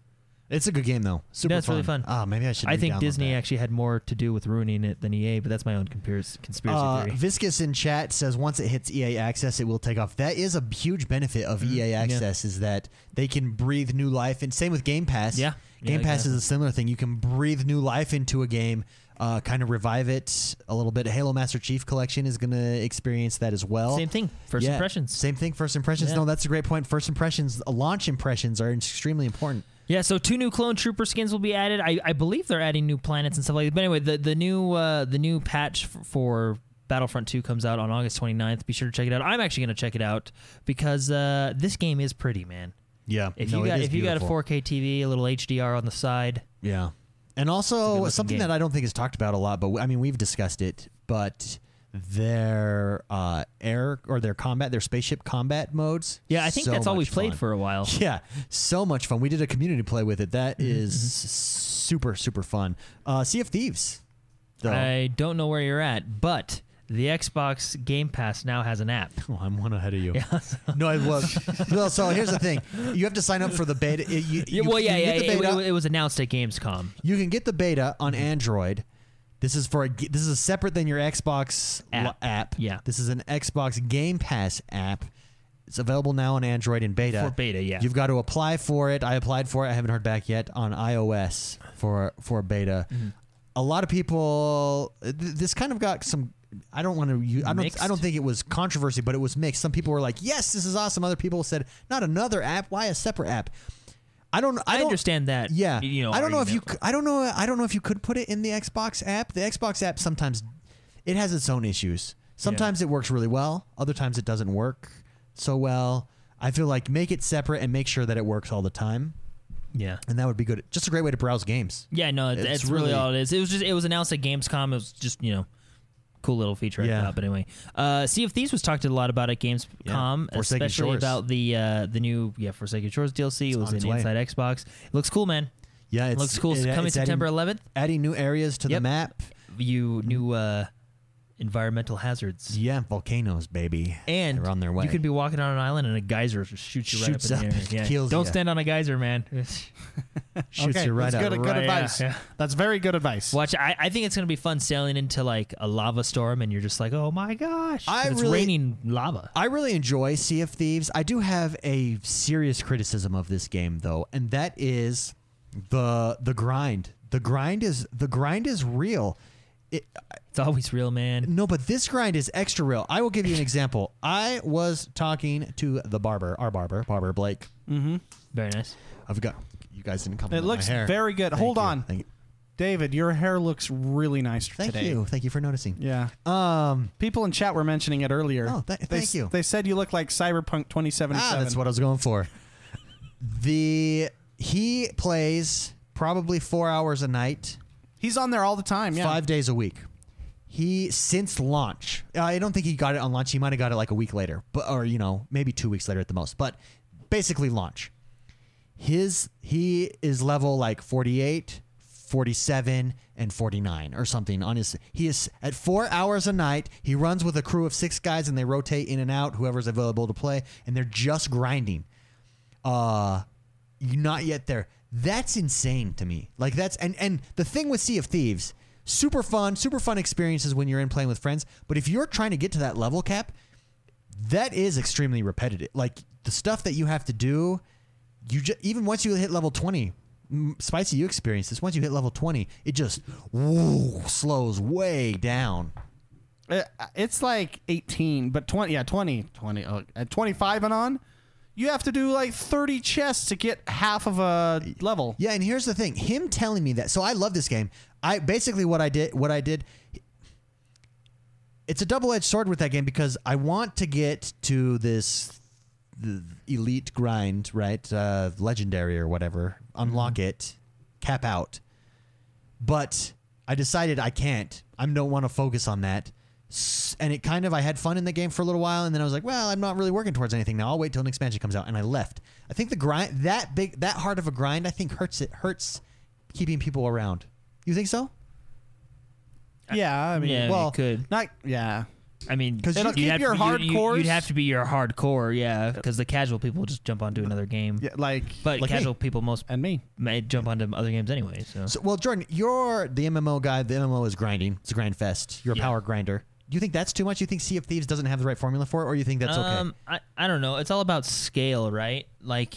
Speaker 1: It's a good game though. Super
Speaker 4: it's really fun.
Speaker 1: Ah, maybe I should.
Speaker 4: I think
Speaker 1: re-download
Speaker 4: Disney
Speaker 1: that.
Speaker 4: actually had more to do with ruining it than EA, but that's my own conspiracy, conspiracy
Speaker 1: Uh,
Speaker 4: theory.
Speaker 1: Viscous in chat says once it hits EA Access, it will take off. That is a huge benefit of
Speaker 4: Mm-hmm.
Speaker 1: EA Access is that they can breathe new life. And same with Game Pass.
Speaker 4: Yeah.
Speaker 1: Game
Speaker 4: Yeah,
Speaker 1: Pass
Speaker 4: exactly.
Speaker 1: is a similar thing. You can breathe new life into a game, uh, kind of revive it a little bit. Halo Master Chief Collection is going to experience that as well.
Speaker 4: Same thing. First
Speaker 1: Yeah.
Speaker 4: impressions.
Speaker 1: Same thing. First impressions.
Speaker 4: Yeah.
Speaker 1: No, that's a great point. First impressions, uh, launch impressions are extremely important.
Speaker 4: Yeah, so two new clone trooper skins will be added. I, I believe they're adding new planets and stuff like that. But anyway, the the new uh, the new patch f- for Battlefront 2 comes out on August 29th. Be sure to check it out. I'm actually going to check it out because uh, this game is pretty, man.
Speaker 1: Yeah.
Speaker 4: If you got if you got a 4K TV, a little HDR on the side,
Speaker 1: Yeah. And also
Speaker 4: good-looking
Speaker 1: something
Speaker 4: game.
Speaker 1: that I don't think is talked about a lot, but we- I mean we've discussed it, but their uh, air or their combat, their spaceship combat modes.
Speaker 4: yeah, I think
Speaker 1: so
Speaker 4: that's all
Speaker 1: much
Speaker 4: we played
Speaker 1: fun.
Speaker 4: for a while. Mm-hmm.
Speaker 1: Yeah, so much fun. We did a community play with it. That is super super fun. Uh, sea of Thieves. Though.
Speaker 4: I don't know where you're at, but the Xbox Game Pass now has an app.
Speaker 1: Oh, I'm one ahead of you. [laughs] no, I was. well, so here's the thing: you have to sign up for the beta. It- you-
Speaker 4: Yeah,
Speaker 1: you-
Speaker 4: well, yeah,
Speaker 1: you
Speaker 4: yeah,
Speaker 1: get the
Speaker 4: it-
Speaker 1: beta.
Speaker 4: it, it was announced at Gamescom.
Speaker 1: You can get the beta on
Speaker 4: Mm-hmm.
Speaker 1: Android. This is for a, g- this is separate than your Xbox
Speaker 4: App.
Speaker 1: lo- app.
Speaker 4: Yeah.
Speaker 1: this is an Xbox Game Pass app. It's available now on Android in beta.
Speaker 4: For beta, yeah.
Speaker 1: You've got to apply for it. I applied for it. I haven't heard back yet on iOS for for beta.
Speaker 4: Mm-hmm.
Speaker 1: A lot of people. Th- this kind of got some. I don't want to. I don't.
Speaker 4: Mixed?
Speaker 1: I don't think it was controversy, but it was mixed. Some people were like, "Yes, this is awesome." Other people said, "Not another app. Why a separate app?" I don't. I,
Speaker 4: I,
Speaker 1: don't,
Speaker 4: understand that.
Speaker 1: yeah,
Speaker 4: You know,
Speaker 1: I don't know if you.
Speaker 4: argument.
Speaker 1: c- I don't know. I don't know if you could put it in the Xbox app. The Xbox app sometimes it has its own issues. Sometimes it works really well. Other times it doesn't work so well. I feel like make it separate and make sure that it works all the time,
Speaker 4: Yeah.
Speaker 1: and that would be good. Just a great way to browse games.
Speaker 4: Yeah, no,
Speaker 1: It's
Speaker 4: it's, that's really,
Speaker 1: really-
Speaker 4: all it is. It was just it was announced at Gamescom. It was just you know, cool little feature.
Speaker 1: Yeah.
Speaker 4: I thought, but anyway, uh, Sea of Thieves was talked a lot about at Gamescom,
Speaker 1: Yeah, Forsaken
Speaker 4: especially
Speaker 1: Shores.
Speaker 4: about the uh, the new yeah Forsaken Shores DLC. it
Speaker 1: on
Speaker 4: was
Speaker 1: its
Speaker 4: in
Speaker 1: way.
Speaker 4: Inside Xbox. It looks cool, man.
Speaker 1: Yeah,
Speaker 4: It
Speaker 1: it's,
Speaker 4: looks cool. It's
Speaker 1: it-
Speaker 4: coming
Speaker 1: it's
Speaker 4: September
Speaker 1: Adding,
Speaker 4: 11th.
Speaker 1: adding new areas to the
Speaker 4: Yep.
Speaker 1: map.
Speaker 4: You new uh, environmental hazards.
Speaker 1: Yeah, volcanoes, baby.
Speaker 4: And
Speaker 1: They're on their way.
Speaker 4: you could be walking on an island and a geyser just shoots you
Speaker 1: Shoots
Speaker 4: right up,
Speaker 1: up
Speaker 4: in the air.
Speaker 1: and
Speaker 4: Yeah.
Speaker 1: kills
Speaker 4: Don't
Speaker 1: ya.
Speaker 4: stand on a
Speaker 1: [laughs]
Speaker 4: geyser, man.
Speaker 1: shoots
Speaker 2: okay,
Speaker 1: you right
Speaker 2: that's
Speaker 1: up.
Speaker 2: good, good
Speaker 4: Right,
Speaker 2: advice.
Speaker 4: yeah, yeah.
Speaker 2: That's very good advice.
Speaker 4: Watch, I, I think it's gonna be fun sailing into like a lava storm, and you're just like, oh my gosh,
Speaker 1: I
Speaker 4: 'cause it's
Speaker 1: really-
Speaker 4: raining lava.
Speaker 1: I really enjoy Sea of Thieves. I do have a serious criticism of this game though, and that is the the grind. The grind is the grind is real. It,
Speaker 4: It's always real, man.
Speaker 1: no, but this grind is extra real. I will give
Speaker 2: [laughs]
Speaker 1: you an example. I was talking to the barber, our barber, barber Blake.
Speaker 4: Very nice.
Speaker 1: I've got you guys didn't come.
Speaker 2: it looks
Speaker 1: my hair.
Speaker 2: very good.
Speaker 1: Thank
Speaker 2: Hold
Speaker 1: you.
Speaker 2: on,
Speaker 1: Thank,
Speaker 2: David. Your hair looks really nice
Speaker 1: thank
Speaker 2: today.
Speaker 1: you. Thank you for noticing.
Speaker 2: Yeah.
Speaker 1: Um.
Speaker 2: People in chat were mentioning it earlier.
Speaker 1: Oh, th-
Speaker 2: they,
Speaker 1: thank
Speaker 2: s-
Speaker 1: you.
Speaker 2: They said you look like Cyberpunk 2077.
Speaker 1: Ah, that's what I was going for. The he plays probably four hours a night.
Speaker 2: He's on there all the time. Yeah.
Speaker 1: five days a week. He since launch, I don't think he got it on launch. He might have got it like a week later, but or you know maybe two weeks later at the most. But basically launch. His he is level like 48, 47 and 49 or something on his he is at 4 hours a night he runs with a crew of 6 guys and they rotate in and out whoever's available to play and they're just grinding uh you not yet there that's insane to me like that's and and the thing with sea of thieves super fun super fun experiences when you're in playing with friends but if you're trying to get to that level cap that is extremely repetitive like the stuff that you have to do you just even once you hit level 20 m- spicy you experience this once you hit level 20 it just woo, slows way down
Speaker 2: Uh, it's like 18 but 20 yeah 20 20 uh, at 25 and on you have to do like 30 chests to get half of a level
Speaker 1: Yeah, and here's the thing: him telling me that. So I love this game. I basically what I did, what I did. It's a double-edged sword with that game because I want to get to this the elite grind, right? Uh, legendary or whatever. Unlock it, cap out. But I decided I can't. I don't want to focus on that. S- And it kind of, I had fun in the game for a little while, and then I was like, well, I'm not really working towards anything now. I'll wait till an expansion comes out, and I left. I think the grind, that big, that hard of a grind, I think hurts it hurts keeping people around. You think so?
Speaker 2: yeah i mean
Speaker 4: Yeah, it
Speaker 2: well
Speaker 4: could.
Speaker 2: not yeah
Speaker 4: I mean,
Speaker 1: 'Cause
Speaker 2: It'll
Speaker 1: you-
Speaker 2: keep
Speaker 4: have
Speaker 2: your
Speaker 4: to- you- you-
Speaker 2: hardcores.
Speaker 4: You'd have to be your hardcore, yeah, because the casual people just jump onto another game.
Speaker 2: yeah like
Speaker 4: But
Speaker 1: Like me.
Speaker 4: casual people most
Speaker 2: and me
Speaker 4: may jump onto other games anyway. So,
Speaker 1: So, well, Jordan, you're the MMO guy. The MMO is grinding. It's a grind fest. You're a
Speaker 4: Yeah.
Speaker 1: power grinder. Do you think that's too much? You think Sea of Thieves doesn't have the right formula for it, or you think that's okay?
Speaker 4: um, I I don't know. It's all about scale, right? Like,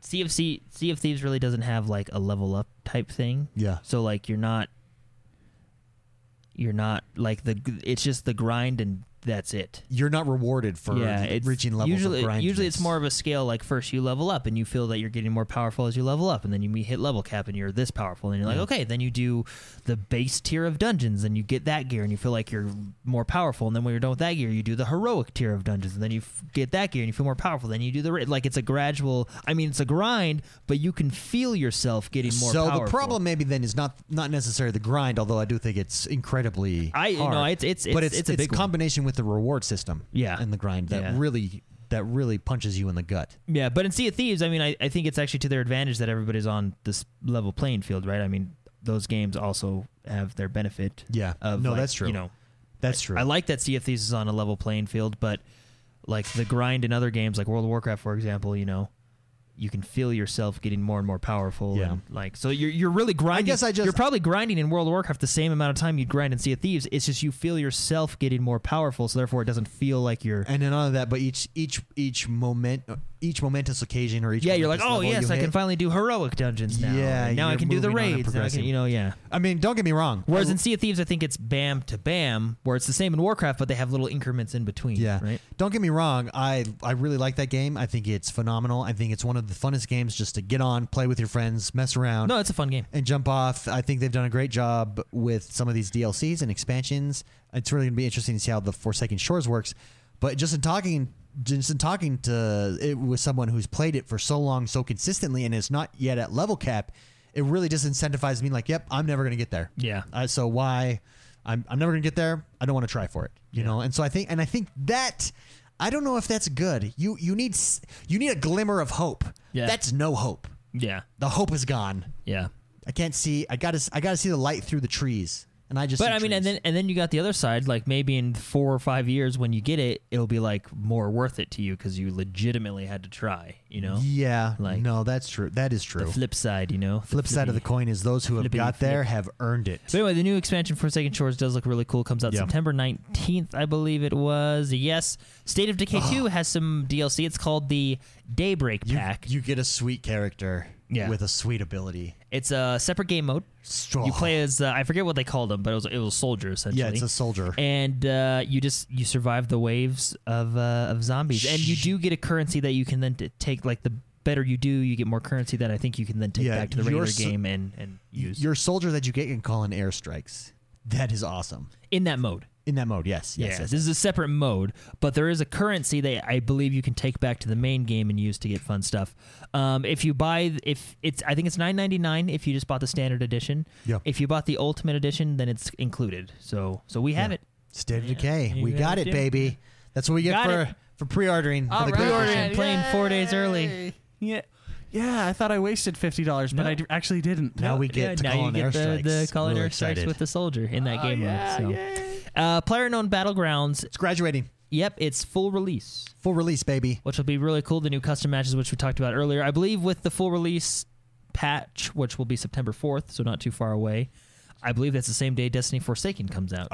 Speaker 4: Sea of sea, sea of Thieves really doesn't have like a level up type thing.
Speaker 1: Yeah.
Speaker 4: So like you're not you're not like the it's just the grind and that's it.
Speaker 1: You're not rewarded for
Speaker 4: yeah, it's
Speaker 1: reaching levels
Speaker 4: usually,
Speaker 1: of grind.
Speaker 4: Usually it's more of a scale like first you level up and you feel that you're getting more powerful as you level up and then you meet- hit level cap and you're this powerful and you're
Speaker 1: Mm.
Speaker 4: like okay, then you do the base tier of dungeons and you get that gear and you feel like you're more powerful and then when you're done with that gear you do the heroic tier of dungeons and then you f- get that gear and you feel more powerful then you do the ra- like it's a gradual I mean it's a grind but you can feel yourself getting more
Speaker 1: so
Speaker 4: powerful.
Speaker 1: the problem maybe then is not not necessarily the grind, although I do think it's incredibly.
Speaker 4: I you
Speaker 1: hard.
Speaker 4: know it's it's it's,
Speaker 1: but
Speaker 4: it's,
Speaker 1: it's
Speaker 4: a big
Speaker 1: it's
Speaker 4: one.
Speaker 1: combination with the reward system,
Speaker 4: Yeah.
Speaker 1: and the grind that
Speaker 4: Yeah.
Speaker 1: really that really punches you in the gut.
Speaker 4: Yeah, but in Sea of Thieves, I mean, I, I think it's actually to their advantage that everybody's on this level playing field, right? I mean, those games also have their benefit.
Speaker 1: Yeah.
Speaker 4: Of
Speaker 1: No,
Speaker 4: like,
Speaker 1: that's true.
Speaker 4: You know,
Speaker 1: That's true.
Speaker 4: I like that Sea of Thieves is on a level playing field, but like the grind in other games, like World of Warcraft, for example, you know, you can feel yourself getting more and more powerful.
Speaker 1: Yeah.
Speaker 4: and, like so, you're you're really grinding.
Speaker 1: guess I just-
Speaker 4: you're probably grinding in World of Warcraft the same amount of time you'd grind in Sea of Thieves. It's just you feel yourself getting more powerful, so therefore it doesn't feel like you're.
Speaker 1: and then on that, but each each each moment, each momentous occasion, or each
Speaker 4: Yeah, you're like,
Speaker 1: momentous
Speaker 4: oh
Speaker 1: level
Speaker 4: yes,
Speaker 1: you
Speaker 4: I can
Speaker 1: hit-
Speaker 4: finally do heroic dungeons now.
Speaker 1: Yeah,
Speaker 4: and now I
Speaker 1: you're
Speaker 4: can do the
Speaker 1: moving on and
Speaker 4: raids. Now I can,
Speaker 1: progressing.
Speaker 4: you know, yeah.
Speaker 1: I mean, don't get me wrong.
Speaker 4: Whereas in Sea of Thieves, I think it's bam to bam, where it's the same in Warcraft, but they have little increments in between.
Speaker 1: Yeah.
Speaker 4: right.
Speaker 1: Don't get me wrong. I I really like that game. I think it's phenomenal. I think it's one of the funnest games just to get on, play with your friends, mess around,
Speaker 4: No, it's a fun game.
Speaker 1: and jump off. I think they've done a great job with some of these DLCs and expansions. It's really gonna be interesting to see how the Forsaken Shores works. But just in talking, just in talking to it with someone who's played it for so long, so consistently, and is not yet at level cap, it really disincentivizes me. Like, yep, I'm never gonna get there.
Speaker 4: Yeah.
Speaker 1: Uh, so why? I'm, I'm never gonna get there. I don't want to try for it, you know. And so I think, and I think that I don't know if that's good. You you need s- you need a glimmer of hope.
Speaker 4: Yeah.
Speaker 1: That's no hope.
Speaker 4: Yeah,
Speaker 1: The hope is gone.
Speaker 4: yeah.
Speaker 1: I can't see. I gotta s- I gotta see the light through the trees. And I just.
Speaker 4: But
Speaker 1: see
Speaker 4: I mean, and
Speaker 1: trees.
Speaker 4: then and then you got the other side. Like maybe in four or five years, when you get it, it'll be like more worth it to you because you legitimately had to try. You know,
Speaker 1: yeah,
Speaker 4: like-
Speaker 1: no, that's true. That is true.
Speaker 4: the flip side. You know,
Speaker 1: flip side of the
Speaker 4: flippy.
Speaker 1: coin is those who have
Speaker 4: flippity
Speaker 1: got there have earned it.
Speaker 4: But anyway, the new expansion for Second Shores does look really cool. Comes out
Speaker 1: Yeah.
Speaker 4: September 19th, I believe it was. Yes. State of Decay 2 has some DLC. It's called the Daybreak
Speaker 1: You,
Speaker 4: Pack.
Speaker 1: you get a sweet character
Speaker 4: Yeah.
Speaker 1: with a sweet ability.
Speaker 4: it's a separate game mode.
Speaker 1: Strong.
Speaker 4: You play as uh, I forget what they called him, but it was it was a soldier essentially.
Speaker 1: Yeah, it's a soldier.
Speaker 4: and uh, you just you survive the waves of uh, of zombies, and you do get a currency that you can then t- take. Like the better you do, you get more currency that I think you can then take
Speaker 1: Yeah,
Speaker 4: back to the
Speaker 1: your
Speaker 4: regular
Speaker 1: so-
Speaker 4: game and and use
Speaker 1: Your soldier that you get can call in airstrikes. That is awesome.
Speaker 4: in that mode.
Speaker 1: In that mode, yes, yes,
Speaker 4: yeah,
Speaker 1: yes.
Speaker 4: this is a separate mode, but there is a currency that I believe you can take back to the main game and use to get fun stuff. Um, if you buy, if it's, I think it's nine ninety nine if you just bought the standard edition.
Speaker 1: Yeah.
Speaker 4: If you bought the ultimate edition, then it's included. So, so we have it.
Speaker 1: State of Decay.
Speaker 4: you
Speaker 1: we
Speaker 4: got
Speaker 1: got
Speaker 4: it,
Speaker 1: it,
Speaker 4: dude.
Speaker 1: baby. That's what we get
Speaker 4: Got
Speaker 1: for
Speaker 4: it.
Speaker 1: for pre-ordering. for
Speaker 2: All
Speaker 1: the Great
Speaker 2: right.
Speaker 1: Edition.
Speaker 4: Playing four days early.
Speaker 2: yeah yeah, I thought I wasted fifty dollars, but
Speaker 4: No.
Speaker 2: I d- actually didn't.
Speaker 1: Now we get to
Speaker 4: now
Speaker 1: call
Speaker 4: you
Speaker 1: on
Speaker 4: get the,
Speaker 1: airstrikes.
Speaker 4: the call on
Speaker 1: Really
Speaker 4: airstrikes
Speaker 1: excited.
Speaker 4: with the soldier in that
Speaker 1: Oh,
Speaker 4: game
Speaker 2: Oh, yeah,
Speaker 4: mode. So.
Speaker 2: yay.
Speaker 4: Uh, player known battlegrounds.
Speaker 1: It's graduating.
Speaker 4: Yep, it's full release,
Speaker 1: Full release, baby.
Speaker 4: which will be really cool. The new custom matches, which we talked about earlier, I believe, with the full release patch, which will be September fourth, so not too far away. I believe that's the same day Destiny Forsaken comes out.
Speaker 1: [laughs]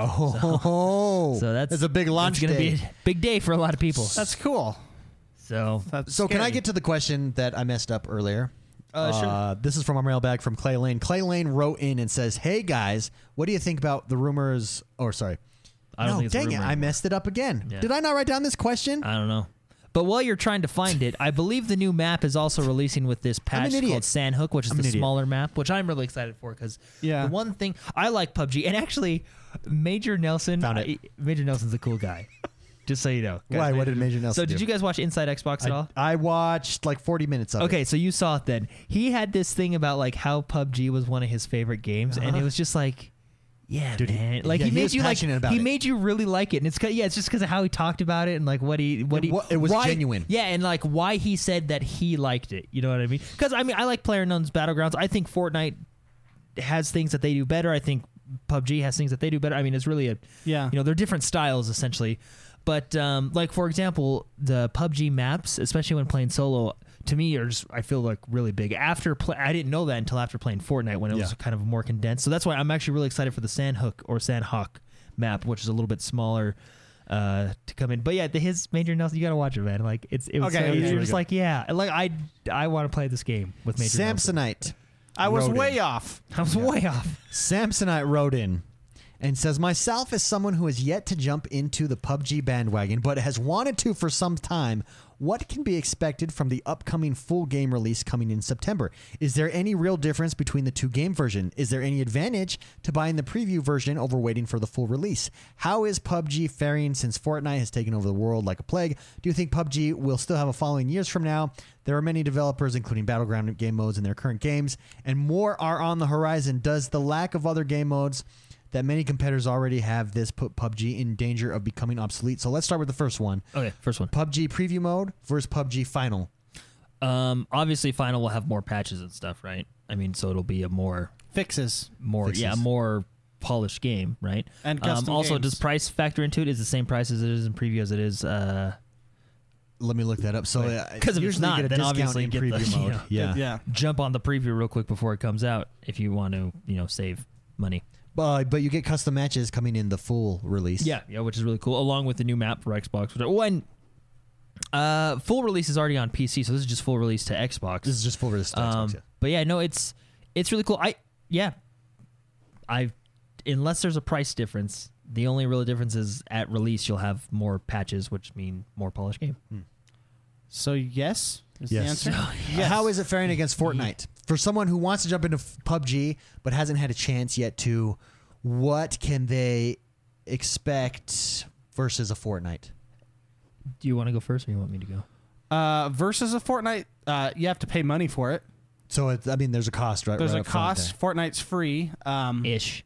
Speaker 1: Oh,
Speaker 4: so that's
Speaker 1: it's a big launch
Speaker 4: It's gonna
Speaker 1: day.
Speaker 4: be a big day for a lot of people.
Speaker 2: That's cool.
Speaker 4: So
Speaker 2: That's
Speaker 1: so can I
Speaker 2: scary.
Speaker 1: get to the question that I messed up earlier?
Speaker 4: Uh, sure.
Speaker 1: This is from our mailbag from Clay Lane. Clay Lane wrote in and says, "Hey guys, what do you think about the rumors?" Or sorry,
Speaker 4: I don't
Speaker 1: no,
Speaker 4: think it's a
Speaker 1: dang it,
Speaker 4: rumor
Speaker 1: I messed it up again.
Speaker 4: Yeah. Uh,
Speaker 1: Did I not write down this question?
Speaker 4: I don't know. But while you're trying to find it, I believe the new map is also releasing with this
Speaker 1: I'm an
Speaker 4: patch
Speaker 1: idiot.
Speaker 4: called Sandhook, which is
Speaker 1: I'm an
Speaker 4: the
Speaker 1: idiot.
Speaker 4: smaller map, which I'm really excited for because
Speaker 2: Yeah.
Speaker 4: the one thing I like PUBG, and actually, Major Nelson
Speaker 1: Found it.
Speaker 4: I- Major Nelson's a
Speaker 1: [laughs]
Speaker 4: cool guy. Just so you know. Guys,
Speaker 1: Why? What did Major Nelson
Speaker 4: so did
Speaker 1: do?
Speaker 4: you guys watch Inside Xbox at all?
Speaker 1: I watched like 40 minutes of it.
Speaker 4: Okay, so you saw it then. He had this thing about like how PUBG was one of his favorite games, and it was just like, yeah,
Speaker 1: Uh-huh. Dude, he-
Speaker 4: man. Like
Speaker 1: yeah,
Speaker 4: he
Speaker 1: he
Speaker 4: made
Speaker 1: was
Speaker 4: you like
Speaker 1: passionate about
Speaker 4: he
Speaker 1: it.
Speaker 4: made you really like it, and it's 'cause- yeah, it's just because of how he talked about it and like what he what
Speaker 1: It
Speaker 4: he
Speaker 1: wa- it was
Speaker 4: why-
Speaker 1: genuine.
Speaker 4: Yeah, and like why he said that he liked it. You know what I mean? Because I mean, I like PlayerUnknown's Battlegrounds. I think Fortnite has things that they do better. I think PUBG has things that they do better. I mean, it's really a
Speaker 2: Yeah.
Speaker 4: [laughs] you know they're different styles essentially but um, like for example the pubg maps especially when playing solo to me are just i feel like really big after play i didn't know that until after playing fortnite when it was
Speaker 1: Yeah.
Speaker 4: kind of more condensed so that's why i'm actually really excited for the sandhook or sandhawk map which is a little bit smaller uh, to come in but yeah the, his major nelson you gotta watch it man like it's it was
Speaker 2: Okay,
Speaker 4: so-
Speaker 2: okay.
Speaker 4: you're
Speaker 2: Really
Speaker 4: just
Speaker 2: good.
Speaker 4: like yeah like i i want to play this game with major nelson
Speaker 1: Samsonite.
Speaker 2: I was
Speaker 1: wrote in.
Speaker 2: way off.
Speaker 4: i was way off
Speaker 1: Samsonite wrote in and says, Myself is someone who has yet to jump into the PUBG bandwagon, but has wanted to for some time. What can be expected from the upcoming full game release coming in September? Is there any real difference between the two game version? Is there any advantage to buying the preview version over waiting for the full release? How is PUBG faring since Fortnite has taken over the world like a plague? Do you think PUBG will still have a following years from now? There are many developers, including battleground game modes in their current games, and more are on the horizon. Does the lack of other game modes that many competitors already have this put PUBG in danger of becoming obsolete? So let's start with the first one
Speaker 4: okay first one
Speaker 1: PUBG preview mode versus PUBG final.
Speaker 4: um obviously final will have more patches and stuff right i mean so it'll be a more
Speaker 2: Fixes.
Speaker 4: more
Speaker 1: fixes.
Speaker 4: yeah more polished game right
Speaker 2: And
Speaker 4: um,
Speaker 2: custom
Speaker 4: also
Speaker 2: games.
Speaker 4: does price factor into it is the same price as it is in preview as it is uh
Speaker 1: Let me look that up. So, uh,
Speaker 4: because if it's not then obviously get the, you [laughs] know,
Speaker 1: yeah.
Speaker 2: Yeah.
Speaker 4: jump on the preview real quick before it comes out if you want to you know save money
Speaker 1: Uh, but you get custom matches coming in the full release.
Speaker 4: yeah yeah which is really cool along with the new map for xbox which, oh and uh full release is already on pc so this is just full release to xbox
Speaker 1: This is just full release. to Xbox,
Speaker 4: Um,
Speaker 1: yeah.
Speaker 4: But yeah, no, it's it's really cool. I yeah, I unless there's a price difference, the only real difference is at release you'll have more patches, which mean more polished game.
Speaker 2: So yes is
Speaker 1: Yes.
Speaker 4: [laughs]
Speaker 2: the
Speaker 4: Oh,
Speaker 2: answer. yes. Mm-hmm.
Speaker 1: How is it faring against Fortnite? For someone who wants to jump into f- PUBG but hasn't had a chance yet to, what can they expect versus a Fortnite?
Speaker 4: Do you want to go first, or you want me to go?
Speaker 2: uh, versus a Fortnite? Uh, you have to pay money for it.
Speaker 1: So it, I mean, there's a cost, right?
Speaker 2: There's
Speaker 1: right
Speaker 2: a
Speaker 1: up front
Speaker 2: cost. Fortnite's free. Um,
Speaker 4: Ish.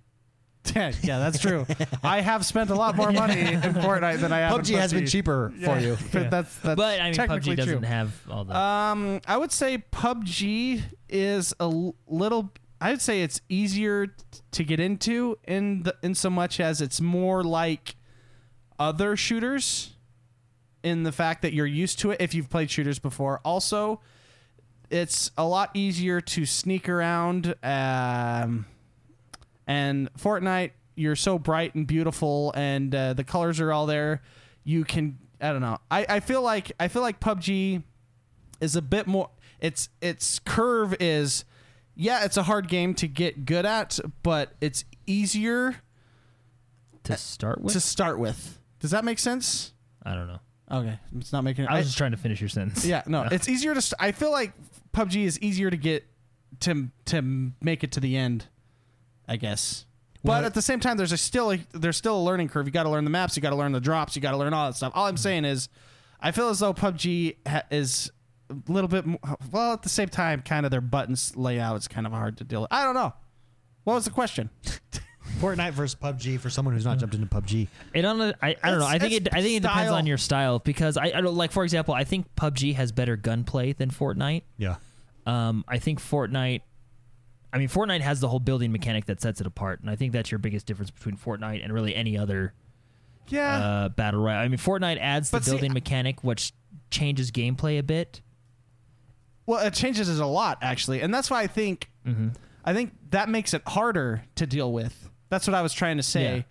Speaker 2: [laughs] yeah, that's
Speaker 1: [laughs]
Speaker 2: true. I have spent a lot more money in Fortnite than I
Speaker 1: there.
Speaker 2: have. in
Speaker 1: PUBG has been cheaper
Speaker 2: Yeah,
Speaker 1: for you.
Speaker 2: [laughs] but that's, that's
Speaker 4: But I mean,
Speaker 2: technically
Speaker 4: PUBG doesn't
Speaker 2: true.
Speaker 4: have all the.
Speaker 2: Um, I would say PUBG is a l- little. I would say it's easier t- to get into in the in so much as it's more like other shooters in the fact that you're used to it if you've played shooters before. Also, it's a lot easier to sneak around. Um, and Fortnite, you're so bright and beautiful, and uh, the colors are all there. You can. I don't know. I, I feel like I feel like PUBG is a bit more its its curve is yeah it's a hard game to get good at but it's easier
Speaker 4: to start with,
Speaker 2: to start with does that make sense
Speaker 4: I don't know.
Speaker 2: okay it's not making
Speaker 4: I was just trying to finish your sentence.
Speaker 2: yeah no it's easier to st- i feel like pubg is easier to get to to make it to the end i guess but
Speaker 1: Well-
Speaker 2: at the same time there's a still a, there's still a learning curve you got to learn the maps you got to learn the drops you got to learn all that stuff all i'm saying is i feel as though pubg ha- is a little bit more, well at the same time kind of their buttons layout is kind of hard to deal with i don't know what was the question
Speaker 1: Fortnite versus PUBG for someone who's not jumped into PUBG.
Speaker 4: It on a, I, I don't know. I
Speaker 2: It's-
Speaker 4: think it
Speaker 2: it's
Speaker 4: I think it depends
Speaker 2: style.
Speaker 4: on your style because I, I don't like for example I think PUBG has better gunplay than Fortnite.
Speaker 1: Yeah.
Speaker 4: Um, I think Fortnite. I mean, Fortnite has the whole building mechanic that sets it apart, and I think that's your biggest difference between Fortnite and really any other
Speaker 2: Yeah.
Speaker 4: uh, battle royale. I mean, Fortnite adds the
Speaker 2: But see,
Speaker 4: building mechanic, which changes gameplay a bit.
Speaker 2: Well, it changes it a lot actually, and that's why I think
Speaker 4: Mm-hmm.
Speaker 2: I think that makes it harder to deal with. That's what I was trying to say.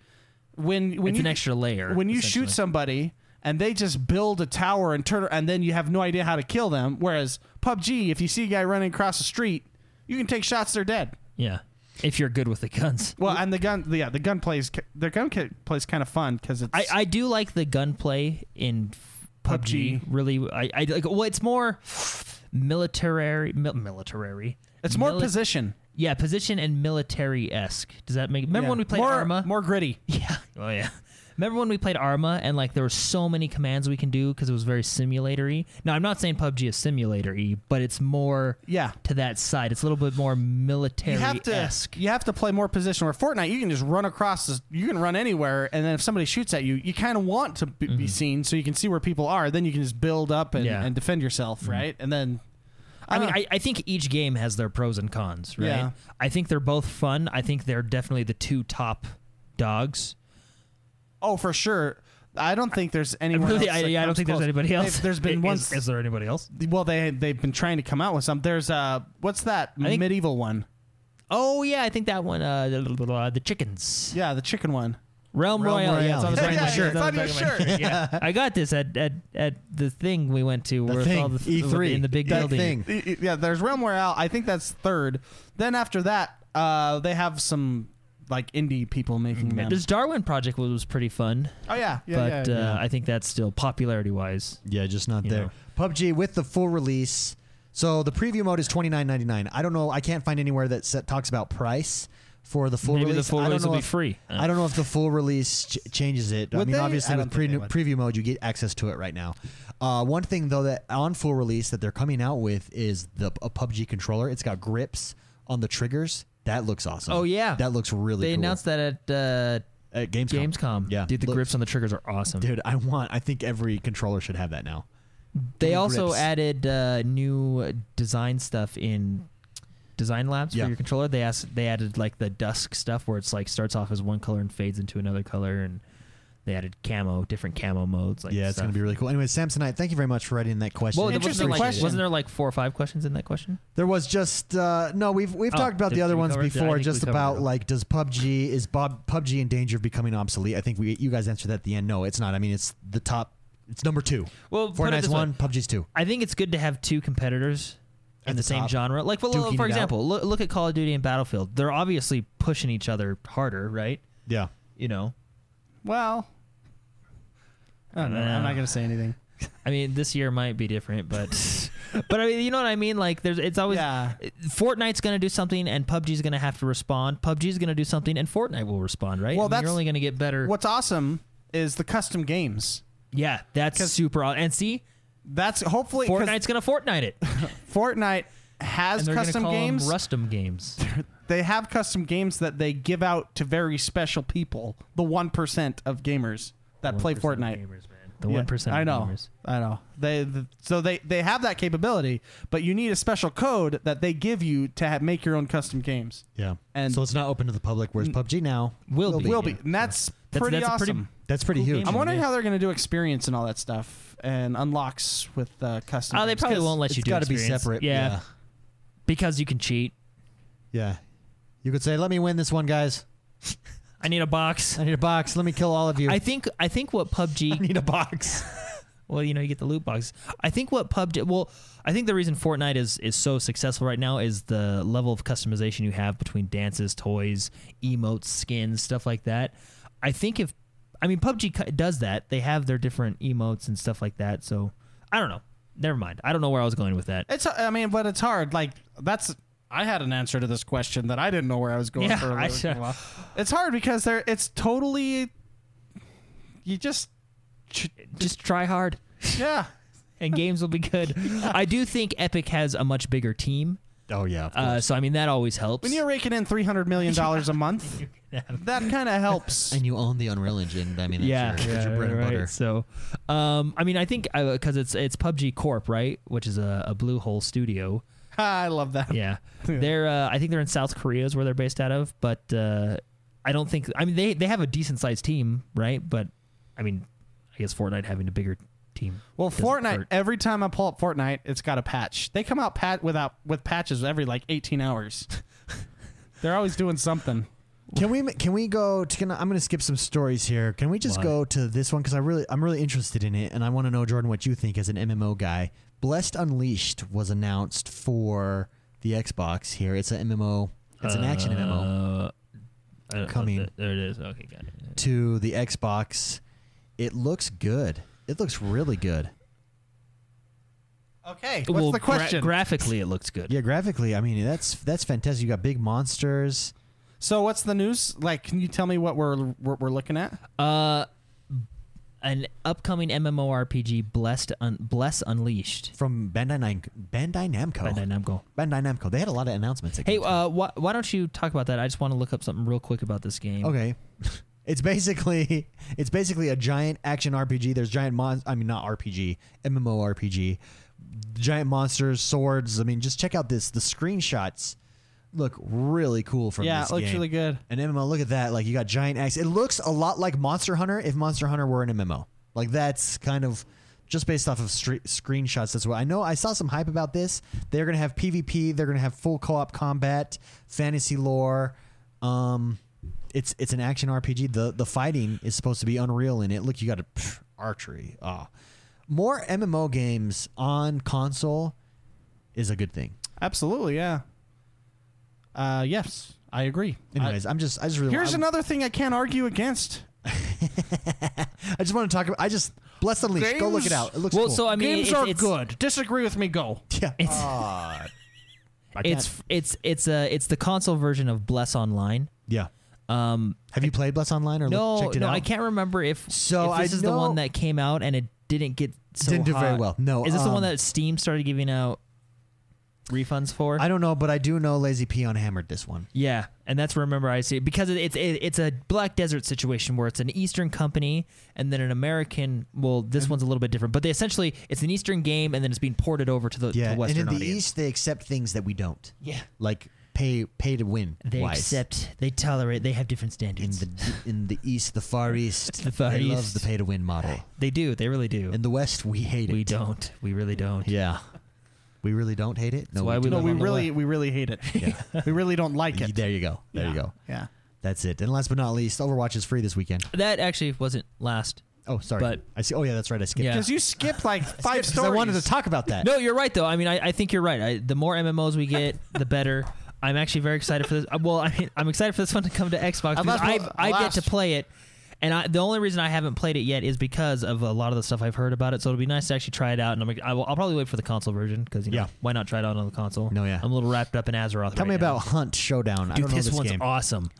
Speaker 2: When when
Speaker 4: It's
Speaker 2: you
Speaker 4: an extra layer,
Speaker 2: when you shoot
Speaker 4: essentially.
Speaker 2: somebody and they just build a tower and turn and then you have no idea how to kill them. Whereas PUBG, if you see a guy running across the street, you can take shots. They're dead.
Speaker 4: Yeah, if you're good with the guns.
Speaker 2: Well, and the gun, yeah, the gun plays their gun ca- plays kind of fun because it's
Speaker 4: I, I do like the gunplay in f-
Speaker 2: PUBG.
Speaker 4: PUBG. Really, I, I like. Well, it's more military, mil- military.
Speaker 2: it's more
Speaker 4: mili-
Speaker 2: position.
Speaker 4: Yeah, position and military esque. Does that make? Remember
Speaker 2: Yeah.
Speaker 4: when we played
Speaker 2: more,
Speaker 4: Arma?
Speaker 2: More gritty.
Speaker 4: [laughs] Yeah. Oh yeah. Remember when we played Arma and like there were so many commands we can do because it was very simulatory. Now I'm not saying PUBG is simulatory, but it's more
Speaker 2: Yeah.
Speaker 4: to that side. It's a little bit more military
Speaker 2: You have to
Speaker 4: esque.
Speaker 2: you have to play more position. Where Fortnite, you can just run across. This, you can run anywhere, and then if somebody shoots at you, you kind of want to b- be seen so you can see where people are. Then you can just build up and,
Speaker 4: Mm-hmm. Yeah. Mm-hmm.
Speaker 2: and defend yourself, right? And then uh,
Speaker 4: I mean,
Speaker 2: don't know.
Speaker 4: I, I think each game has their pros and cons, right?
Speaker 2: Ah. Yeah.
Speaker 4: I think they're both fun. I think they're definitely the two top dogs.
Speaker 2: oh for sure. I don't think there's anyone.
Speaker 4: really,
Speaker 2: else
Speaker 4: I,
Speaker 2: that
Speaker 4: yeah, I don't
Speaker 2: comes
Speaker 4: think
Speaker 2: close.
Speaker 4: there's anybody
Speaker 2: They've-
Speaker 4: else.
Speaker 2: There's been
Speaker 4: Is-
Speaker 2: one.
Speaker 4: Is, there anybody else?
Speaker 2: well, they they've been trying to come out with some. There's uh, what's that
Speaker 4: think-
Speaker 2: medieval one?
Speaker 4: Oh yeah, I think that one. Uh, the, the- the- the chickens.
Speaker 2: Yeah, the chicken one.
Speaker 4: Realm,
Speaker 1: Realm
Speaker 4: Royale. Yeah, it's on the
Speaker 1: Royale.
Speaker 4: back of my
Speaker 1: Yeah,
Speaker 4: shirt.
Speaker 1: it's
Speaker 4: It's on
Speaker 2: on
Speaker 4: the
Speaker 2: your
Speaker 4: back of my-
Speaker 2: shirt.
Speaker 4: [laughs] Yeah. I got this at, at at the thing we went to
Speaker 1: The
Speaker 4: where
Speaker 1: thing,
Speaker 4: it's all the
Speaker 1: E3,
Speaker 4: in the big
Speaker 1: that
Speaker 4: building.
Speaker 1: thing.
Speaker 2: Y- y- yeah, there's Realm Royale. I think that's third. Then after that, uh, they have some like indie people making them.
Speaker 4: This Darwin project was, was pretty fun,
Speaker 2: Oh yeah, yeah,
Speaker 4: but
Speaker 2: yeah, yeah.
Speaker 4: Uh, I think that's still popularity wise.
Speaker 1: Yeah, just not
Speaker 4: You
Speaker 1: there.
Speaker 4: know.
Speaker 1: PUBG with the full release. So the preview mode is twenty nine ninety nine. I don't know. I can't find anywhere that set, talks about price for the full
Speaker 4: Maybe
Speaker 1: release.
Speaker 4: the full
Speaker 1: I don't
Speaker 4: release
Speaker 1: know
Speaker 4: will be
Speaker 1: if-
Speaker 4: free.
Speaker 1: I don't know if the full release ch- changes it. I
Speaker 2: Would
Speaker 1: mean,
Speaker 2: they?
Speaker 1: obviously
Speaker 2: I
Speaker 1: with
Speaker 2: don't think
Speaker 1: pre-
Speaker 2: they
Speaker 1: preview
Speaker 2: would.
Speaker 1: mode, you get access to it right now. Uh, one thing though that on full release that they're coming out with is the a PUBG controller. It's got grips on the triggers. That looks awesome.
Speaker 4: Oh, yeah.
Speaker 1: that looks really.
Speaker 4: they
Speaker 1: cool.
Speaker 4: announced that at uh,
Speaker 1: at Gamescom.
Speaker 4: Gamescom.
Speaker 1: Yeah,
Speaker 4: dude, the
Speaker 1: Look-
Speaker 4: grips on the triggers are awesome.
Speaker 1: Dude, I want. I think every controller should have that now.
Speaker 4: they
Speaker 1: Little
Speaker 4: also
Speaker 1: grips.
Speaker 4: added uh, new design stuff in design labs
Speaker 1: Yeah.
Speaker 4: for your controller. They asked they added like the dusk stuff where it's like starts off as one color and fades into another color, and they added camo, different camo modes. Like
Speaker 1: yeah, it's
Speaker 4: stuff.
Speaker 1: gonna be really cool. Anyway, Samsonite, thank you very much for writing in that question.
Speaker 4: Well,
Speaker 2: Interesting
Speaker 4: wasn't there, like,
Speaker 2: question.
Speaker 4: Wasn't there like four or five questions in that question?
Speaker 1: There was just uh, no. We've we've
Speaker 4: Oh,
Speaker 1: talked about
Speaker 4: did-
Speaker 1: the
Speaker 4: did
Speaker 1: other
Speaker 4: we
Speaker 1: ones
Speaker 4: cover it? Yeah, I
Speaker 1: before,
Speaker 4: think
Speaker 1: just
Speaker 4: we covered it
Speaker 1: about
Speaker 4: all.
Speaker 1: like does PUBG is Bob PUBG in danger of becoming obsolete? I think we you guys answered that at the end. No, it's not. I mean, it's the top. It's number two.
Speaker 4: Well, put it
Speaker 1: Fortnite's
Speaker 4: this way.
Speaker 1: one, PUBG's two.
Speaker 4: I think it's good to have two competitors
Speaker 1: At
Speaker 4: in
Speaker 1: the
Speaker 4: the, same
Speaker 1: top,
Speaker 4: genre. Like, well,
Speaker 1: duking it
Speaker 4: for
Speaker 1: out.
Speaker 4: example, look, look at Call of Duty and Battlefield. They're obviously pushing each other harder, right?
Speaker 1: Yeah.
Speaker 4: You know,
Speaker 2: well, I don't know. I'm not gonna say anything.
Speaker 4: I mean, this year might be
Speaker 2: [laughs]
Speaker 4: different, but but I mean, you know what I mean? Like, there's it's always
Speaker 2: yeah,
Speaker 4: Fortnite's going to do something, and PUBG's going to have to respond. PUBG's going to do something, and Fortnite will respond, right?
Speaker 2: Well,
Speaker 4: I mean,
Speaker 2: that's-
Speaker 4: you're only going to get better.
Speaker 2: what's awesome is the custom games.
Speaker 4: yeah, that's
Speaker 2: 'Cause-
Speaker 4: super. aw- And see,
Speaker 2: That's hopefully 'cause
Speaker 4: Fortnite's going to Fortnite it,
Speaker 2: Fortnite
Speaker 4: and
Speaker 2: has
Speaker 4: they're going to
Speaker 2: custom
Speaker 4: call
Speaker 2: games.
Speaker 4: them Rustum
Speaker 2: [laughs]
Speaker 4: games.
Speaker 2: they have custom games that they give out to very special people, the one percent of gamers that play
Speaker 4: 1%
Speaker 2: Fortnite.
Speaker 4: gamers, man. The
Speaker 2: Yeah,
Speaker 4: one percent.
Speaker 2: I know.
Speaker 4: Gamers.
Speaker 2: I know. They th so they they have that capability, but you need a special code that they give you to ha- make your own custom games.
Speaker 1: Yeah.
Speaker 2: And-
Speaker 1: so it's not open to the public. Whereas PUBG now,
Speaker 4: Will, be.
Speaker 2: Will
Speaker 4: yeah.
Speaker 2: be. And that's
Speaker 4: That's-
Speaker 2: pretty
Speaker 4: that's a pretty-
Speaker 2: awesome.
Speaker 1: that's pretty
Speaker 4: Cool
Speaker 1: huge.
Speaker 4: game.
Speaker 2: I'm wondering
Speaker 4: Yeah.
Speaker 2: how they're going to do experience and all that stuff and unlocks with uh, custom.
Speaker 4: Oh, they
Speaker 2: games,
Speaker 4: probably
Speaker 2: 'cause
Speaker 4: won't let you
Speaker 1: it's
Speaker 4: do.
Speaker 1: got to be
Speaker 4: experience.
Speaker 1: separate.
Speaker 4: Yeah,
Speaker 1: yeah.
Speaker 4: because you can cheat.
Speaker 1: Yeah. You could say, "Let me win this one, guys.
Speaker 4: I need a box.
Speaker 1: I need a box. Let me kill all of you.
Speaker 4: I think. I think what PUBG.
Speaker 1: need a box."
Speaker 4: [laughs] Well, you know, you get the loot box. I think what PUBG. Well, I think the reason Fortnite is is so successful right now is the level of customization you have between dances, toys, emotes, skins, stuff like that. I think if, I mean, PUBG cu- does that. They have their different emotes and stuff like that. So I don't know. Never mind. I don't know where I was going with that.
Speaker 2: [laughs] It's. uh, I mean, but it's hard. Like that's. I had an answer to this question that I didn't know where I was going
Speaker 4: Yeah,
Speaker 2: for. a
Speaker 4: I
Speaker 2: little
Speaker 4: should-
Speaker 2: while. It's hard because they're. It's totally. You just. ch-
Speaker 4: Just try hard.
Speaker 2: Yeah.
Speaker 4: and games will be good. I do think Epic has a much bigger team,
Speaker 1: oh yeah. Of
Speaker 4: uh,
Speaker 1: course.
Speaker 4: so I mean that always helps.
Speaker 2: When you're raking in three hundred
Speaker 4: [laughs]
Speaker 2: million dollars a month, that kind of helps.
Speaker 1: and you own the Unreal Engine. I mean, that's
Speaker 4: yeah,
Speaker 1: your, that's your bread and
Speaker 4: right.
Speaker 1: butter.
Speaker 4: So, uh, um, I mean, I think because it's it's PUBG Corp, right, which is a, a Blue Hole studio.
Speaker 2: [laughs] I love that.
Speaker 4: Yeah, they're. Uh, I think they're in South Korea is where they're based out of, but uh, I don't think. I mean, they they have a decent sized team, right? But I mean, I guess Fortnite having a bigger team.
Speaker 2: Well,
Speaker 4: doesn't
Speaker 2: Fortnite.
Speaker 4: hurt.
Speaker 2: Every time I pull up Fortnite, it's got a patch. They come out pat without with patches every like 18
Speaker 4: [laughs]
Speaker 2: hours. They're always doing something.
Speaker 1: Can we can we go to can I, I'm going to skip some stories here. Can we just
Speaker 4: Why?
Speaker 1: go to this one cuz I really I'm really interested in it and I want to know Jordan what you think as an MMO guy. Blessed Unleashed was announced for the Xbox here. It's an MMO. It's an action MMO
Speaker 4: Uh, I don't know.
Speaker 1: Coming.
Speaker 4: There it is. Okay, got it.
Speaker 1: to the Xbox. It looks good. It looks really good.
Speaker 2: Okay. What's
Speaker 4: well,
Speaker 2: the
Speaker 4: gra-
Speaker 2: question?
Speaker 4: graphically, it looks good.
Speaker 1: Yeah, graphically, I mean that's that's fantastic. You got big monsters.
Speaker 2: so what's the news? Like, can you tell me what we're what we're looking at?
Speaker 4: Uh, an upcoming MMORPG, Blessed Un- Bless Unleashed.
Speaker 1: from Bandai, Nam- Bandai Namco.
Speaker 4: Bandai Namco.
Speaker 1: Bandai Namco. They had a lot of announcements. at
Speaker 4: Hey,
Speaker 1: Gamescom.
Speaker 4: uh, why, why don't you talk about that? I just want to look up something real quick about this game.
Speaker 1: okay. [laughs] It's basically [laughs] it's basically a giant action RPG. There's giant mon. I mean, not RPG, MMO RPG. Giant monsters, swords. I mean, just check out this. The screenshots look really cool from
Speaker 2: yeah,
Speaker 1: this
Speaker 2: it looks
Speaker 1: game.
Speaker 2: really good.
Speaker 1: An MMO. Look at that. Like you got giant axe. It looks a lot like Monster Hunter if Monster Hunter were an MMO. Like that's kind of just based off of stre- screenshots. That's what I know. I saw some hype about this. They're gonna have PvP. They're gonna have full co-op combat, fantasy lore. Um, it's it's an action RPG. The the fighting is supposed to be unreal in it. Look, you got a pff, archery. Ah, more MMO games on console is a good thing.
Speaker 2: Absolutely. Yeah. Uh, yes, I agree. I-
Speaker 1: Anyways, I, am just I just really
Speaker 2: here's
Speaker 1: I,
Speaker 2: another thing I can't argue against.
Speaker 1: I just want to talk about. I just bless the leash. Go look it out. It looks
Speaker 4: Well,
Speaker 1: cool.
Speaker 4: so I mean,
Speaker 2: Games
Speaker 4: it's,
Speaker 2: are
Speaker 4: it's-
Speaker 2: good. Disagree with me. Go.
Speaker 1: yeah.
Speaker 4: It's- Ah.
Speaker 1: I can't-
Speaker 4: It's it's it's uh it's the console version of Bless Online.
Speaker 1: yeah.
Speaker 4: Um,
Speaker 1: Have you played Bless Online or
Speaker 4: no,
Speaker 1: looked- checked it
Speaker 4: no,
Speaker 1: out?
Speaker 4: I can't remember if
Speaker 1: So
Speaker 4: if this
Speaker 1: I
Speaker 4: is the one
Speaker 1: know-
Speaker 4: that came out and it didn't get so
Speaker 1: Didn't do very
Speaker 4: hot.
Speaker 1: well. No,
Speaker 4: is this the one
Speaker 1: um,
Speaker 4: that Steam started giving out refunds for?
Speaker 1: I don't know, but I do know Lazy Peon hammered this one.
Speaker 4: Yeah, and that's where remember I see it because it, it's it, it's a Black Desert situation where it's an Eastern company and then an American. Well, this
Speaker 1: Mm-hmm.
Speaker 4: one's a little bit different, but they essentially it's an Eastern game and then it's being ported over to the
Speaker 1: Yeah,
Speaker 4: to
Speaker 1: and
Speaker 4: Western
Speaker 1: in the
Speaker 4: audience.
Speaker 1: East they accept things that we don't.
Speaker 4: yeah,
Speaker 1: like pay pay to win.
Speaker 4: they
Speaker 1: wise.
Speaker 4: accept, they tolerate, they have different
Speaker 1: in
Speaker 4: standards.
Speaker 1: the in the East, the Far East,
Speaker 4: [laughs] The Far
Speaker 1: they love
Speaker 4: East.
Speaker 1: the pay to win model.
Speaker 4: they do, they really do.
Speaker 1: In the West, we hate it.
Speaker 4: we don't, we really don't.
Speaker 1: Yeah, we really don't hate it. No,
Speaker 4: why
Speaker 1: we
Speaker 4: we
Speaker 1: do.
Speaker 2: No,
Speaker 4: live
Speaker 2: we
Speaker 4: on the
Speaker 2: really
Speaker 4: left.
Speaker 2: we really hate
Speaker 4: [laughs]
Speaker 2: it. we really don't like it.
Speaker 1: There you go. There you
Speaker 2: Yeah.
Speaker 1: go.
Speaker 2: Yeah.
Speaker 1: That's it. And last but not least, Overwatch is free this weekend.
Speaker 4: That actually wasn't last.
Speaker 1: Oh, sorry.
Speaker 4: But-
Speaker 1: I see. Oh yeah, that's right. I skipped.
Speaker 4: Yeah.
Speaker 2: Because you
Speaker 4: [laughs]
Speaker 2: skipped like five
Speaker 1: Because
Speaker 2: stories.
Speaker 1: I wanted to talk about that.
Speaker 4: No, you're right though. I mean, I, I think you're right. I, the more MMOs we get, the better. I'm actually very excited for this. uh, Well, [laughs] I mean, I'm excited for this one to come to Xbox
Speaker 2: I
Speaker 4: because
Speaker 2: last- I
Speaker 4: I, I get to
Speaker 2: last-
Speaker 4: play it, and I, the only reason I haven't played it yet is because of a lot of the stuff I've heard about it. So it'll be nice to actually try it out, and I'm, I will, I'll probably wait for the console version because you know
Speaker 1: Yeah.
Speaker 4: why not try it out on the console?
Speaker 1: No, yeah.
Speaker 4: I'm a little wrapped up in Azeroth.
Speaker 1: Tell
Speaker 4: right
Speaker 1: me
Speaker 4: now.
Speaker 1: about Hunt Showdown. I
Speaker 4: Dude,
Speaker 1: don't know
Speaker 4: this,
Speaker 1: this,
Speaker 4: one's
Speaker 1: game.
Speaker 4: awesome.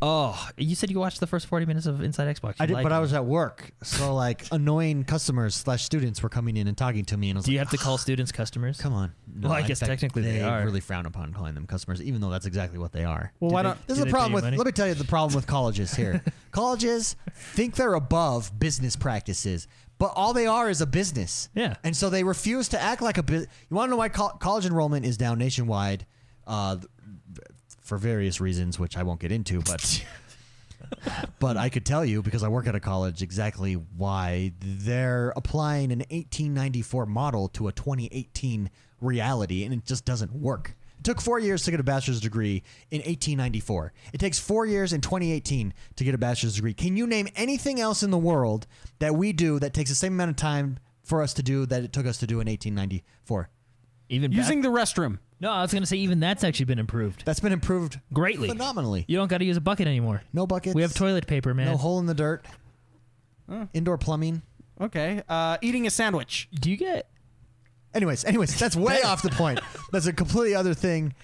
Speaker 4: Oh, you said you watched the first 40 minutes of Inside Xbox.
Speaker 1: I
Speaker 4: You
Speaker 1: did,
Speaker 4: lied
Speaker 1: but
Speaker 4: to
Speaker 1: I
Speaker 4: me.
Speaker 1: was at work, so like annoying customers slash students were coming in and talking to me, and I was
Speaker 4: Do
Speaker 1: like,
Speaker 4: you have to call students customers?
Speaker 1: "Come on." No,
Speaker 4: Well, I
Speaker 1: in
Speaker 4: guess
Speaker 1: fact,
Speaker 4: technically they are.
Speaker 1: really frown upon calling them customers, even though that's exactly what they are.
Speaker 2: Well, why don't?
Speaker 1: This is
Speaker 4: Do they
Speaker 1: the
Speaker 4: pay
Speaker 1: problem
Speaker 4: you
Speaker 1: with.
Speaker 4: money?
Speaker 1: Let me tell you the problem with colleges [laughs] here. colleges think they're above business practices, but all they are is a business.
Speaker 4: Yeah.
Speaker 1: And so they refuse to act like a business. You want to know why col- college enrollment is down nationwide, uh, th- for various reasons, which I won't get into, but. but I could tell you because I work at a college exactly why they're applying an 1894 model to a 2018 reality, and it just doesn't work. It took four years to get a bachelor's degree in 1894. It takes four years in 2018 to get a bachelor's degree. Can you name anything else in the world that we do that takes the same amount of time for us to do that it took us to do in 1894?
Speaker 4: Even back-
Speaker 2: Using the restroom.
Speaker 4: no, I was gonna say even that's actually been improved.
Speaker 1: That's been improved
Speaker 4: Greatly.
Speaker 1: phenomenally.
Speaker 4: You don't got to use a bucket anymore.
Speaker 1: No buckets.
Speaker 4: We have toilet paper, man.
Speaker 1: No hole in the dirt. Indoor plumbing.
Speaker 2: Okay. Uh, eating a sandwich.
Speaker 4: Do you get?
Speaker 1: Anyways, anyways, that's way off the point. That's a completely other thing.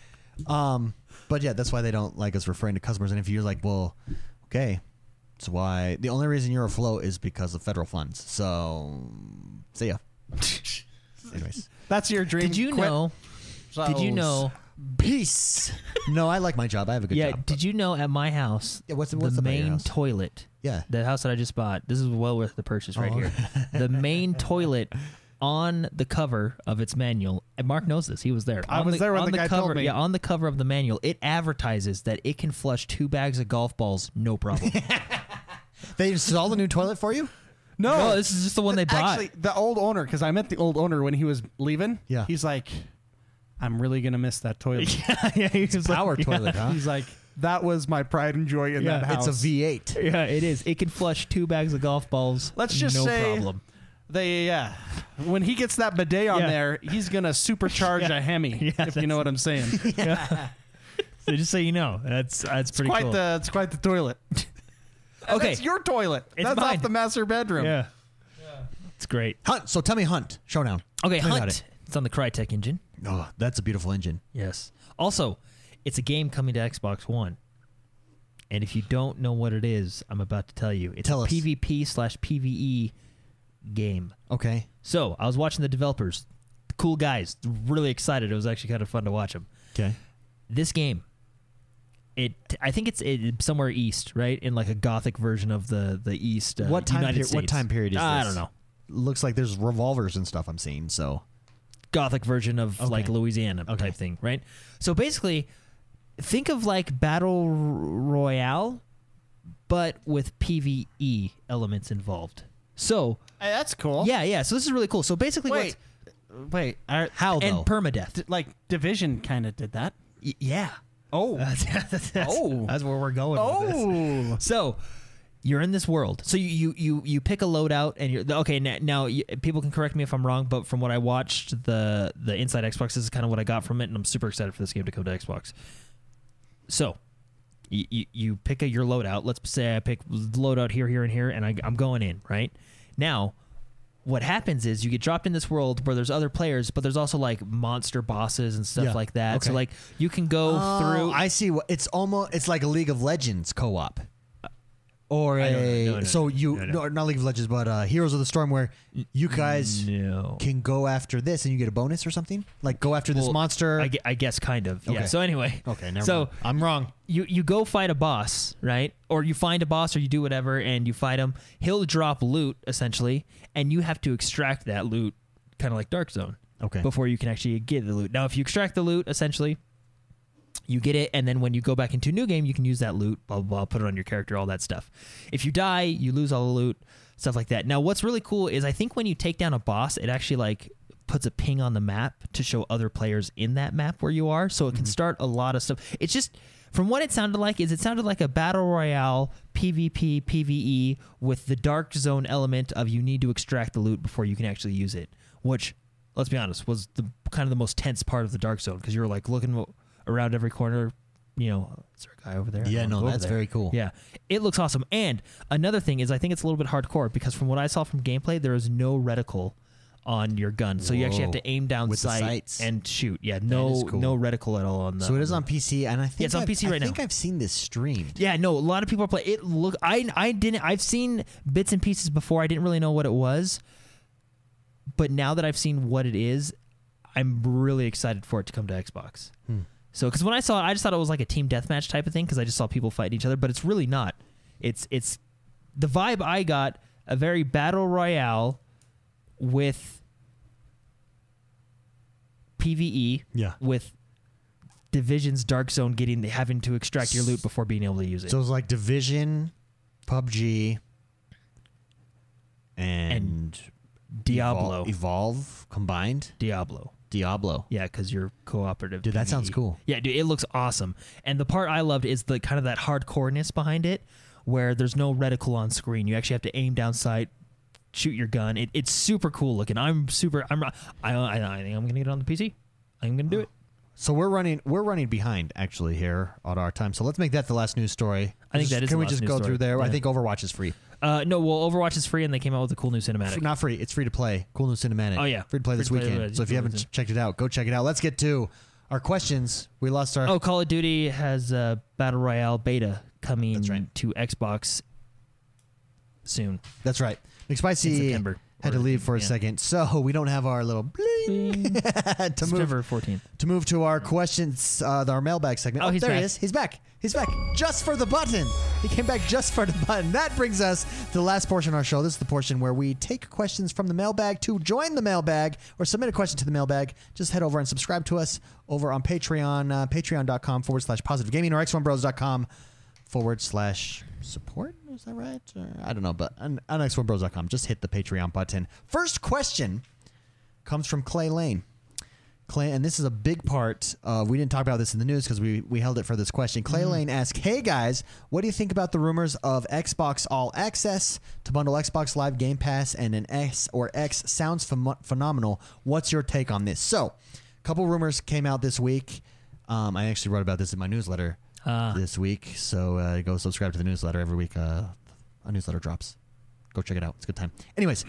Speaker 1: Um, but yeah, that's why they don't like us referring to customers. And if you're like, well, okay, that's why the only reason you're afloat is because of federal funds. So, see
Speaker 4: [laughs]
Speaker 1: ya. anyways,
Speaker 2: That's your dream.
Speaker 4: Did you
Speaker 2: quit.
Speaker 4: know?
Speaker 2: So-
Speaker 4: Did you know?
Speaker 1: peace. no, I like my job. I have a good
Speaker 4: yeah.
Speaker 1: job.
Speaker 4: Did you know at my house?
Speaker 1: Yeah, what's- what's
Speaker 4: the
Speaker 1: up at your
Speaker 4: main
Speaker 1: house?
Speaker 4: toilet?
Speaker 1: yeah.
Speaker 4: The house that I just bought. This is well worth the purchase right
Speaker 1: Oh. [laughs]
Speaker 4: here. the main toilet on the cover of its manual, and Mark knows this. He was there.
Speaker 2: I
Speaker 4: on
Speaker 2: was there when
Speaker 4: on
Speaker 2: the guy
Speaker 4: cover,
Speaker 2: told me.
Speaker 4: Yeah, on the cover of the manual, it advertises that it can flush two bags of golf balls, no
Speaker 2: [laughs]
Speaker 4: problem.
Speaker 1: They installed a new toilet for you?
Speaker 2: No,
Speaker 4: no, this is just the one
Speaker 1: [laughs]
Speaker 4: they bought. [laughs]
Speaker 2: Actually, the old owner, because I met the old owner when he was leaving.
Speaker 1: Yeah.
Speaker 2: He's like, I'm really going to miss that [laughs] toilet.
Speaker 4: yeah, he was like- [laughs]
Speaker 1: Power toilet, huh?
Speaker 2: He's like, that was my pride and joy in
Speaker 4: Yeah,
Speaker 2: that house.
Speaker 1: It's a V8.
Speaker 4: yeah, it is. It can flush two bags of golf balls.
Speaker 2: Let's just
Speaker 4: no
Speaker 2: say [laughs]
Speaker 4: problem.
Speaker 2: They, yeah. When he gets that bidet on
Speaker 4: Yeah.
Speaker 2: there, he's going to
Speaker 4: [laughs]
Speaker 2: supercharge a Hemi, if you know what I'm saying. It's
Speaker 4: So just so you know, that's that's pretty
Speaker 2: quite,
Speaker 4: cool.
Speaker 2: the, it's quite the toilet. [laughs] And
Speaker 4: Okay.
Speaker 2: Uh, That's your toilet.
Speaker 4: It's
Speaker 2: that's
Speaker 4: mine.
Speaker 2: off the master bedroom.
Speaker 4: yeah. It's great.
Speaker 1: Hunt. So tell me, Hunt Showdown.
Speaker 4: Okay,
Speaker 1: Tell me about
Speaker 4: Hunt.
Speaker 1: it.
Speaker 4: It's on the Crytek engine.
Speaker 1: Oh, that's a beautiful engine.
Speaker 4: Yes. Also, it's a game coming to Xbox One. And if you don't know what it is, I'm about to tell you. It's
Speaker 1: Tell
Speaker 4: a
Speaker 1: us.
Speaker 4: PvP slash PvE game.
Speaker 1: Okay.
Speaker 4: So I was watching the developers, cool guys, really excited. It was actually kind of fun to watch them.
Speaker 1: Okay.
Speaker 4: This game, it I think it's it, somewhere east, right, in like a gothic version of the the east. Uh,
Speaker 1: What time
Speaker 4: United
Speaker 1: peri- what
Speaker 4: States.
Speaker 1: time period is
Speaker 4: I
Speaker 1: this?
Speaker 4: don't know.
Speaker 1: Looks like there's revolvers and stuff I'm seeing. So
Speaker 4: gothic version of like Louisiana
Speaker 1: Okay.
Speaker 4: type thing, right? So basically, think of like battle r- royale, but with PVE elements involved. So
Speaker 2: Hey, that's cool.
Speaker 4: yeah, yeah. So this is really cool. So basically,
Speaker 2: Wait. Wait. Are,
Speaker 4: what's, how
Speaker 1: though?
Speaker 4: and permadeath?
Speaker 2: d- like, Division kind of did that.
Speaker 4: Y- yeah. [laughs]
Speaker 2: Oh. Oh.
Speaker 4: that's where we're going. with this.
Speaker 2: oh.
Speaker 4: So you're in this world. So you you you, you pick a loadout and you're okay. Now, now you, people can correct me if I'm wrong, but from what I watched, the the Inside Xbox this is kind of what I got from it, and I'm super excited for this game to come to Xbox. So. You, you, you pick a, your loadout. Let's say I pick loadout here, here, and here, and I, I'm going in, right? Now, what happens is you get dropped in this world where there's other players, but there's also like monster bosses and stuff
Speaker 1: Yeah.
Speaker 4: like that. So,
Speaker 1: Okay. Oh,
Speaker 4: like, you can go through.
Speaker 1: I see. what- It's almost it's like a League of Legends co-op. Or
Speaker 4: I don't know.
Speaker 1: a
Speaker 4: No, no, no,
Speaker 1: so you
Speaker 4: no, no.
Speaker 1: no, not League of Legends, but uh, Heroes of the Storm, where you guys
Speaker 4: Mm, no.
Speaker 1: can go after this and you get a bonus or something. Like go after this
Speaker 4: Well,
Speaker 1: monster.
Speaker 4: I, gue- I guess kind of. Yeah.
Speaker 1: Okay. Oh.
Speaker 4: So anyway.
Speaker 1: okay, never
Speaker 4: so
Speaker 1: mind. I'm wrong.
Speaker 4: you you go fight a boss, right? Or you find a boss, or you do whatever, and you fight him. He'll drop loot essentially, and you have to extract that loot, kind of like Dark Zone,
Speaker 1: Okay.
Speaker 4: before you can actually get the loot. Now, if you extract the loot, essentially. You get it, and then when you go back into a new game, you can use that loot, blah, blah, blah, put it on your character, all that stuff. If you die, you lose all the loot, stuff like that. Now, what's really cool is I think when you take down a boss, it actually like puts a ping on the map to show other players in that map where you are, so it can start a lot of stuff. It's just from what it sounded like is it sounded like a battle royale PvP PvE E, with the dark zone element of you need to extract the loot before you can actually use it, which let's be honest was the kind of the most tense part of the dark zone because you're like looking around every corner, you know, "Oh, is there a guy over there? I
Speaker 1: Yeah,
Speaker 4: don't wanna
Speaker 1: no,
Speaker 4: go over
Speaker 1: that's
Speaker 4: there."
Speaker 1: very cool.
Speaker 4: Yeah, it looks awesome. And another thing is, I think it's a little bit hardcore because from what I saw from gameplay, there is no reticle on your gun, so you actually have
Speaker 1: Whoa.
Speaker 4: to aim down
Speaker 1: With the
Speaker 4: sight
Speaker 1: sights.
Speaker 4: and shoot. Yeah, no,
Speaker 1: is cool.
Speaker 4: no reticle at all on the.
Speaker 1: So it is on PC, and I think
Speaker 4: it's on
Speaker 1: I've-
Speaker 4: PC right
Speaker 1: I
Speaker 4: now.
Speaker 1: think I've seen this streamed.
Speaker 4: Yeah, no, a lot of people are playing it. Look, I I didn't. I've seen bits and pieces before. I didn't really know what it was, but now that I've seen what it is, I'm really excited for it to come to Xbox. So, because when I saw it, I just thought it was like a team deathmatch type of thing because I just saw people fighting each other, but it's really not. It's it's the vibe I got a very battle royale with PVE
Speaker 1: Yeah.
Speaker 4: with divisions dark zone getting having to extract your loot before being able to use it.
Speaker 1: So it's like Division, PUBG, and,
Speaker 4: Diablo.
Speaker 1: Evol- Evolve combined.
Speaker 4: Diablo.
Speaker 1: Diablo.
Speaker 4: Yeah, because you're cooperative.
Speaker 1: Dude, that sounds
Speaker 4: PvE.
Speaker 1: cool.
Speaker 4: Yeah, dude, it looks awesome. And the part I loved is the kind of that hardcoreness behind it, where there's no reticle on screen. You actually have to aim down sight, shoot your gun. It, it's super cool looking. I'm super. I'm. I, I, I think I'm gonna get it on the PC. I'm gonna do it.
Speaker 1: So we're running we're running behind actually here on our time. So let's make that the last news story.
Speaker 4: I think
Speaker 1: Just-
Speaker 4: that is
Speaker 1: Can
Speaker 4: the
Speaker 1: we
Speaker 4: last
Speaker 1: just
Speaker 4: news
Speaker 1: go
Speaker 4: story.
Speaker 1: through there? I
Speaker 4: Yeah.
Speaker 1: think Overwatch is free.
Speaker 4: Uh, no, well, Overwatch is free, and they came out with a cool new
Speaker 1: F-
Speaker 4: cinematic.
Speaker 1: Not free. It's free to play. Cool new cinematic.
Speaker 4: Oh, yeah.
Speaker 1: free to play
Speaker 4: Free
Speaker 1: this
Speaker 4: to play,
Speaker 1: weekend.
Speaker 4: uh,
Speaker 1: so if you haven't
Speaker 4: Overwatch.
Speaker 1: checked it out, go check it out. Let's get to our questions. We lost our
Speaker 4: Oh, Call of Duty has a battle royale beta coming
Speaker 1: That's right.
Speaker 4: to Xbox soon.
Speaker 1: That's right.
Speaker 4: In
Speaker 1: McSpicy
Speaker 4: September.
Speaker 1: had to
Speaker 4: Or-
Speaker 1: leave for a
Speaker 4: yeah.
Speaker 1: second, so we don't have our little bleep
Speaker 4: Ding.
Speaker 1: [laughs] to move
Speaker 4: September 14th.
Speaker 1: to move to our questions, uh, our mailbag segment.
Speaker 4: Oh, he's
Speaker 1: there he
Speaker 4: back.
Speaker 1: is. He's back. He's back. Just for the button. He came back just for the button. That brings us to the last portion of our show. This is the portion where we take questions from the mailbag to join the mailbag or submit a question to the mailbag. Just head over and subscribe to us over on Patreon, uh, patreon.com forward slash positive gaming or x1bros.com forward slash support. Is that right? Or, I don't know, but on, on x1bros.com, just hit the Patreon button. First question comes from Clay Lane. Clay, and this is a big part. Uh, we didn't talk about this in the news because we, we held it for this question. Clay Lane asked, "Hey guys, what do you think about the rumors of Xbox All Access to bundle Xbox Live Game Pass and an S or X? Sounds phem- phenomenal. What's your take on this?" So, a couple rumors came out this week. Um, I actually wrote about this in my newsletter
Speaker 4: Ah.
Speaker 1: this week. So uh, go subscribe to the newsletter every week. Uh, a newsletter drops. Go check it out. It's a good time. Anyways,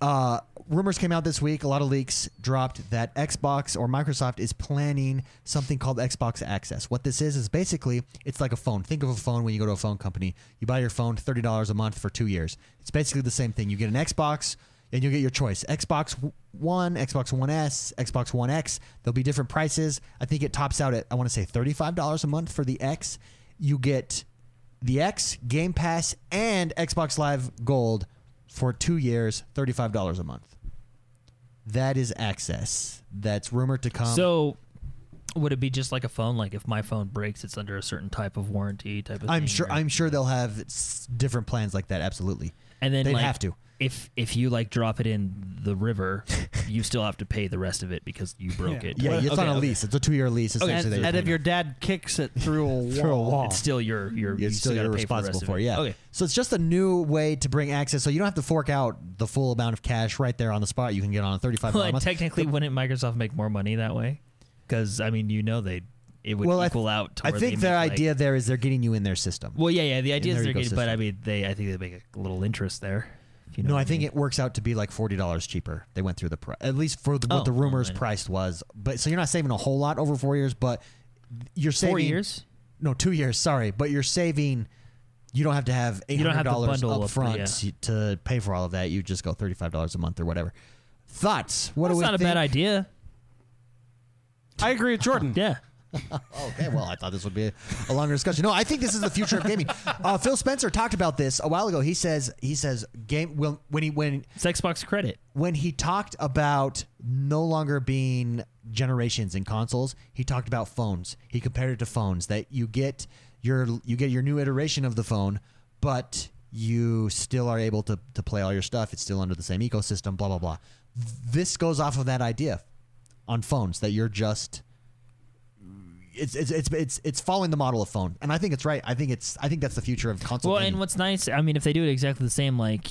Speaker 1: uh, rumors came out this week. A lot of leaks dropped that Xbox or Microsoft is planning something called Xbox Access. What this is is basically it's like a phone. Think of a phone when you go to a phone company. You buy your phone thirty dollars a month for two years. It's basically the same thing. You get an Xbox. And you'll get your choice Xbox W- One, Xbox One S, Xbox One X. There'll be different prices. I think it tops out at, I want to say $35 a month for the X. You get the X, Game Pass, and Xbox Live Gold for two years, thirty-five dollars a month. That is access. That's rumored to come.
Speaker 4: so, would it be just like a phone? Like if my phone breaks, it's under a certain type of warranty type of.
Speaker 1: I'm
Speaker 4: thing,
Speaker 1: sure.
Speaker 4: or-
Speaker 1: I'm sure they'll have s- different plans like that. Absolutely.
Speaker 4: and then
Speaker 1: they'd
Speaker 4: like,
Speaker 1: have to.
Speaker 4: If if you like drop it in
Speaker 1: [laughs]
Speaker 4: the river, you still have to pay the rest of it because you broke
Speaker 5: Yeah.
Speaker 4: it.
Speaker 1: Yeah, it's
Speaker 4: Okay,
Speaker 1: on a
Speaker 4: okay.
Speaker 1: lease. It's a two-year lease. Essentially,
Speaker 2: And,
Speaker 1: that you're
Speaker 2: and if
Speaker 1: paying
Speaker 2: your dad kicks it through a
Speaker 4: [laughs]
Speaker 2: wall,
Speaker 1: off. through a wall,
Speaker 4: It's still your your. you
Speaker 1: you're still,
Speaker 4: gotta
Speaker 1: you're
Speaker 4: pay for, the
Speaker 1: responsible
Speaker 4: rest of
Speaker 1: for. yeah.
Speaker 4: Okay.
Speaker 1: So it's just a new way to bring access. So you don't have to fork out the full amount of cash right there on the spot. You can get on a thirty-five
Speaker 4: Well,
Speaker 1: dollars a
Speaker 4: and
Speaker 1: month.
Speaker 4: technically, wouldn't Microsoft make more money that way? Because I mean, you know, they it would
Speaker 1: Well, I th-
Speaker 4: equal out. To
Speaker 1: I
Speaker 4: where
Speaker 1: think
Speaker 4: they
Speaker 1: their
Speaker 4: make, like-
Speaker 1: idea there is they're getting you in their system.
Speaker 4: well, yeah, yeah. The idea
Speaker 1: their
Speaker 4: is they're getting, but
Speaker 1: ecosystem.
Speaker 4: I mean, they I think they make a little interest there. if you know
Speaker 1: No,
Speaker 4: what
Speaker 1: I think
Speaker 4: mean.
Speaker 1: it works out to be like forty dollars cheaper. They went through the pri- at least for the, what
Speaker 4: Oh,
Speaker 1: the rumors
Speaker 4: alright.
Speaker 1: price was. But so you're not saving a whole lot over four years, but you're saving
Speaker 4: four years.
Speaker 1: No, two years. Sorry, but you're saving. You don't have to have eight
Speaker 4: don't
Speaker 1: hundred
Speaker 4: have to
Speaker 1: dollars
Speaker 4: bundle
Speaker 1: up
Speaker 4: up,
Speaker 1: front
Speaker 4: yeah.
Speaker 1: to pay for all of that. You just go thirty five dollars a month or whatever. Thoughts? What do
Speaker 4: That's
Speaker 1: we
Speaker 4: not a
Speaker 1: think?
Speaker 4: bad idea.
Speaker 5: I agree with Jordan.
Speaker 4: Yeah.
Speaker 1: Okay, well, I thought this would be a longer discussion. No, I think this is the future of gaming. Uh, Phil Spencer talked about this a while ago. He says he says game will when he when
Speaker 4: It's Xbox credit.
Speaker 1: when he talked about no longer being generations in consoles, he talked about phones. He compared it to phones that you get your you get your new iteration of the phone, but you still are able to to play all your stuff. It's still under the same ecosystem. Blah blah blah. This goes off of that idea on phones that you're just it's it's it's it's, it's following the model of phone, and I think it's right. I think it's I think that's the future of console.
Speaker 4: Well,
Speaker 1: gaming.
Speaker 4: and what's nice, I mean, if they do it exactly the same, like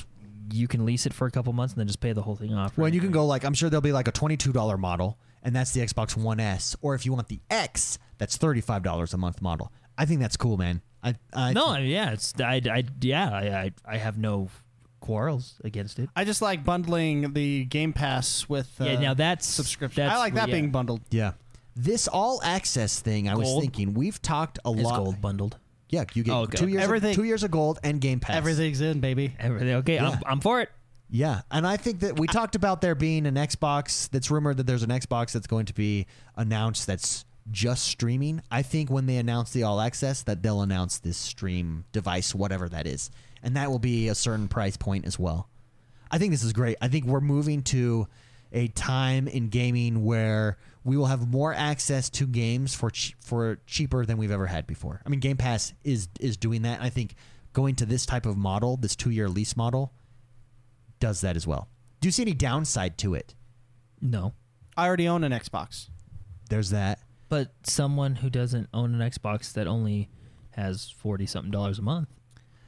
Speaker 4: you can lease it for a couple months and then just pay the whole thing off.
Speaker 1: Well,
Speaker 4: right?
Speaker 1: and you can go like I'm sure there'll be like a twenty-two dollar model, and that's the Xbox One S. Or if you want the X, that's thirty-five dollars a month model. I think that's cool, man. I, I
Speaker 4: no, I mean, yeah, it's I, I yeah, I, I I have no quarrels against it.
Speaker 2: I just like bundling the Game Pass with uh,
Speaker 4: yeah, now that's
Speaker 2: subscription.
Speaker 4: that's-
Speaker 2: I like that
Speaker 4: yeah.
Speaker 2: being bundled.
Speaker 1: yeah. This all access thing, I was
Speaker 4: Gold.
Speaker 1: thinking we've talked a
Speaker 4: It's
Speaker 1: lot.
Speaker 4: gold bundled.
Speaker 1: Yeah, you get
Speaker 4: Oh, okay,
Speaker 1: two
Speaker 4: okay.
Speaker 1: years,
Speaker 2: Everything-
Speaker 1: two years of gold and Game Pass.
Speaker 2: Everything's in, baby.
Speaker 4: Everything okay?
Speaker 1: Yeah.
Speaker 4: I'm, I'm for it.
Speaker 1: Yeah, and I think that we talked about there being an Xbox that's rumored that there's an Xbox that's going to be announced that's just streaming. I think when they announce the all access that they'll announce this stream device whatever that is. And that will be a certain price point as well. I think this is great. I think we're moving to a time in gaming where we will have more access to games for ch- for cheaper than we've ever had before. I mean, Game Pass is is doing that. I think going to this type of model, this two year lease model, does that as well. Do you see any downside to it?
Speaker 4: No,
Speaker 2: I already own an Xbox.
Speaker 1: There's that.
Speaker 4: but someone who doesn't own an Xbox that only has forty something dollars a month.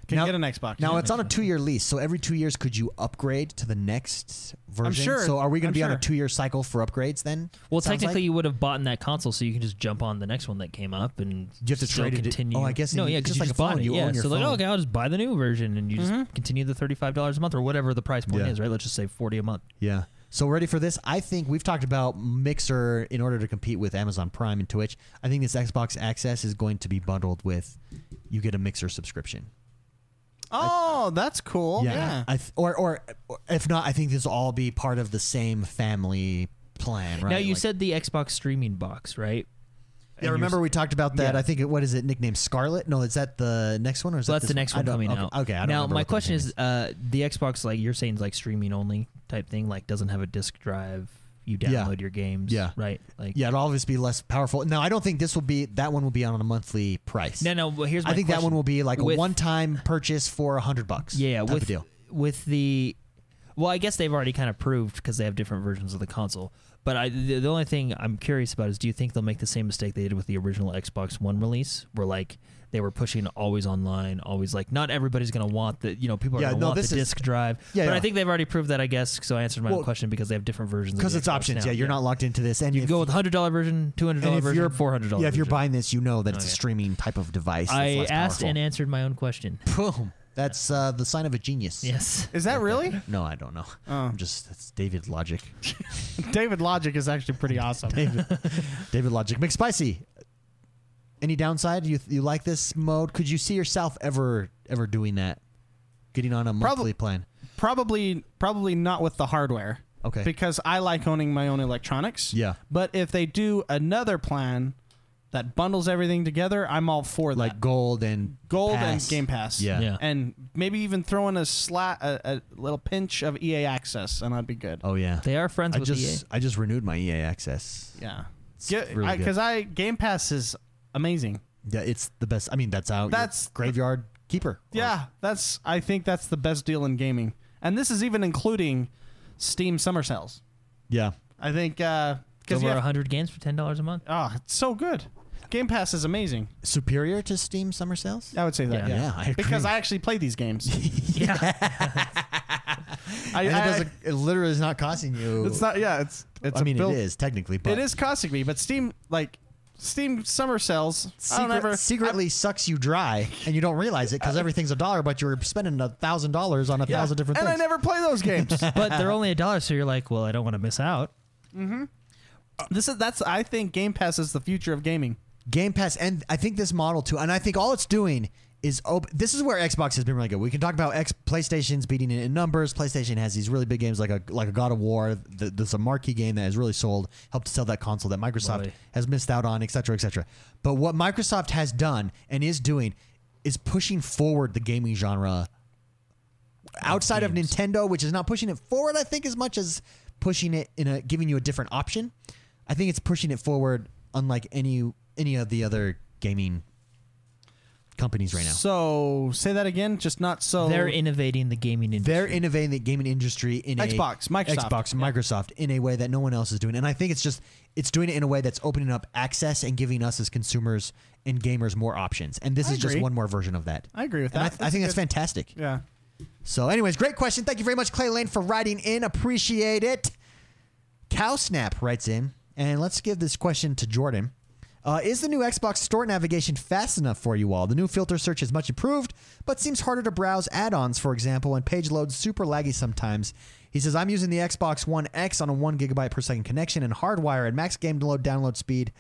Speaker 2: Can
Speaker 1: Now-
Speaker 2: get an Xbox.
Speaker 1: Now it's on a two-year lease, so every two years could you upgrade to the next version?
Speaker 2: sure-
Speaker 1: So are we going
Speaker 2: I'm
Speaker 1: to be on a
Speaker 2: sure.
Speaker 1: two-year cycle for upgrades then?
Speaker 4: Well,
Speaker 1: it sounds
Speaker 4: technically,
Speaker 1: like?
Speaker 4: you would have bought in that console, so you can just jump on the next one that came up, and
Speaker 1: You have to
Speaker 4: still
Speaker 1: trade it.
Speaker 4: continue.
Speaker 1: Oh, I guess
Speaker 4: no,
Speaker 1: you-
Speaker 4: yeah,
Speaker 1: just
Speaker 4: because you
Speaker 1: like
Speaker 4: just
Speaker 1: a phone,
Speaker 4: bought it.
Speaker 1: you
Speaker 4: yeah,
Speaker 1: own your
Speaker 4: so like, oh,
Speaker 1: phone.
Speaker 4: okay, I'll just buy the new version, and you just continue the thirty-five dollars a month or whatever the price point
Speaker 1: Yeah.
Speaker 4: is. Right? Let's just say forty a month.
Speaker 1: Yeah. So ready for this? I think we've talked about Mixer in order to compete with Amazon Prime and Twitch. I think this Xbox Access is going to be bundled with you get a Mixer subscription.
Speaker 2: Oh, that's cool. Yeah.
Speaker 1: I th- or, or or if not, I think this will all be part of the same family plan, right?
Speaker 4: Now you
Speaker 1: Like-
Speaker 4: said the Xbox streaming box, right?
Speaker 1: Yeah, remember we talked about that.
Speaker 4: Yeah.
Speaker 1: I think it, what is it nicknamed Scarlet? No, is that the next one or is
Speaker 4: So
Speaker 1: that
Speaker 4: that's
Speaker 1: this
Speaker 4: the next
Speaker 1: I
Speaker 4: one
Speaker 1: don't-
Speaker 4: coming
Speaker 1: okay,
Speaker 4: out.
Speaker 1: Okay, I don't
Speaker 4: now
Speaker 1: remember
Speaker 4: my
Speaker 1: what that
Speaker 4: question
Speaker 1: name
Speaker 4: is, uh, the Xbox, like you're saying, is like streaming only type thing, like doesn't have a disc drive. You
Speaker 1: Yeah.
Speaker 4: download your games,
Speaker 1: Yeah.
Speaker 4: right? Like,
Speaker 1: yeah, it'll obviously be less powerful. No, I don't think this will be. That one will be on a monthly price.
Speaker 4: No, no. Well, here's my
Speaker 1: I think that one
Speaker 4: question.
Speaker 1: will be like
Speaker 4: With-
Speaker 1: a one-time purchase for a hundred bucks.
Speaker 4: Yeah,
Speaker 1: type
Speaker 4: with
Speaker 1: of deal.
Speaker 4: with the well, I guess they've already kind of proved because they have different versions of the console. But I, the, the only thing I'm curious about is, do you think they'll make the same mistake they did with the original Xbox One release, where like they were pushing always online, always like not everybody's going to want the, you know, people are
Speaker 1: Yeah,
Speaker 4: going to
Speaker 1: no,
Speaker 4: want the
Speaker 1: this is-
Speaker 4: disc drive.
Speaker 1: Yeah,
Speaker 4: but
Speaker 1: yeah.
Speaker 4: I think they've already proved that. I guess so. I answered my
Speaker 1: Well,
Speaker 4: own question because they have different versions of
Speaker 1: Because
Speaker 4: the
Speaker 1: it's
Speaker 4: Xbox
Speaker 1: options.
Speaker 4: now.
Speaker 1: Yeah, you're not locked into this, and
Speaker 4: You
Speaker 1: if
Speaker 4: can go with hundred dollar version, two hundred
Speaker 1: and
Speaker 4: dollar
Speaker 1: if
Speaker 4: version,
Speaker 1: you're-
Speaker 4: four hundred dollar.
Speaker 1: Yeah, if you're buying this, you know that it's
Speaker 4: Oh,
Speaker 1: a
Speaker 4: yeah.
Speaker 1: streaming type of device. that's
Speaker 4: I
Speaker 1: less
Speaker 4: asked and
Speaker 1: powerful.
Speaker 4: answered my own
Speaker 1: [laughs]
Speaker 4: question.
Speaker 1: boom. That's uh, the sign of a genius.
Speaker 4: Yes.
Speaker 2: Is that
Speaker 1: [laughs]
Speaker 2: really?
Speaker 1: No, I don't know.
Speaker 2: Oh.
Speaker 1: I'm just that's David Logic.
Speaker 2: David Logic is actually pretty awesome.
Speaker 1: David, David Logic McSpicy. Any downside? You you like this mode? Could you see yourself ever ever doing that? Getting on a monthly
Speaker 2: Probably-
Speaker 1: plan.
Speaker 2: probably probably not with the hardware.
Speaker 1: Okay.
Speaker 2: Because I like owning my own electronics.
Speaker 1: Yeah.
Speaker 2: But if they do another plan that bundles everything together, I'm all for that.
Speaker 1: Like gold and
Speaker 2: Gold
Speaker 1: Pass.
Speaker 2: and Game Pass.
Speaker 1: Yeah.
Speaker 4: Yeah.
Speaker 2: And maybe even throw in a slat a, a little pinch of EA access and I'd be good.
Speaker 1: Oh yeah.
Speaker 4: They are friends
Speaker 1: I
Speaker 4: with E EA.
Speaker 1: just I just renewed my EA access.
Speaker 2: Yeah.
Speaker 1: It's
Speaker 2: Because
Speaker 1: really
Speaker 2: I,
Speaker 1: good. Oh.
Speaker 2: 'cause I Game Pass is amazing.
Speaker 1: Yeah, it's the best. I mean, that's out.
Speaker 2: That's-
Speaker 1: graveyard keeper.
Speaker 2: Yeah, that's I think that's the best deal in gaming. And this is even including Steam summer sales.
Speaker 1: Yeah.
Speaker 2: I think uh
Speaker 4: Over
Speaker 2: because you have-
Speaker 4: 100 games for $10
Speaker 1: [laughs]
Speaker 4: a month.
Speaker 2: Oh, it's so good. Game Pass is amazing.
Speaker 1: Superior to Steam summer sales.
Speaker 2: I would say that.
Speaker 4: Yeah.
Speaker 2: Yeah.
Speaker 1: Yeah, I agree.
Speaker 2: [laughs] Because I actually play
Speaker 1: [laughs]
Speaker 2: these games.
Speaker 4: Yeah.
Speaker 2: I,
Speaker 1: And it
Speaker 2: I-
Speaker 1: doesn't. It literally is not costing you.
Speaker 2: it's not. Yeah, it's. it's
Speaker 1: I
Speaker 2: a
Speaker 1: mean,
Speaker 2: built-
Speaker 1: it is technically, but
Speaker 2: It is costing me, but Steam like Steam summer sales. I don't
Speaker 1: secret,
Speaker 2: ever-
Speaker 1: secretly sucks you dry, and you don't realize it because everything's a dollar, but you're spending a thousand dollars on a
Speaker 2: Yeah.
Speaker 1: thousand different
Speaker 2: and
Speaker 1: things.
Speaker 2: I never play [laughs] those games.
Speaker 4: [laughs]
Speaker 2: Uh,
Speaker 4: but they're only a dollar, so you're like, well, I don't want to miss out.
Speaker 2: this is that's. I think Game Pass is the future of gaming.
Speaker 1: Game Pass, and I think this model too, and I think all it's doing is open. This is where Xbox has been really good. We can talk about X PlayStation's beating it in numbers. PlayStation has these really big games like a like a God of War. Th- There's a marquee game that has really sold, helped sell that console that Microsoft
Speaker 4: Boy.
Speaker 1: has missed out on, etc., etc. But what Microsoft has done and is doing is pushing forward the gaming genre outside of Nintendo, which is not pushing it forward, I think, as much as pushing it in a giving you a different option. I think it's pushing it forward, unlike any any of the other gaming companies right now.
Speaker 2: So say that again, just not so.
Speaker 4: They're innovating the gaming industry.
Speaker 1: Oh. They're innovating the gaming industry in
Speaker 2: Xbox,
Speaker 1: a,
Speaker 2: Microsoft.
Speaker 1: Xbox, Microsoft in a way that no one else is doing, and I think it's just it's doing it in a way that's opening up access and giving us as consumers and gamers more options. And this
Speaker 2: I
Speaker 1: is just
Speaker 2: agree.
Speaker 1: one more version of that.
Speaker 2: I agree with
Speaker 1: And I,
Speaker 2: that.
Speaker 1: th- I think that's
Speaker 2: good.
Speaker 1: fantastic.
Speaker 2: Yeah.
Speaker 1: So, anyways, great question. Thank you very much, Clay Lane, for writing in. Appreciate it. Cowsnap writes in, and let's give this question to Jordan. Uh, is the new Xbox store navigation fast enough for you all? The new filter search is much improved, but seems harder to browse add ons, for example, and page loads super laggy sometimes. He says, I'm using the Xbox One X on a 1 gigabyte per second connection and hardwire at max game load download speed.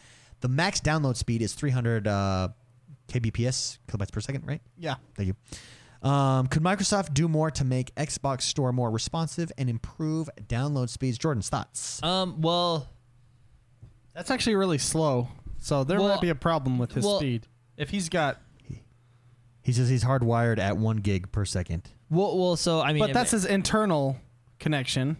Speaker 1: The max download speed is 300 uh, kbps, kilobytes per second, right?
Speaker 2: Yeah.
Speaker 1: Thank you. Um, could Microsoft do more to make Xbox Store more responsive and improve download speeds? Jordan's thoughts.
Speaker 4: um, well,
Speaker 2: That's actually really slow. So there
Speaker 4: Well,
Speaker 2: might be a problem with his
Speaker 4: well-
Speaker 2: speed. If he's got,
Speaker 1: He says he's hardwired at one gig per second.
Speaker 4: well, well, so I mean,
Speaker 2: but that's his internal connection.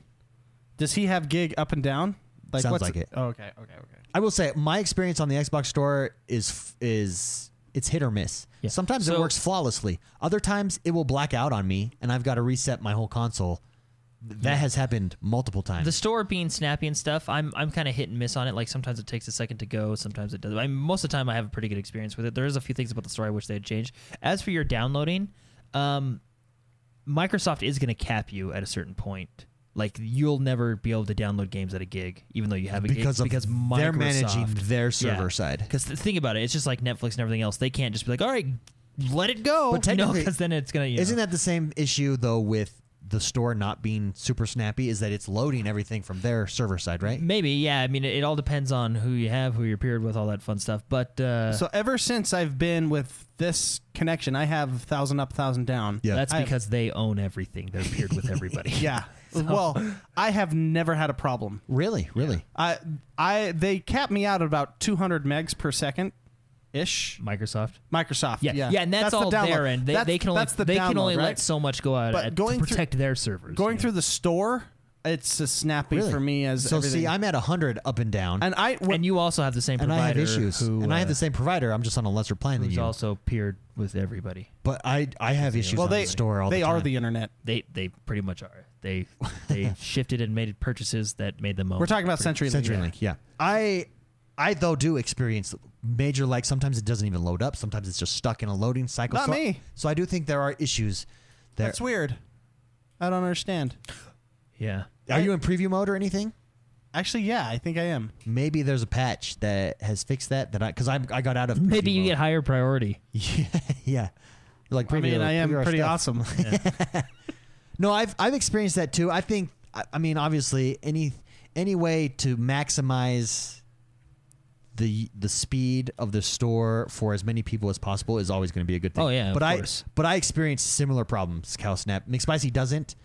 Speaker 2: Does he have gig up and down?
Speaker 1: Sounds like it.
Speaker 2: Oh, okay. Okay. Okay.
Speaker 1: I will say my experience on the Xbox Store is f- is it's hit or miss.
Speaker 4: Yeah.
Speaker 1: Sometimes it
Speaker 4: So-
Speaker 1: works flawlessly. Other times it will black out on me, and I've got to reset my whole console. Th- That has happened multiple times.
Speaker 4: the store being snappy and stuff. I'm I'm kind of hit and miss on it. Like sometimes it takes a second to go, sometimes it doesn't. I mean, most of the time I have a pretty good experience with it. There is a few things about the store I wish they had changed. As for your downloading, um, Microsoft is going to cap you at a certain point. Like you'll never be able to download games at a gig, even though you have a
Speaker 1: because of
Speaker 4: gig, because Microsoft
Speaker 1: they're managing their server side.
Speaker 4: Because think about it, it's just like Netflix and everything else. They can't just be like, all right, let it go. [laughs]
Speaker 1: But technically-
Speaker 4: because then it's gonna. You
Speaker 1: Isn't
Speaker 4: know.
Speaker 1: that the same issue though with the store not being super snappy? Is that it's loading everything from their server side, right?
Speaker 4: Maybe, yeah. I mean, it, it all depends on who you have, who you're paired with, all that fun stuff. But uh,
Speaker 2: So ever since I've been with this connection, I have thousand up, thousand down.
Speaker 1: Yeah.
Speaker 4: that's
Speaker 2: I- [laughs]
Speaker 4: because they own everything. They're paired with everybody.
Speaker 2: Yeah. well, I have never had a problem.
Speaker 1: Really, really.
Speaker 2: I I they cap me out at about 200 megs per second ish.
Speaker 4: Microsoft.
Speaker 2: Microsoft.
Speaker 4: Yeah, yeah, and that's,
Speaker 2: the
Speaker 4: all
Speaker 2: download.
Speaker 4: there, and they,
Speaker 2: That's-
Speaker 4: they can only
Speaker 2: that's the
Speaker 4: they
Speaker 2: download,
Speaker 4: can only
Speaker 2: right?
Speaker 4: let so much go out
Speaker 2: But
Speaker 4: at,
Speaker 2: going
Speaker 4: to
Speaker 2: through-
Speaker 4: protect their servers.
Speaker 2: going
Speaker 4: yeah.
Speaker 2: through the store. It's as snappy
Speaker 1: Really?
Speaker 2: for me as
Speaker 1: So
Speaker 2: everything.
Speaker 1: see, I'm at 100 up and down, and,
Speaker 2: and I
Speaker 4: and you also have the same provider
Speaker 1: I have issues,
Speaker 4: who
Speaker 1: and I have
Speaker 4: uh,
Speaker 1: the same provider. I'm just on a lesser plan than
Speaker 4: who's
Speaker 1: you.
Speaker 4: also peered with everybody.
Speaker 1: but I I have issues
Speaker 2: well
Speaker 1: on
Speaker 2: they
Speaker 1: the store all
Speaker 2: they
Speaker 1: the time.
Speaker 2: are the internet.
Speaker 4: They they pretty much are. They they shifted and made purchases that made them. own
Speaker 2: We're talking about
Speaker 4: pretty-
Speaker 2: CenturyLink.
Speaker 1: CenturyLink. Yeah. I I though do experience major like sometimes it doesn't even load up. Sometimes it's just stuck in a loading cycle.
Speaker 2: Not
Speaker 1: so,
Speaker 2: me.
Speaker 1: So I do think there are issues. There.
Speaker 2: That's weird. I don't understand.
Speaker 4: Yeah,
Speaker 1: are you in preview mode or anything?
Speaker 2: Actually, yeah, I think I am.
Speaker 1: Maybe there's a patch that has fixed that. That I because I I got out of
Speaker 4: maybe
Speaker 1: preview
Speaker 4: you
Speaker 1: mode.
Speaker 4: get higher priority.
Speaker 1: [laughs] Yeah, yeah. Like
Speaker 2: I
Speaker 1: preview,
Speaker 2: mean, I am
Speaker 1: preview our
Speaker 2: pretty
Speaker 1: stuff. [laughs]
Speaker 2: awesome.
Speaker 1: No, I've I've experienced that too. I think I, I mean obviously any any way to maximize the the speed of the store for as many people as possible is always going to be a good thing.
Speaker 4: Oh, yeah, of
Speaker 1: but I
Speaker 4: course.
Speaker 1: but I experienced similar problems. Cal Snap McSpicy doesn't.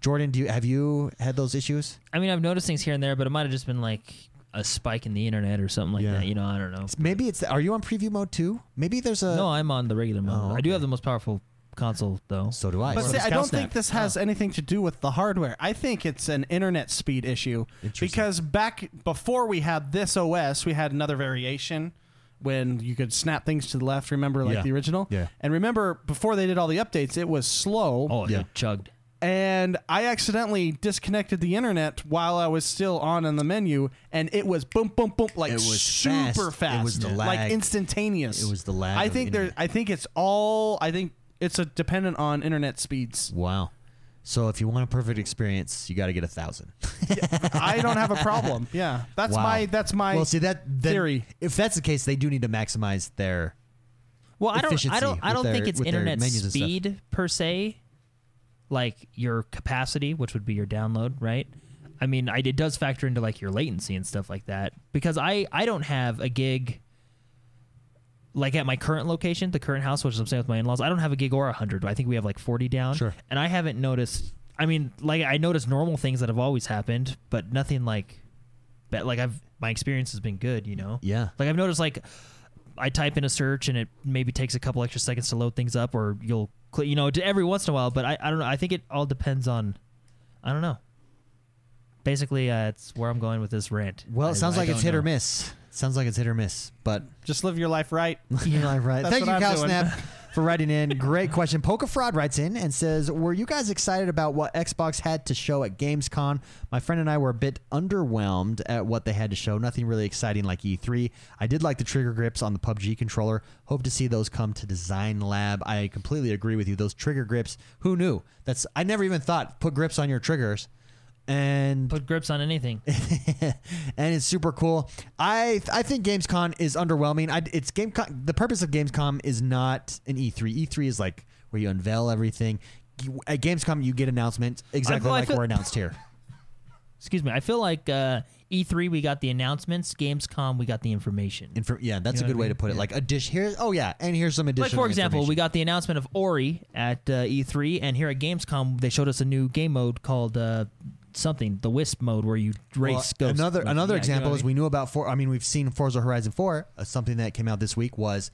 Speaker 1: Jordan, do you have you had those issues?
Speaker 4: I mean, I've noticed things here and there, but it might have just been like a spike in the internet or something like
Speaker 1: Yeah.
Speaker 4: that. You know, I don't know.
Speaker 1: Maybe it's are you on preview mode too? Maybe there's a
Speaker 4: no, I'm on the regular mode.
Speaker 1: Oh,
Speaker 4: I do
Speaker 1: okay.
Speaker 4: have the most powerful console though.
Speaker 1: so do I.
Speaker 2: But
Speaker 1: So
Speaker 2: see,
Speaker 1: does
Speaker 2: I
Speaker 1: Cal
Speaker 2: don't
Speaker 1: Snap.
Speaker 2: think this has anything to do with the hardware. I think it's an internet speed issue.
Speaker 1: Interesting.
Speaker 2: Because back before we had this OS, we had another variation when you could snap things to the left. Remember, like
Speaker 1: Yeah.
Speaker 2: the original.
Speaker 1: Yeah.
Speaker 2: And remember, before they did all the updates, it was slow.
Speaker 4: Oh,
Speaker 1: Yeah.
Speaker 4: yeah, chugged.
Speaker 2: And I accidentally disconnected the internet while I was still on in the menu, and it was boom, boom, boom, like
Speaker 1: It was
Speaker 2: super
Speaker 1: fast. It
Speaker 2: fast,
Speaker 1: was the lag.
Speaker 2: like instantaneous.
Speaker 1: It was the lag
Speaker 2: I
Speaker 1: of
Speaker 2: think
Speaker 1: the
Speaker 2: there. I think it's all. I think it's a dependent on internet speeds.
Speaker 1: Wow. So if you want a perfect experience, you got to get a thousand.
Speaker 2: I don't have a problem. Yeah, that's
Speaker 1: Wow.
Speaker 2: my that's my
Speaker 1: well, see that then,
Speaker 2: theory.
Speaker 1: If that's the case, they do need to maximize their.
Speaker 4: Well, I don't,
Speaker 1: efficiency
Speaker 4: I don't,
Speaker 1: with
Speaker 4: I don't think
Speaker 1: their-
Speaker 4: it's
Speaker 1: with their
Speaker 4: internet
Speaker 1: menus and stuff.
Speaker 4: speed per se, like your capacity, which would be your download, right? I mean, I, it does factor into like your latency and stuff like that because I, I don't have a gig. Like at my current location, the current house, which I'm staying with my in-laws, I don't have a gig or a hundred. I think we have like 40 down,
Speaker 1: Sure.
Speaker 4: and I haven't noticed. I mean, like I noticed normal things that have always happened, but nothing like, but like I've my experience has been good, you know.
Speaker 1: Yeah.
Speaker 4: Like I've noticed, like I type in a search and it maybe takes a couple extra seconds to load things up, or you'll click, you know, d- every once in a while. But I, I don't know. I think it all depends on, I don't know. Basically, uh, it's where I'm going with this rant.
Speaker 1: Well, it
Speaker 4: I-
Speaker 1: sounds
Speaker 4: I
Speaker 1: like it's
Speaker 4: don't
Speaker 1: hit or
Speaker 4: know.
Speaker 1: miss. Sounds like it's hit or miss, but
Speaker 2: Just live your life right. [laughs]
Speaker 1: you're like, right.
Speaker 2: That's
Speaker 1: Thank
Speaker 2: what
Speaker 1: you,
Speaker 2: I'm
Speaker 1: Cal
Speaker 2: doing.
Speaker 1: Snap, for writing in. Great question. Poker Fraud writes in and says, "Were you guys excited about what Xbox had to show at GamesCon? My friend and I were a bit underwhelmed at what they had to show. Nothing really exciting like E3. I did like the trigger grips on the PUBG controller. Hope to see those come to Design Lab. I completely agree with you. Those trigger grips. Who knew? That's I never even thought put grips on your triggers." And
Speaker 4: Put grips on anything. [laughs]
Speaker 1: [laughs] and it's super cool. I I think GamesCon is underwhelming. I, it's GameCon. The purpose of GamesCom is not an E E3. E3 is like where you unveil everything. You- At GamesCom, you get announcements exactly
Speaker 4: I
Speaker 1: like
Speaker 4: feel-
Speaker 1: we're announced here.
Speaker 4: Excuse me. I feel like uh, E3 we got the announcements, Gamescom we got the information.
Speaker 1: And for, yeah, that's
Speaker 4: You know
Speaker 1: a
Speaker 4: what
Speaker 1: good
Speaker 4: I
Speaker 1: way to
Speaker 4: mean?
Speaker 1: put it.
Speaker 4: Yeah.
Speaker 1: Like a dish here. Oh yeah, and here's some additional.
Speaker 4: Like for example, we
Speaker 1: information.
Speaker 4: got the announcement of Ori at uh, E3, and here at Gamescom they showed us a new game mode called uh, something, the Wisp mode, where you
Speaker 1: Well,
Speaker 4: race ghosts.
Speaker 1: another
Speaker 4: Like,
Speaker 1: another
Speaker 4: yeah, you know
Speaker 1: example
Speaker 4: what I
Speaker 1: is
Speaker 4: mean?
Speaker 1: we knew about four. I mean, we've seen Forza Horizon Four. Uh, something that came out this week was,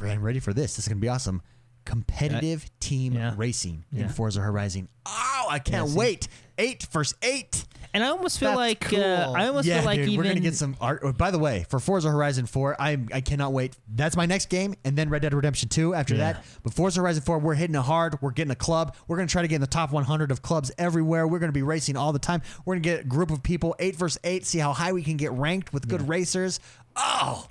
Speaker 1: I'm ready for this. This is gonna be awesome. Competitive team
Speaker 4: Yeah.
Speaker 1: racing in
Speaker 4: Yeah.
Speaker 1: Forza Horizon. Oh, I can't
Speaker 4: Yeah, see?
Speaker 1: wait! Eight versus eight.
Speaker 4: And I almost feel
Speaker 2: That's
Speaker 4: like
Speaker 2: cool.
Speaker 4: uh, I almost
Speaker 1: yeah,
Speaker 4: feel like
Speaker 1: dude,
Speaker 4: even
Speaker 1: we're gonna get some art. oh, By the way, for Forza Horizon Four, I I cannot wait. That's my next game, and then Red Dead Redemption Two after that. But Forza Horizon Four, we're hitting it hard. We're getting a club. We're gonna try to get in the top 100 of clubs everywhere. We're gonna be racing all the time. We're gonna get a group of people eight versus eight. See how high we can get ranked with good racers. Oh,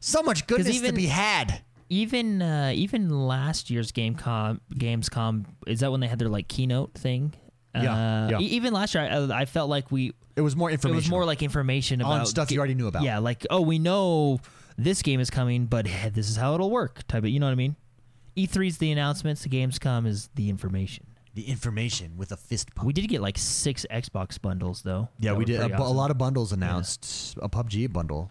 Speaker 1: so much goodness to
Speaker 4: even-
Speaker 1: be had.
Speaker 4: even uh, even last year's GameCom Gamescom is that when they had their like keynote thing.
Speaker 1: Yeah,
Speaker 4: Uh,
Speaker 1: yeah.
Speaker 4: e- Even last year, I, I felt like we
Speaker 1: It was more
Speaker 4: it
Speaker 1: information.
Speaker 4: was more like information
Speaker 1: On
Speaker 4: about
Speaker 1: stuff you already knew about.
Speaker 4: Yeah, like oh, we know this game is coming, but [laughs] eh, this is how it'll work. Type of you know what I mean. E3's the announcements. Gamescom is the information.
Speaker 1: the information with a fist pump.
Speaker 4: We did get like six Xbox bundles though.
Speaker 1: yeah,
Speaker 4: That
Speaker 1: we
Speaker 4: were
Speaker 1: did a,
Speaker 4: pretty
Speaker 1: bu- a
Speaker 4: awesome.
Speaker 1: lot of bundles announced. A PUBG bundle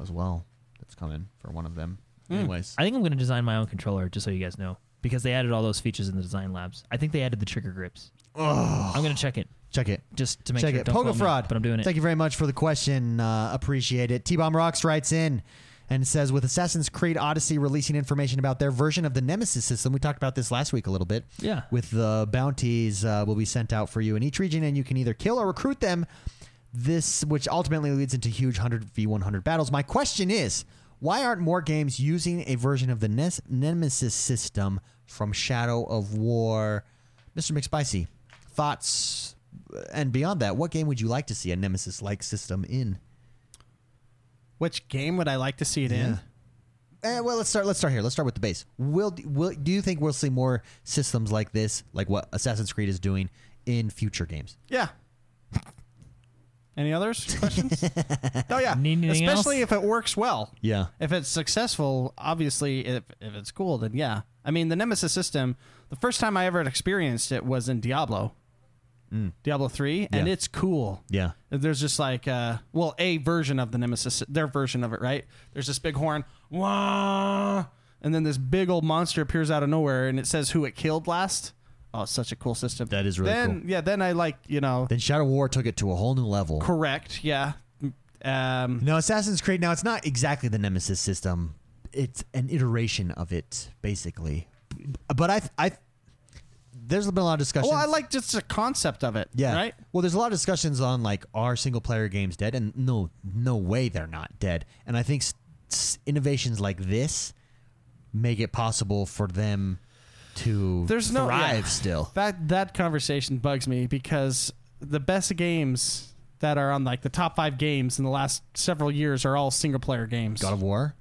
Speaker 1: as well that's coming for one of them. Anyways.
Speaker 4: Hmm. I think I'm going to design my own controller, just so you
Speaker 1: [sighs]
Speaker 4: guys know, because they added all those features in the design labs. I think they added the trigger grips. I'm going to check it.
Speaker 1: Check it.
Speaker 4: just to make
Speaker 1: Check
Speaker 4: sure.
Speaker 1: it.
Speaker 4: Don't quote
Speaker 1: Pogo
Speaker 4: me,
Speaker 1: fraud.
Speaker 4: but I'm doing it.
Speaker 1: Thank you very much for the question. Uh, appreciate it. T Bomb Rocks writes in and says with Assassin's Creed Odyssey releasing information about their version of the Nemesis system, we talked about this last week a little bit.
Speaker 4: Yeah.
Speaker 1: With the bounties uh, will be sent out for you in each region, and you can either kill or recruit them. This, which ultimately leads into huge 100 v 100 battles. My question is. Why aren't more games using a version of the Nes- Nemesis system from Shadow of War? Mr. McSpicy, thoughts uh, and beyond that, what game would you like to see a Nemesis like system in?
Speaker 2: Which game would I like to see it in?
Speaker 1: Eh, well, let's start. Let's start here. Let's start with the base. Will, will do you think we'll see more systems like this, like what Assassin's Creed is doing in future games?
Speaker 2: Yeah.
Speaker 1: [laughs]
Speaker 2: Any others? Questions? oh yeah.
Speaker 4: Need anything
Speaker 2: Especially
Speaker 4: else?
Speaker 2: if it works well.
Speaker 1: Yeah,
Speaker 2: If it's successful, obviously, if, if it's cool, then yeah. I mean, the Nemesis system, the first time I ever experienced it was in Diablo, Diablo 3, and
Speaker 1: Mm. Yeah.
Speaker 2: it's cool.
Speaker 1: yeah,
Speaker 2: There's just like, uh, well, a version of the Nemesis, their version of it, right? There's this big horn, wah, and then this big old monster appears out of nowhere and it says who it killed last. Oh, it's such a cool system.
Speaker 1: That is really
Speaker 2: then, Yeah, then I like, you know,
Speaker 1: Then Shadow War took it to a whole new level.
Speaker 2: correct, yeah. Um,
Speaker 1: No, Assassin's Creed. Now it's not exactly the Nemesis system. It's an iteration of it, basically. B- But I, I, there's been a lot of discussion.
Speaker 2: well, I like just the concept of it,
Speaker 1: Yeah.
Speaker 2: right?
Speaker 1: Well, there's a lot of discussions on like are single player games dead, and no, no way they're not dead. And I think s- s- innovations like this make it possible for them to
Speaker 2: There's no-
Speaker 1: thrive [laughs]
Speaker 2: yeah.
Speaker 1: still.
Speaker 2: That that conversation bugs me because the best games that are on like the top five games in the last several years are all single player games.
Speaker 1: God of War,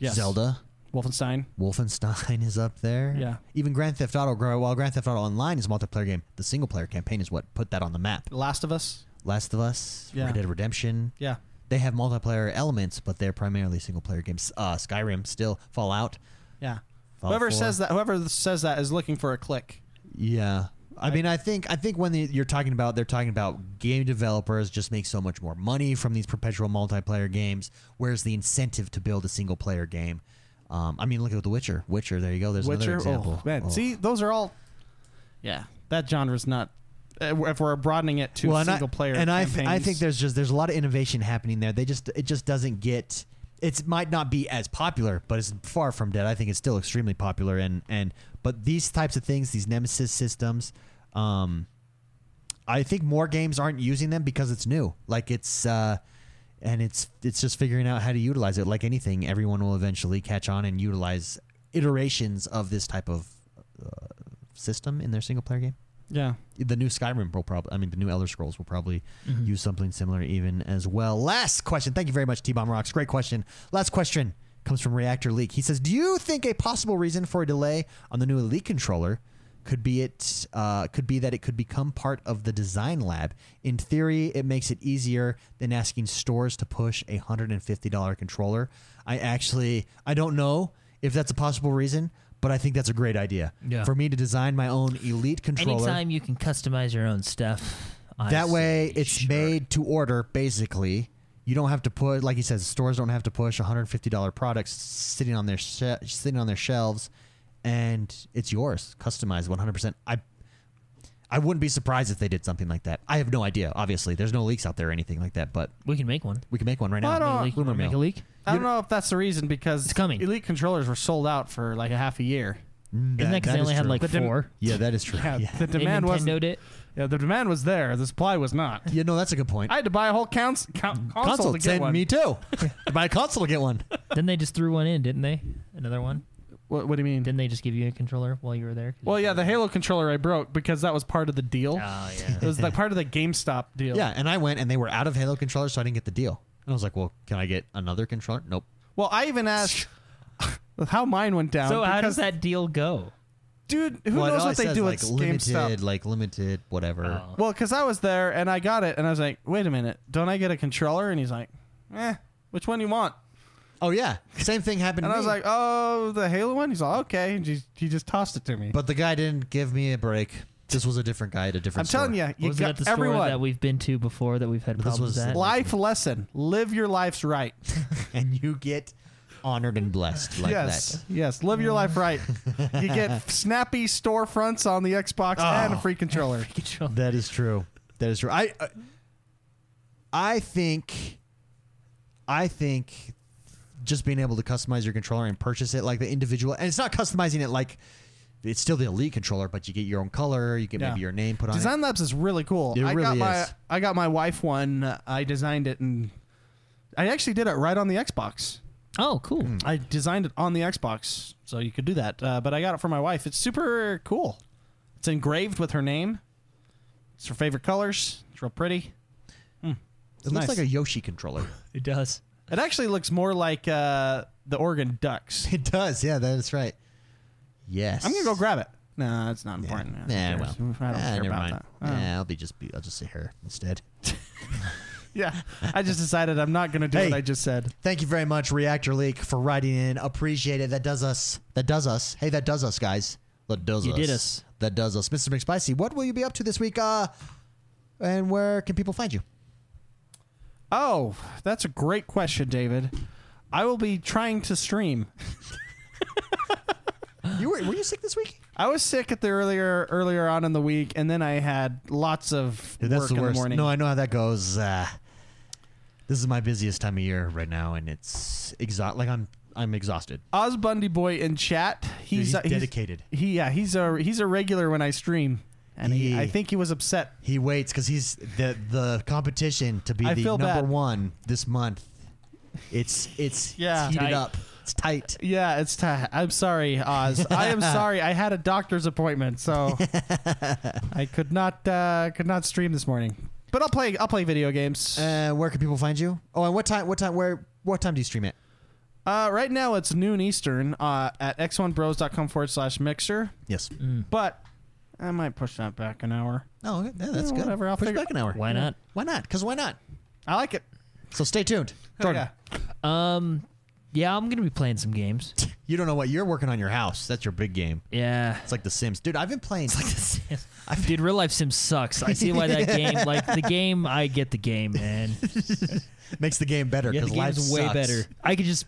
Speaker 2: Yes.
Speaker 1: Zelda,
Speaker 2: Wolfenstein.
Speaker 1: Wolfenstein is up there.
Speaker 2: Yeah.
Speaker 1: Even Grand Theft Auto. gr- While Grand Theft Auto Online is a multiplayer game, the single player campaign is what put that on the map.
Speaker 2: The Last of Us.
Speaker 1: Last of Us,
Speaker 2: Yeah.
Speaker 1: Red Dead Redemption.
Speaker 2: Yeah.
Speaker 1: They have multiplayer elements, but they're primarily single player games. Uh, Skyrim, still Fallout.
Speaker 2: Yeah.
Speaker 1: Fallout
Speaker 2: whoever
Speaker 1: 4.
Speaker 2: says that whoever says that is looking for a click.
Speaker 1: Yeah. I mean, I think I think when the, you're talking about they're talking about game developers just make so much more money from these perpetual multiplayer games. Where's the incentive to build a single player game? Um, I mean, look at The Witcher. Witcher, there you go. There's another
Speaker 2: Witcher.
Speaker 1: example.
Speaker 2: Oh, man.
Speaker 1: Oh.
Speaker 2: See, those are all Yeah. That genre's not uh, if we're broadening it to
Speaker 1: well, and I-
Speaker 2: single player
Speaker 1: and I, th- I
Speaker 2: campaigns.
Speaker 1: think there's just there's a lot of innovation happening there. They just it just doesn't get it might not be as popular, but it's far from dead. I think it's still extremely popular and and but these types of things, these nemesis systems, um, I think more games aren't using them because it's new. Like it's uh, and it's it's just figuring out how to utilize it. Like anything, everyone will eventually catch on and utilize iterations of this type of uh, system in their single player game
Speaker 2: Yeah.
Speaker 1: the new Skyrim will probably, I mean, the new Elder Scrolls will probably use something similar even as well. Last question. Thank you very much, T Bomb Rocks. Great question. Last question comes from Reactor Leak. He says, Do you think a possible reason for a delay on the new Elite controller? Could be it. Uh, could be that it could become part of the design lab. In theory, it makes it easier than asking stores to push a hundred and fifty dollar controller. I actually, I don't know if that's a possible reason, but I think that's a great idea
Speaker 4: Yeah.
Speaker 1: for me to design my own elite controller.
Speaker 4: Anytime you can customize your own stuff. I
Speaker 1: That way,
Speaker 4: say
Speaker 1: it's
Speaker 4: sure.
Speaker 1: made to order. Basically, you don't have to put, like he says, stores don't have to push 150 dollar products sitting on their she- sitting on their shelves, and it's yours, customized 100. percent I I wouldn't be surprised if they did something like that. I have no idea. Obviously, there's no leaks out there or anything like that, but
Speaker 4: We can make one.
Speaker 1: we can make one right
Speaker 2: Well, I
Speaker 1: now.
Speaker 2: don't-
Speaker 4: Leak-
Speaker 1: rumor
Speaker 4: make
Speaker 1: mill.
Speaker 4: a leak.
Speaker 2: I don't know if that's the reason because
Speaker 4: It's coming.
Speaker 2: Elite controllers were sold out for like a half a year.
Speaker 1: Mm,
Speaker 4: Isn't that because they
Speaker 1: is
Speaker 4: only had
Speaker 1: true.
Speaker 4: like
Speaker 2: But then-
Speaker 4: four?
Speaker 1: Yeah, that is true.
Speaker 2: Yeah,
Speaker 1: Yeah.
Speaker 2: the
Speaker 4: They
Speaker 2: demand was
Speaker 4: Nintendo'd it.
Speaker 2: yeah, the demand was there. The supply was not.
Speaker 1: yeah, no, that's a good point.
Speaker 2: I had to buy a whole cons- con- console,
Speaker 1: Mm. console,
Speaker 2: to get
Speaker 1: send
Speaker 2: one.
Speaker 1: me too.
Speaker 4: [laughs]
Speaker 1: Buy a console to get one.
Speaker 4: Then they just threw one in, didn't they? Another one.
Speaker 2: What, what do you mean?
Speaker 4: Didn't they just give you a controller while you were there?
Speaker 2: well, yeah, the Halo controller I broke because that was part of the deal.
Speaker 4: Oh yeah.
Speaker 2: It [laughs]
Speaker 4: [laughs]
Speaker 2: was like part of the GameStop deal.
Speaker 1: Yeah, and I went and they were out of Halo controllers, so I didn't get the deal. And I was like, well, can I get another controller? Nope.
Speaker 2: Well, I even asked [laughs] how mine went down.
Speaker 4: so how
Speaker 2: because-
Speaker 4: does that deal go?
Speaker 2: dude? Who
Speaker 1: Well, it
Speaker 2: knows
Speaker 1: always
Speaker 2: what they
Speaker 1: says,
Speaker 2: do
Speaker 1: like
Speaker 2: with
Speaker 1: limited,
Speaker 2: GameStop?
Speaker 1: like limited, whatever.
Speaker 4: Oh.
Speaker 2: Well, because I was there and I got it, and I was like, "Wait a minute, don't I get a controller?" And he's like, "Eh, which one you want?"
Speaker 1: Oh yeah, same thing happened.
Speaker 2: And
Speaker 1: to
Speaker 2: I was
Speaker 1: me.
Speaker 2: like, "Oh, the Halo one." He's like, "Okay," and he, he just tossed it to me.
Speaker 1: but the guy didn't give me a break. This was a different guy at a
Speaker 2: I'm
Speaker 1: different.
Speaker 2: telling you, you
Speaker 4: was it at
Speaker 2: got
Speaker 4: the store
Speaker 2: everyone.
Speaker 4: that we've been to before that we've had
Speaker 1: This
Speaker 4: problems
Speaker 1: was
Speaker 4: at? [laughs]
Speaker 1: like-
Speaker 2: Life lesson: live your life's right.
Speaker 1: [laughs] and you get honored and blessed like
Speaker 2: yes,
Speaker 1: that.
Speaker 2: yes. Live your
Speaker 1: [laughs]
Speaker 2: life right. You get snappy storefronts on the Xbox and a free controller.
Speaker 4: Controller.
Speaker 1: That is true. That is true. I I- I think I think just being able to customize your controller and purchase it like the individual and it's not customizing it like it's still the elite controller, but you get your own color, you get
Speaker 2: Yeah.
Speaker 1: maybe your name put on it.
Speaker 2: Design Labs is really cool.
Speaker 1: It
Speaker 2: I got
Speaker 1: really
Speaker 2: my
Speaker 1: is.
Speaker 2: I got my wife one. Uh, I designed it and I actually did it right on the Xbox.
Speaker 4: Oh, cool.
Speaker 2: I designed it on the Xbox, so you could do that. Uh, but I got it for my wife. It's super cool. It's engraved with her name. It's her favorite colors. It's real pretty. Hmm.
Speaker 1: It looks
Speaker 2: nice.
Speaker 1: like a Yoshi
Speaker 2: [laughs]
Speaker 1: controller.
Speaker 4: It does.
Speaker 2: It actually looks more like uh, the Oregon Ducks.
Speaker 1: it does. Yeah, that is right. Yes.
Speaker 2: I'm gonna go grab it. Nah, it's not
Speaker 1: Yeah,
Speaker 2: important. Who
Speaker 1: nah, well,
Speaker 2: cares? I don't
Speaker 1: Ah,
Speaker 2: care
Speaker 1: never
Speaker 2: about
Speaker 1: mind.
Speaker 2: that. Oh. I don't-
Speaker 1: Nah, I'll be just be, I'll just sit here instead.
Speaker 2: Yeah, I just decided I'm not gonna do
Speaker 1: Hey.
Speaker 2: what I just said.
Speaker 1: Thank you very much, Reactor Leak, for writing in. Appreciate it. That does us. That does us. Hey, that does us, guys. That does
Speaker 4: You
Speaker 1: us.
Speaker 4: did us.
Speaker 1: That does us. Mr. McSpicy, what will you be up to this week? Uh, and where can people find you?
Speaker 2: Oh, that's a great question, David. I will be trying to stream.
Speaker 1: You were were you sick this week?
Speaker 2: I was sick at the earlier earlier on in the week, and then I had lots of work in the morning.
Speaker 1: No, I know how that goes. Uh, this is my busiest time of year right now, and it's exhaust. Like I'm I'm exhausted.
Speaker 2: Oz Bundy boy in chat. He's,
Speaker 1: he's
Speaker 2: uh,
Speaker 1: dedicated.
Speaker 2: He yeah, he's a he's a regular when I stream, and he,
Speaker 1: He-
Speaker 2: I think he was upset.
Speaker 1: He waits because he's the the competition to be
Speaker 2: I
Speaker 1: the
Speaker 2: feel
Speaker 1: number
Speaker 2: bad.
Speaker 1: one this month. It's it's
Speaker 2: Yeah.
Speaker 1: it's heated
Speaker 2: Tight.
Speaker 1: up. It's tight.
Speaker 2: Yeah, it's time. I'm sorry, Oz.
Speaker 1: [laughs]
Speaker 2: I am sorry. I had a doctor's appointment, so I could not uh, could not stream this morning. But I'll play I'll play video games.
Speaker 1: Uh, where can people find you? Oh, and what time? What time? Where? What time do you stream it?
Speaker 2: Uh, right now it's noon Eastern uh, at x1bros.com forward slash mixer,
Speaker 1: Yes.
Speaker 4: Hmm.
Speaker 2: but I might push that back an hour.
Speaker 1: Oh, okay. yeah, that's
Speaker 2: Yeah,
Speaker 1: good.
Speaker 2: whatever, I'll
Speaker 1: Push
Speaker 2: figure-
Speaker 1: back an hour.
Speaker 4: Why not?
Speaker 1: Why not? Because why not?
Speaker 2: I like it.
Speaker 1: So stay tuned.
Speaker 2: Jordan.
Speaker 4: Um, yeah, I'm gonna be playing some [laughs] games.
Speaker 1: You don't know what you're working on your house. That's your big game.
Speaker 4: Yeah.
Speaker 1: It's like The Sims, dude. I've been playing. It's like The Sims.
Speaker 4: Dude, real life sim sucks. I see why that [laughs] game, like the game, I get the game, man.
Speaker 1: [laughs] Makes the game better
Speaker 4: Yeah,
Speaker 1: because
Speaker 4: the
Speaker 1: life
Speaker 4: game's way
Speaker 1: sucks.
Speaker 4: better. I could just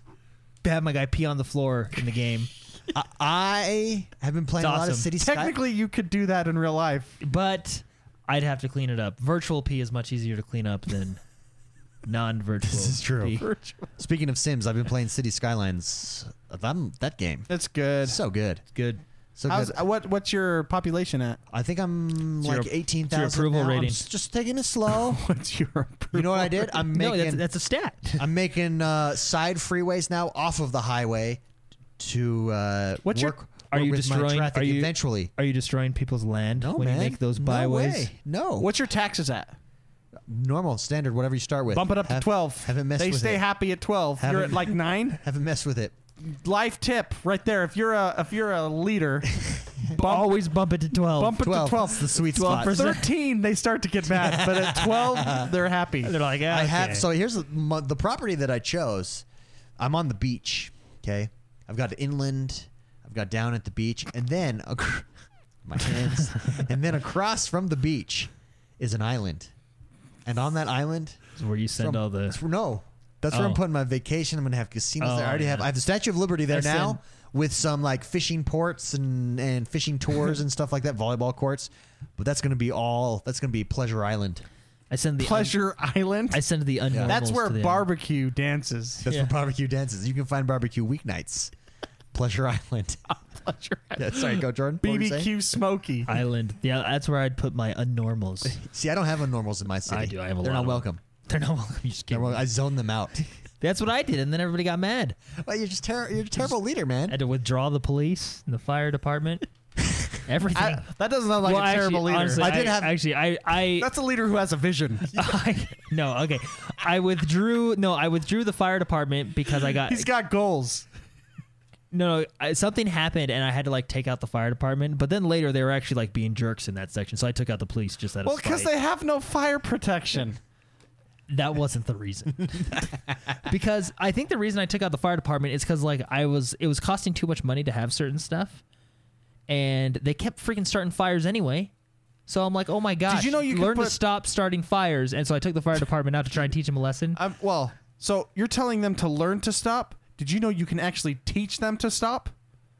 Speaker 4: have my guy pee on the floor in the game,
Speaker 1: I, I have been playing
Speaker 4: It's
Speaker 1: a lot of
Speaker 4: awesome.
Speaker 1: City Sky.
Speaker 2: Technically, you could do that in real life.
Speaker 4: but I'd have to clean it up. Virtual pee is much easier to clean up than [laughs]
Speaker 1: [laughs]
Speaker 4: non-virtual.
Speaker 1: This is true.
Speaker 4: pee.
Speaker 1: Speaking of Sims, I've been playing City Skylines. That, that game.
Speaker 2: That's good.
Speaker 1: So good.
Speaker 4: Good.
Speaker 1: So
Speaker 2: How's, uh,
Speaker 1: good.
Speaker 2: what what's your
Speaker 1: [laughs]
Speaker 2: population at?
Speaker 1: I think I'm
Speaker 4: It's your-
Speaker 1: like
Speaker 4: it's your
Speaker 1: 18,000.
Speaker 4: approval
Speaker 1: now. I'm
Speaker 4: rating.
Speaker 1: s- just taking it
Speaker 4: [laughs]
Speaker 1: slow.
Speaker 2: What's your
Speaker 1: you know what I did? I'm making.
Speaker 4: no, that's, that's a stat.
Speaker 1: I'm making uh, side freeways now off of the highway to uh,
Speaker 2: What's your-
Speaker 1: work.
Speaker 4: Are
Speaker 1: work
Speaker 4: you
Speaker 1: with my
Speaker 4: destroying-
Speaker 1: traffic
Speaker 4: are you-
Speaker 1: eventually?
Speaker 4: Are you destroying people's land
Speaker 1: No
Speaker 4: when
Speaker 1: man,
Speaker 4: you make those
Speaker 1: No
Speaker 4: byways?
Speaker 1: way. No,
Speaker 2: what's your taxes at?
Speaker 1: normal standard? Whatever you start with,
Speaker 2: Bump it up to
Speaker 1: Have-
Speaker 2: twelve.
Speaker 1: Haven't messed
Speaker 2: They
Speaker 1: with
Speaker 2: stay
Speaker 1: it.
Speaker 2: happy at twelve. You're at
Speaker 1: Haven't- [laughs]
Speaker 2: like nine.
Speaker 1: haven't messed with it.
Speaker 2: Life tip right there. If you're a if you're a
Speaker 1: [laughs]
Speaker 2: leader, bump,
Speaker 4: Always bump it to twelve.
Speaker 2: bump it
Speaker 1: Oh, Twelve.
Speaker 2: to twelve.
Speaker 1: That's the sweet spot.
Speaker 4: 12%.
Speaker 2: Thirteen, they start to get mad,
Speaker 1: [laughs]
Speaker 2: but at twelve, they're happy.
Speaker 4: They're like,
Speaker 1: I
Speaker 4: "Ah,
Speaker 1: have.
Speaker 4: okay."
Speaker 1: So here's the, mo- the property that I chose. I'm on the beach. Okay, I've got inland. I've got down at the beach, and then ac- [laughs] my hands, and then across from the beach is an island, and on that island
Speaker 4: This is where you send
Speaker 1: from-
Speaker 4: all the
Speaker 1: it's- [laughs] no. That's where I'm
Speaker 4: Oh.
Speaker 1: putting my vacation. I'm gonna have casinos. there. I
Speaker 4: Oh,
Speaker 1: already have.
Speaker 4: yeah.
Speaker 1: I have the Statue of Liberty there
Speaker 4: That's
Speaker 1: now,
Speaker 4: in-
Speaker 1: with some like fishing ports and and fishing tours and stuff like that, volleyball courts. But that's gonna be all. That's gonna be Pleasure Island.
Speaker 4: I send the un-
Speaker 2: Pleasure Island.
Speaker 4: I send the unnormals.
Speaker 2: That's where
Speaker 4: to the-
Speaker 2: barbecue dances.
Speaker 1: That's
Speaker 4: Yeah.
Speaker 1: where barbecue dances. You can find barbecue weeknights. Pleasure
Speaker 4: [laughs]
Speaker 1: Island.
Speaker 4: Oh,
Speaker 2: Pleasure
Speaker 1: [laughs]
Speaker 2: Island.
Speaker 1: yeah, sorry, go Jordan. What were you saying?
Speaker 2: BBQ Smoky.
Speaker 4: island. Yeah, that's where I'd put my unnormals.
Speaker 1: See, I don't have unnormals in my city.
Speaker 4: I do. I have a
Speaker 1: They're
Speaker 4: lot
Speaker 1: not
Speaker 4: of
Speaker 1: welcome.
Speaker 4: [laughs] They're not welcome. You just
Speaker 1: They're
Speaker 4: kidding.
Speaker 1: wel- I zone them out.
Speaker 4: [laughs]
Speaker 1: [laughs]
Speaker 4: That's what I did, and then everybody got mad.
Speaker 1: well, you're just ter- you're a terrible leader,
Speaker 4: I
Speaker 1: man.
Speaker 4: had [laughs] to withdraw the police, and the fire [laughs] department, everything.
Speaker 2: I- that doesn't sound like
Speaker 4: Well,
Speaker 2: a terrible
Speaker 4: actually,
Speaker 2: leader.
Speaker 4: Honestly,
Speaker 1: I did
Speaker 4: I-
Speaker 1: have-
Speaker 4: actually. I I,
Speaker 2: [laughs] That's a leader who has a vision.
Speaker 4: [laughs] I no okay. I withdrew. No, I withdrew the fire department because I got
Speaker 2: He's got goals.
Speaker 4: No, I, something happened, and I had to like take out the fire department. But then later, they were actually like being jerks in that section, so I took out the police just out
Speaker 2: Well,
Speaker 4: of
Speaker 2: because
Speaker 4: spite.
Speaker 2: they have no fire
Speaker 4: [laughs]
Speaker 2: protection.
Speaker 4: that wasn't the reason.
Speaker 2: [laughs]
Speaker 4: because I think the reason I took out the fire department is because like I was, it was costing too much money to have certain stuff, and they kept freaking starting fires anyway. So I'm like, oh my gosh!
Speaker 2: you know you could
Speaker 4: learn
Speaker 2: put-
Speaker 4: to stop starting fires? And so I took the fire department out to try and teach them a lesson.
Speaker 2: Um, well, so you're telling them to learn to stop. Did you know you can actually teach them to stop?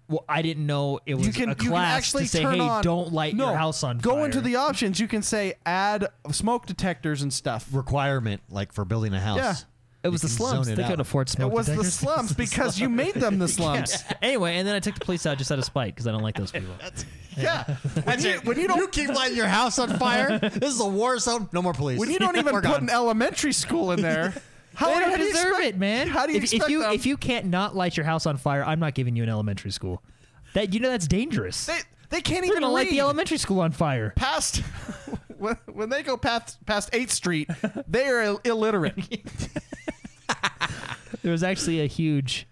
Speaker 4: well, I didn't know it was
Speaker 2: you can
Speaker 4: a
Speaker 2: you can
Speaker 4: class
Speaker 2: actually
Speaker 4: to say,
Speaker 2: turn
Speaker 4: "Hey,
Speaker 2: on,
Speaker 4: don't light
Speaker 2: no,
Speaker 4: your house on
Speaker 2: go
Speaker 4: fire."
Speaker 2: into the options you can say add smoke detectors and stuff
Speaker 1: requirement like for building a house.
Speaker 2: Yeah.
Speaker 4: It was the slums. They couldn't afford
Speaker 2: it
Speaker 4: smoke
Speaker 2: was the
Speaker 4: detectors. [laughs]
Speaker 2: slums because you made them the slums
Speaker 4: anyway, and then I took the police out just out of spite because I don't like those people.
Speaker 2: yeah, When, you, when you
Speaker 1: You
Speaker 2: don't
Speaker 1: keep [laughs] lighting your house on fire. This is a war zone. No more police.
Speaker 2: when
Speaker 1: [laughs]
Speaker 2: you [laughs] don't even
Speaker 1: We're
Speaker 2: put
Speaker 1: gone.
Speaker 2: an elementary school in [laughs] there how,
Speaker 4: They
Speaker 2: how
Speaker 4: don't
Speaker 2: do you
Speaker 4: deserve
Speaker 2: expect-
Speaker 4: it, man.
Speaker 2: how do you
Speaker 4: if, if
Speaker 2: expect
Speaker 4: you
Speaker 2: them-
Speaker 4: if you can't not light your house on fire, I'm not giving you an elementary school. That you know that's dangerous.
Speaker 2: they, they can't
Speaker 4: They're
Speaker 2: even
Speaker 4: gonna
Speaker 2: read.
Speaker 4: light the elementary school on fire.
Speaker 2: past [laughs] when, when they go past past 8th street [laughs] they are ill- illiterate
Speaker 4: There was actually a huge,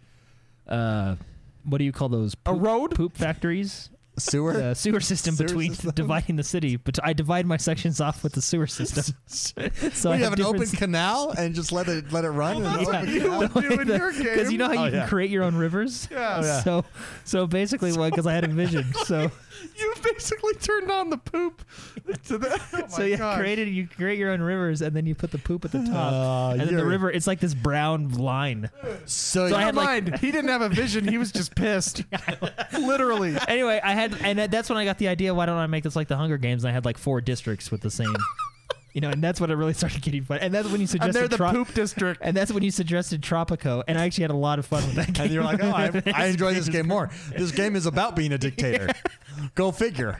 Speaker 4: uh, what do you call those?
Speaker 2: a [laughs]
Speaker 4: Poop,
Speaker 2: road
Speaker 4: poop factories.
Speaker 1: sewer.
Speaker 4: The sewer system
Speaker 1: Sewer
Speaker 4: between
Speaker 1: system.
Speaker 4: [laughs] dividing the city, but I divide my sections off with the
Speaker 2: [laughs]
Speaker 4: sewer system. so I
Speaker 1: you have an open
Speaker 4: different-
Speaker 1: canal and just let it let it run. and
Speaker 2: that's
Speaker 1: open
Speaker 2: what you
Speaker 1: canal.
Speaker 2: would do in
Speaker 4: [laughs]
Speaker 2: your game
Speaker 4: because you know how you
Speaker 1: Oh,
Speaker 4: can
Speaker 1: yeah.
Speaker 4: create your own rivers.
Speaker 2: Yeah.
Speaker 4: So, so basically, because I had
Speaker 2: [laughs]
Speaker 4: a vision. So,
Speaker 2: you basically turned on the poop to the [laughs] oh my
Speaker 4: so you
Speaker 2: gosh.
Speaker 4: created you create your own rivers, and then you put the poop at the
Speaker 1: Uh,
Speaker 4: top, and then the
Speaker 1: you're-
Speaker 4: river. It's like this brown line.
Speaker 1: So,
Speaker 4: So I
Speaker 2: Never
Speaker 4: had like
Speaker 2: mind. he didn't have a vision. He was just [laughs] pissed. Literally.
Speaker 4: anyway, I had, and that's when I got the idea. Why don't I make this like the Hunger Games? And I had like four districts with the same, you know, and that's when it really started getting fun. And that's when you
Speaker 2: And
Speaker 4: suggested
Speaker 2: they're the
Speaker 4: Tro-
Speaker 2: poop district.
Speaker 4: And that's when you suggested Tropico, and I actually had a lot of fun with that game.
Speaker 1: and you're like, oh, I,
Speaker 4: [laughs]
Speaker 1: I enjoy this game more. This game is about being a dictator. Go figure.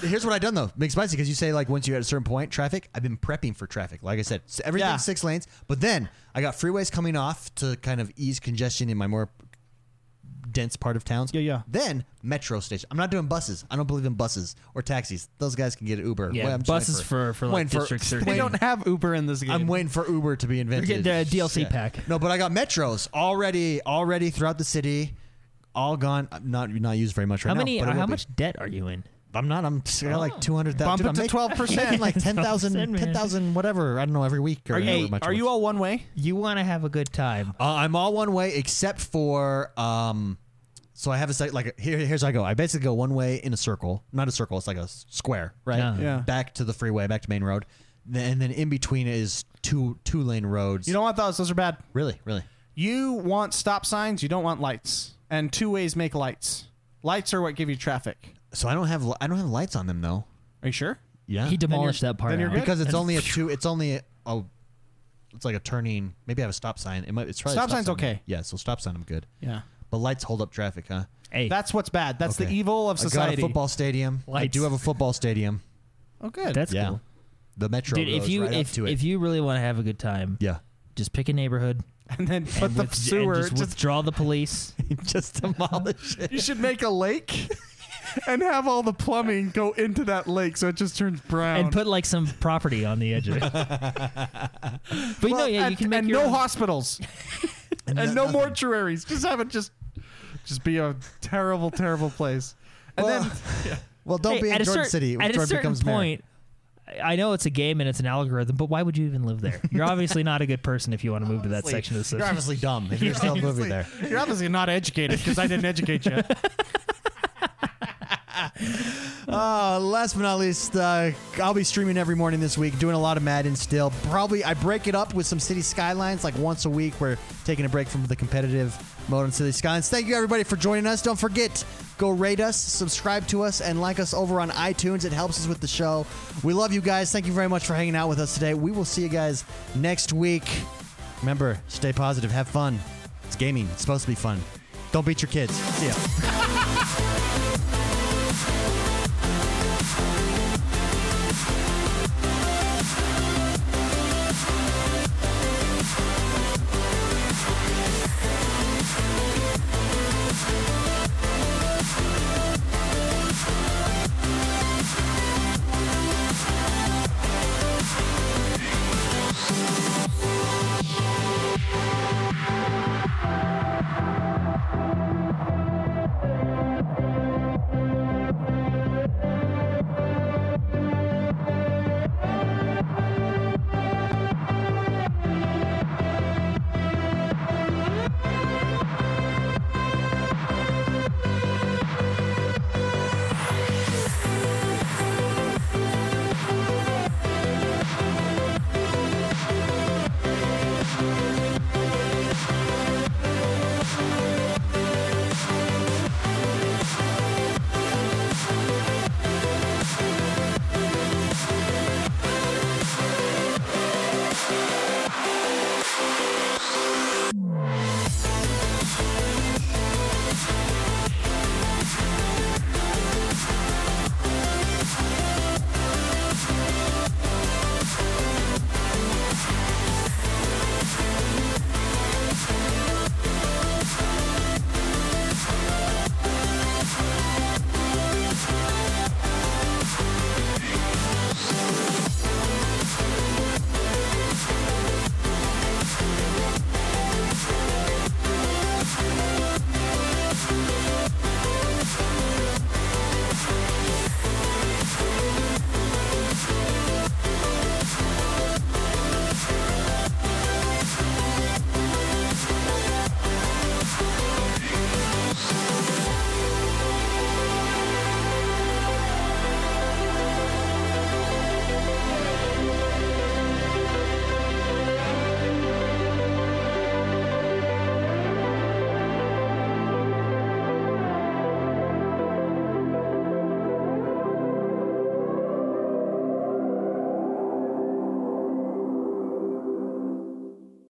Speaker 1: Here's what I done though, make spicy because you say like once you are at a certain point, traffic. I've been prepping for traffic. Like I said, s- everything's
Speaker 2: Yeah.
Speaker 1: six lanes, but then I got freeways coming off to kind of ease congestion in my more dense part of towns.
Speaker 2: Yeah, yeah.
Speaker 1: Then metro station. I'm not doing buses. I don't believe in buses or taxis. Those guys can get Uber.
Speaker 4: Yeah,
Speaker 1: Well, I'm just
Speaker 4: buses
Speaker 1: waiting
Speaker 4: for for like
Speaker 1: waiting for-
Speaker 4: districts.
Speaker 1: They
Speaker 2: They
Speaker 1: Wait.
Speaker 2: don't have Uber in this game.
Speaker 1: I'm waiting for Uber to be invented.
Speaker 4: getting the DLC pack.
Speaker 1: No, but I got metros already, already throughout the city, all gone. I'm not not used very much right
Speaker 4: How
Speaker 1: now.
Speaker 4: many? uh,
Speaker 1: but it will
Speaker 4: How
Speaker 1: be.
Speaker 4: much Oh. debt are you in?
Speaker 1: I'm not. I'm I got like two hundred thousand.
Speaker 2: Bump it to
Speaker 1: [laughs]
Speaker 2: 12%.
Speaker 4: [laughs]
Speaker 1: Like 10,000,
Speaker 4: 10%, man.
Speaker 1: 10,000 whatever. I don't know every week. Or
Speaker 2: Are
Speaker 1: however
Speaker 2: you,
Speaker 1: much it
Speaker 2: are you
Speaker 1: was.
Speaker 2: all one way?
Speaker 4: You want to have a good time.
Speaker 1: Uh, I'm all one way except for um. So I have a site like here. Here's how I go. I basically go one way in a circle, not a circle. It's like a s- square, right?
Speaker 4: Yeah.
Speaker 2: Yeah.
Speaker 1: Back to the freeway, back to main road, Th- and then in between is two two lane roads.
Speaker 2: You don't want those. Those are bad.
Speaker 1: really, really.
Speaker 2: You want stop signs. You don't want lights. And two ways make lights. Lights are what give you traffic.
Speaker 1: So I don't have li- I don't have lights on them though.
Speaker 2: Are you sure?
Speaker 1: Yeah,
Speaker 4: He demolished that part
Speaker 2: then you're
Speaker 4: out.
Speaker 2: good.
Speaker 1: because it's only a two. It's only a, a- It's like a turning. Maybe I have a stop sign. It might. It's probably a
Speaker 2: Stop sign's
Speaker 1: sign.
Speaker 2: okay.
Speaker 1: Yeah, so stop sign. I'm good.
Speaker 2: Yeah.
Speaker 1: But lights hold up traffic, huh?
Speaker 4: Hey,
Speaker 2: That's what's bad. That's
Speaker 1: Okay.
Speaker 2: the evil of
Speaker 1: I got
Speaker 2: society.
Speaker 1: a football stadium. I
Speaker 4: Lights.
Speaker 1: do have a football stadium.
Speaker 2: Oh, good.
Speaker 4: that's
Speaker 1: yeah,
Speaker 4: cool.
Speaker 1: the metro
Speaker 4: Dude, if
Speaker 1: goes
Speaker 4: you
Speaker 1: right up
Speaker 4: if
Speaker 1: to it.
Speaker 4: if you really want to have a good time,
Speaker 1: yeah, [laughs]
Speaker 4: just pick a neighborhood
Speaker 2: and then put
Speaker 4: and
Speaker 2: the
Speaker 4: with- and
Speaker 2: sewer.
Speaker 4: just
Speaker 2: just-
Speaker 4: withdraw
Speaker 1: [laughs]
Speaker 4: the police.
Speaker 1: just demolish it.
Speaker 4: [laughs]
Speaker 2: you should make a lake [laughs] and have all the plumbing go into that lake so it just turns brown.
Speaker 4: and put like some property on the edge of it.
Speaker 1: [laughs]
Speaker 4: but no, yeah,
Speaker 2: and,
Speaker 4: you can make
Speaker 2: and
Speaker 4: your
Speaker 2: no
Speaker 4: own- [laughs]
Speaker 2: hospitals and, no mortuaries. Just have it just just be a terrible, terrible place. And
Speaker 1: Well,
Speaker 2: then
Speaker 4: [laughs]
Speaker 1: well, don't
Speaker 4: Hey,
Speaker 1: be in
Speaker 4: at a
Speaker 1: Jordan
Speaker 4: cer-
Speaker 1: City.
Speaker 4: At
Speaker 1: Jordan
Speaker 4: a certain
Speaker 1: becomes mayor.
Speaker 4: point, I- I know it's a game and it's an algorithm, but why would you even live there? You're obviously not a good person if you want to move to that section of
Speaker 1: [laughs]
Speaker 4: the
Speaker 1: you're
Speaker 4: city.
Speaker 1: obviously dumb if you're still
Speaker 2: [laughs]
Speaker 4: [laughs]
Speaker 1: moving there.
Speaker 2: you're obviously not educated because I didn't educate you.
Speaker 1: Uh, last but not least, uh, I'll be streaming every morning this week, doing a lot of Madden still. Probably I break it up with some City Skylines like once a week. We're taking a break from the competitive mode on City Skylines. Thank you everybody for joining us. Don't forget, go rate us, subscribe to us, and like us over on iTunes. It helps us with the show. We love you guys. Thank you very much for hanging out with us today. We will see you guys next week. Remember, stay positive, have fun. It's gaming. It's supposed to be fun. Don't beat your kids. See ya.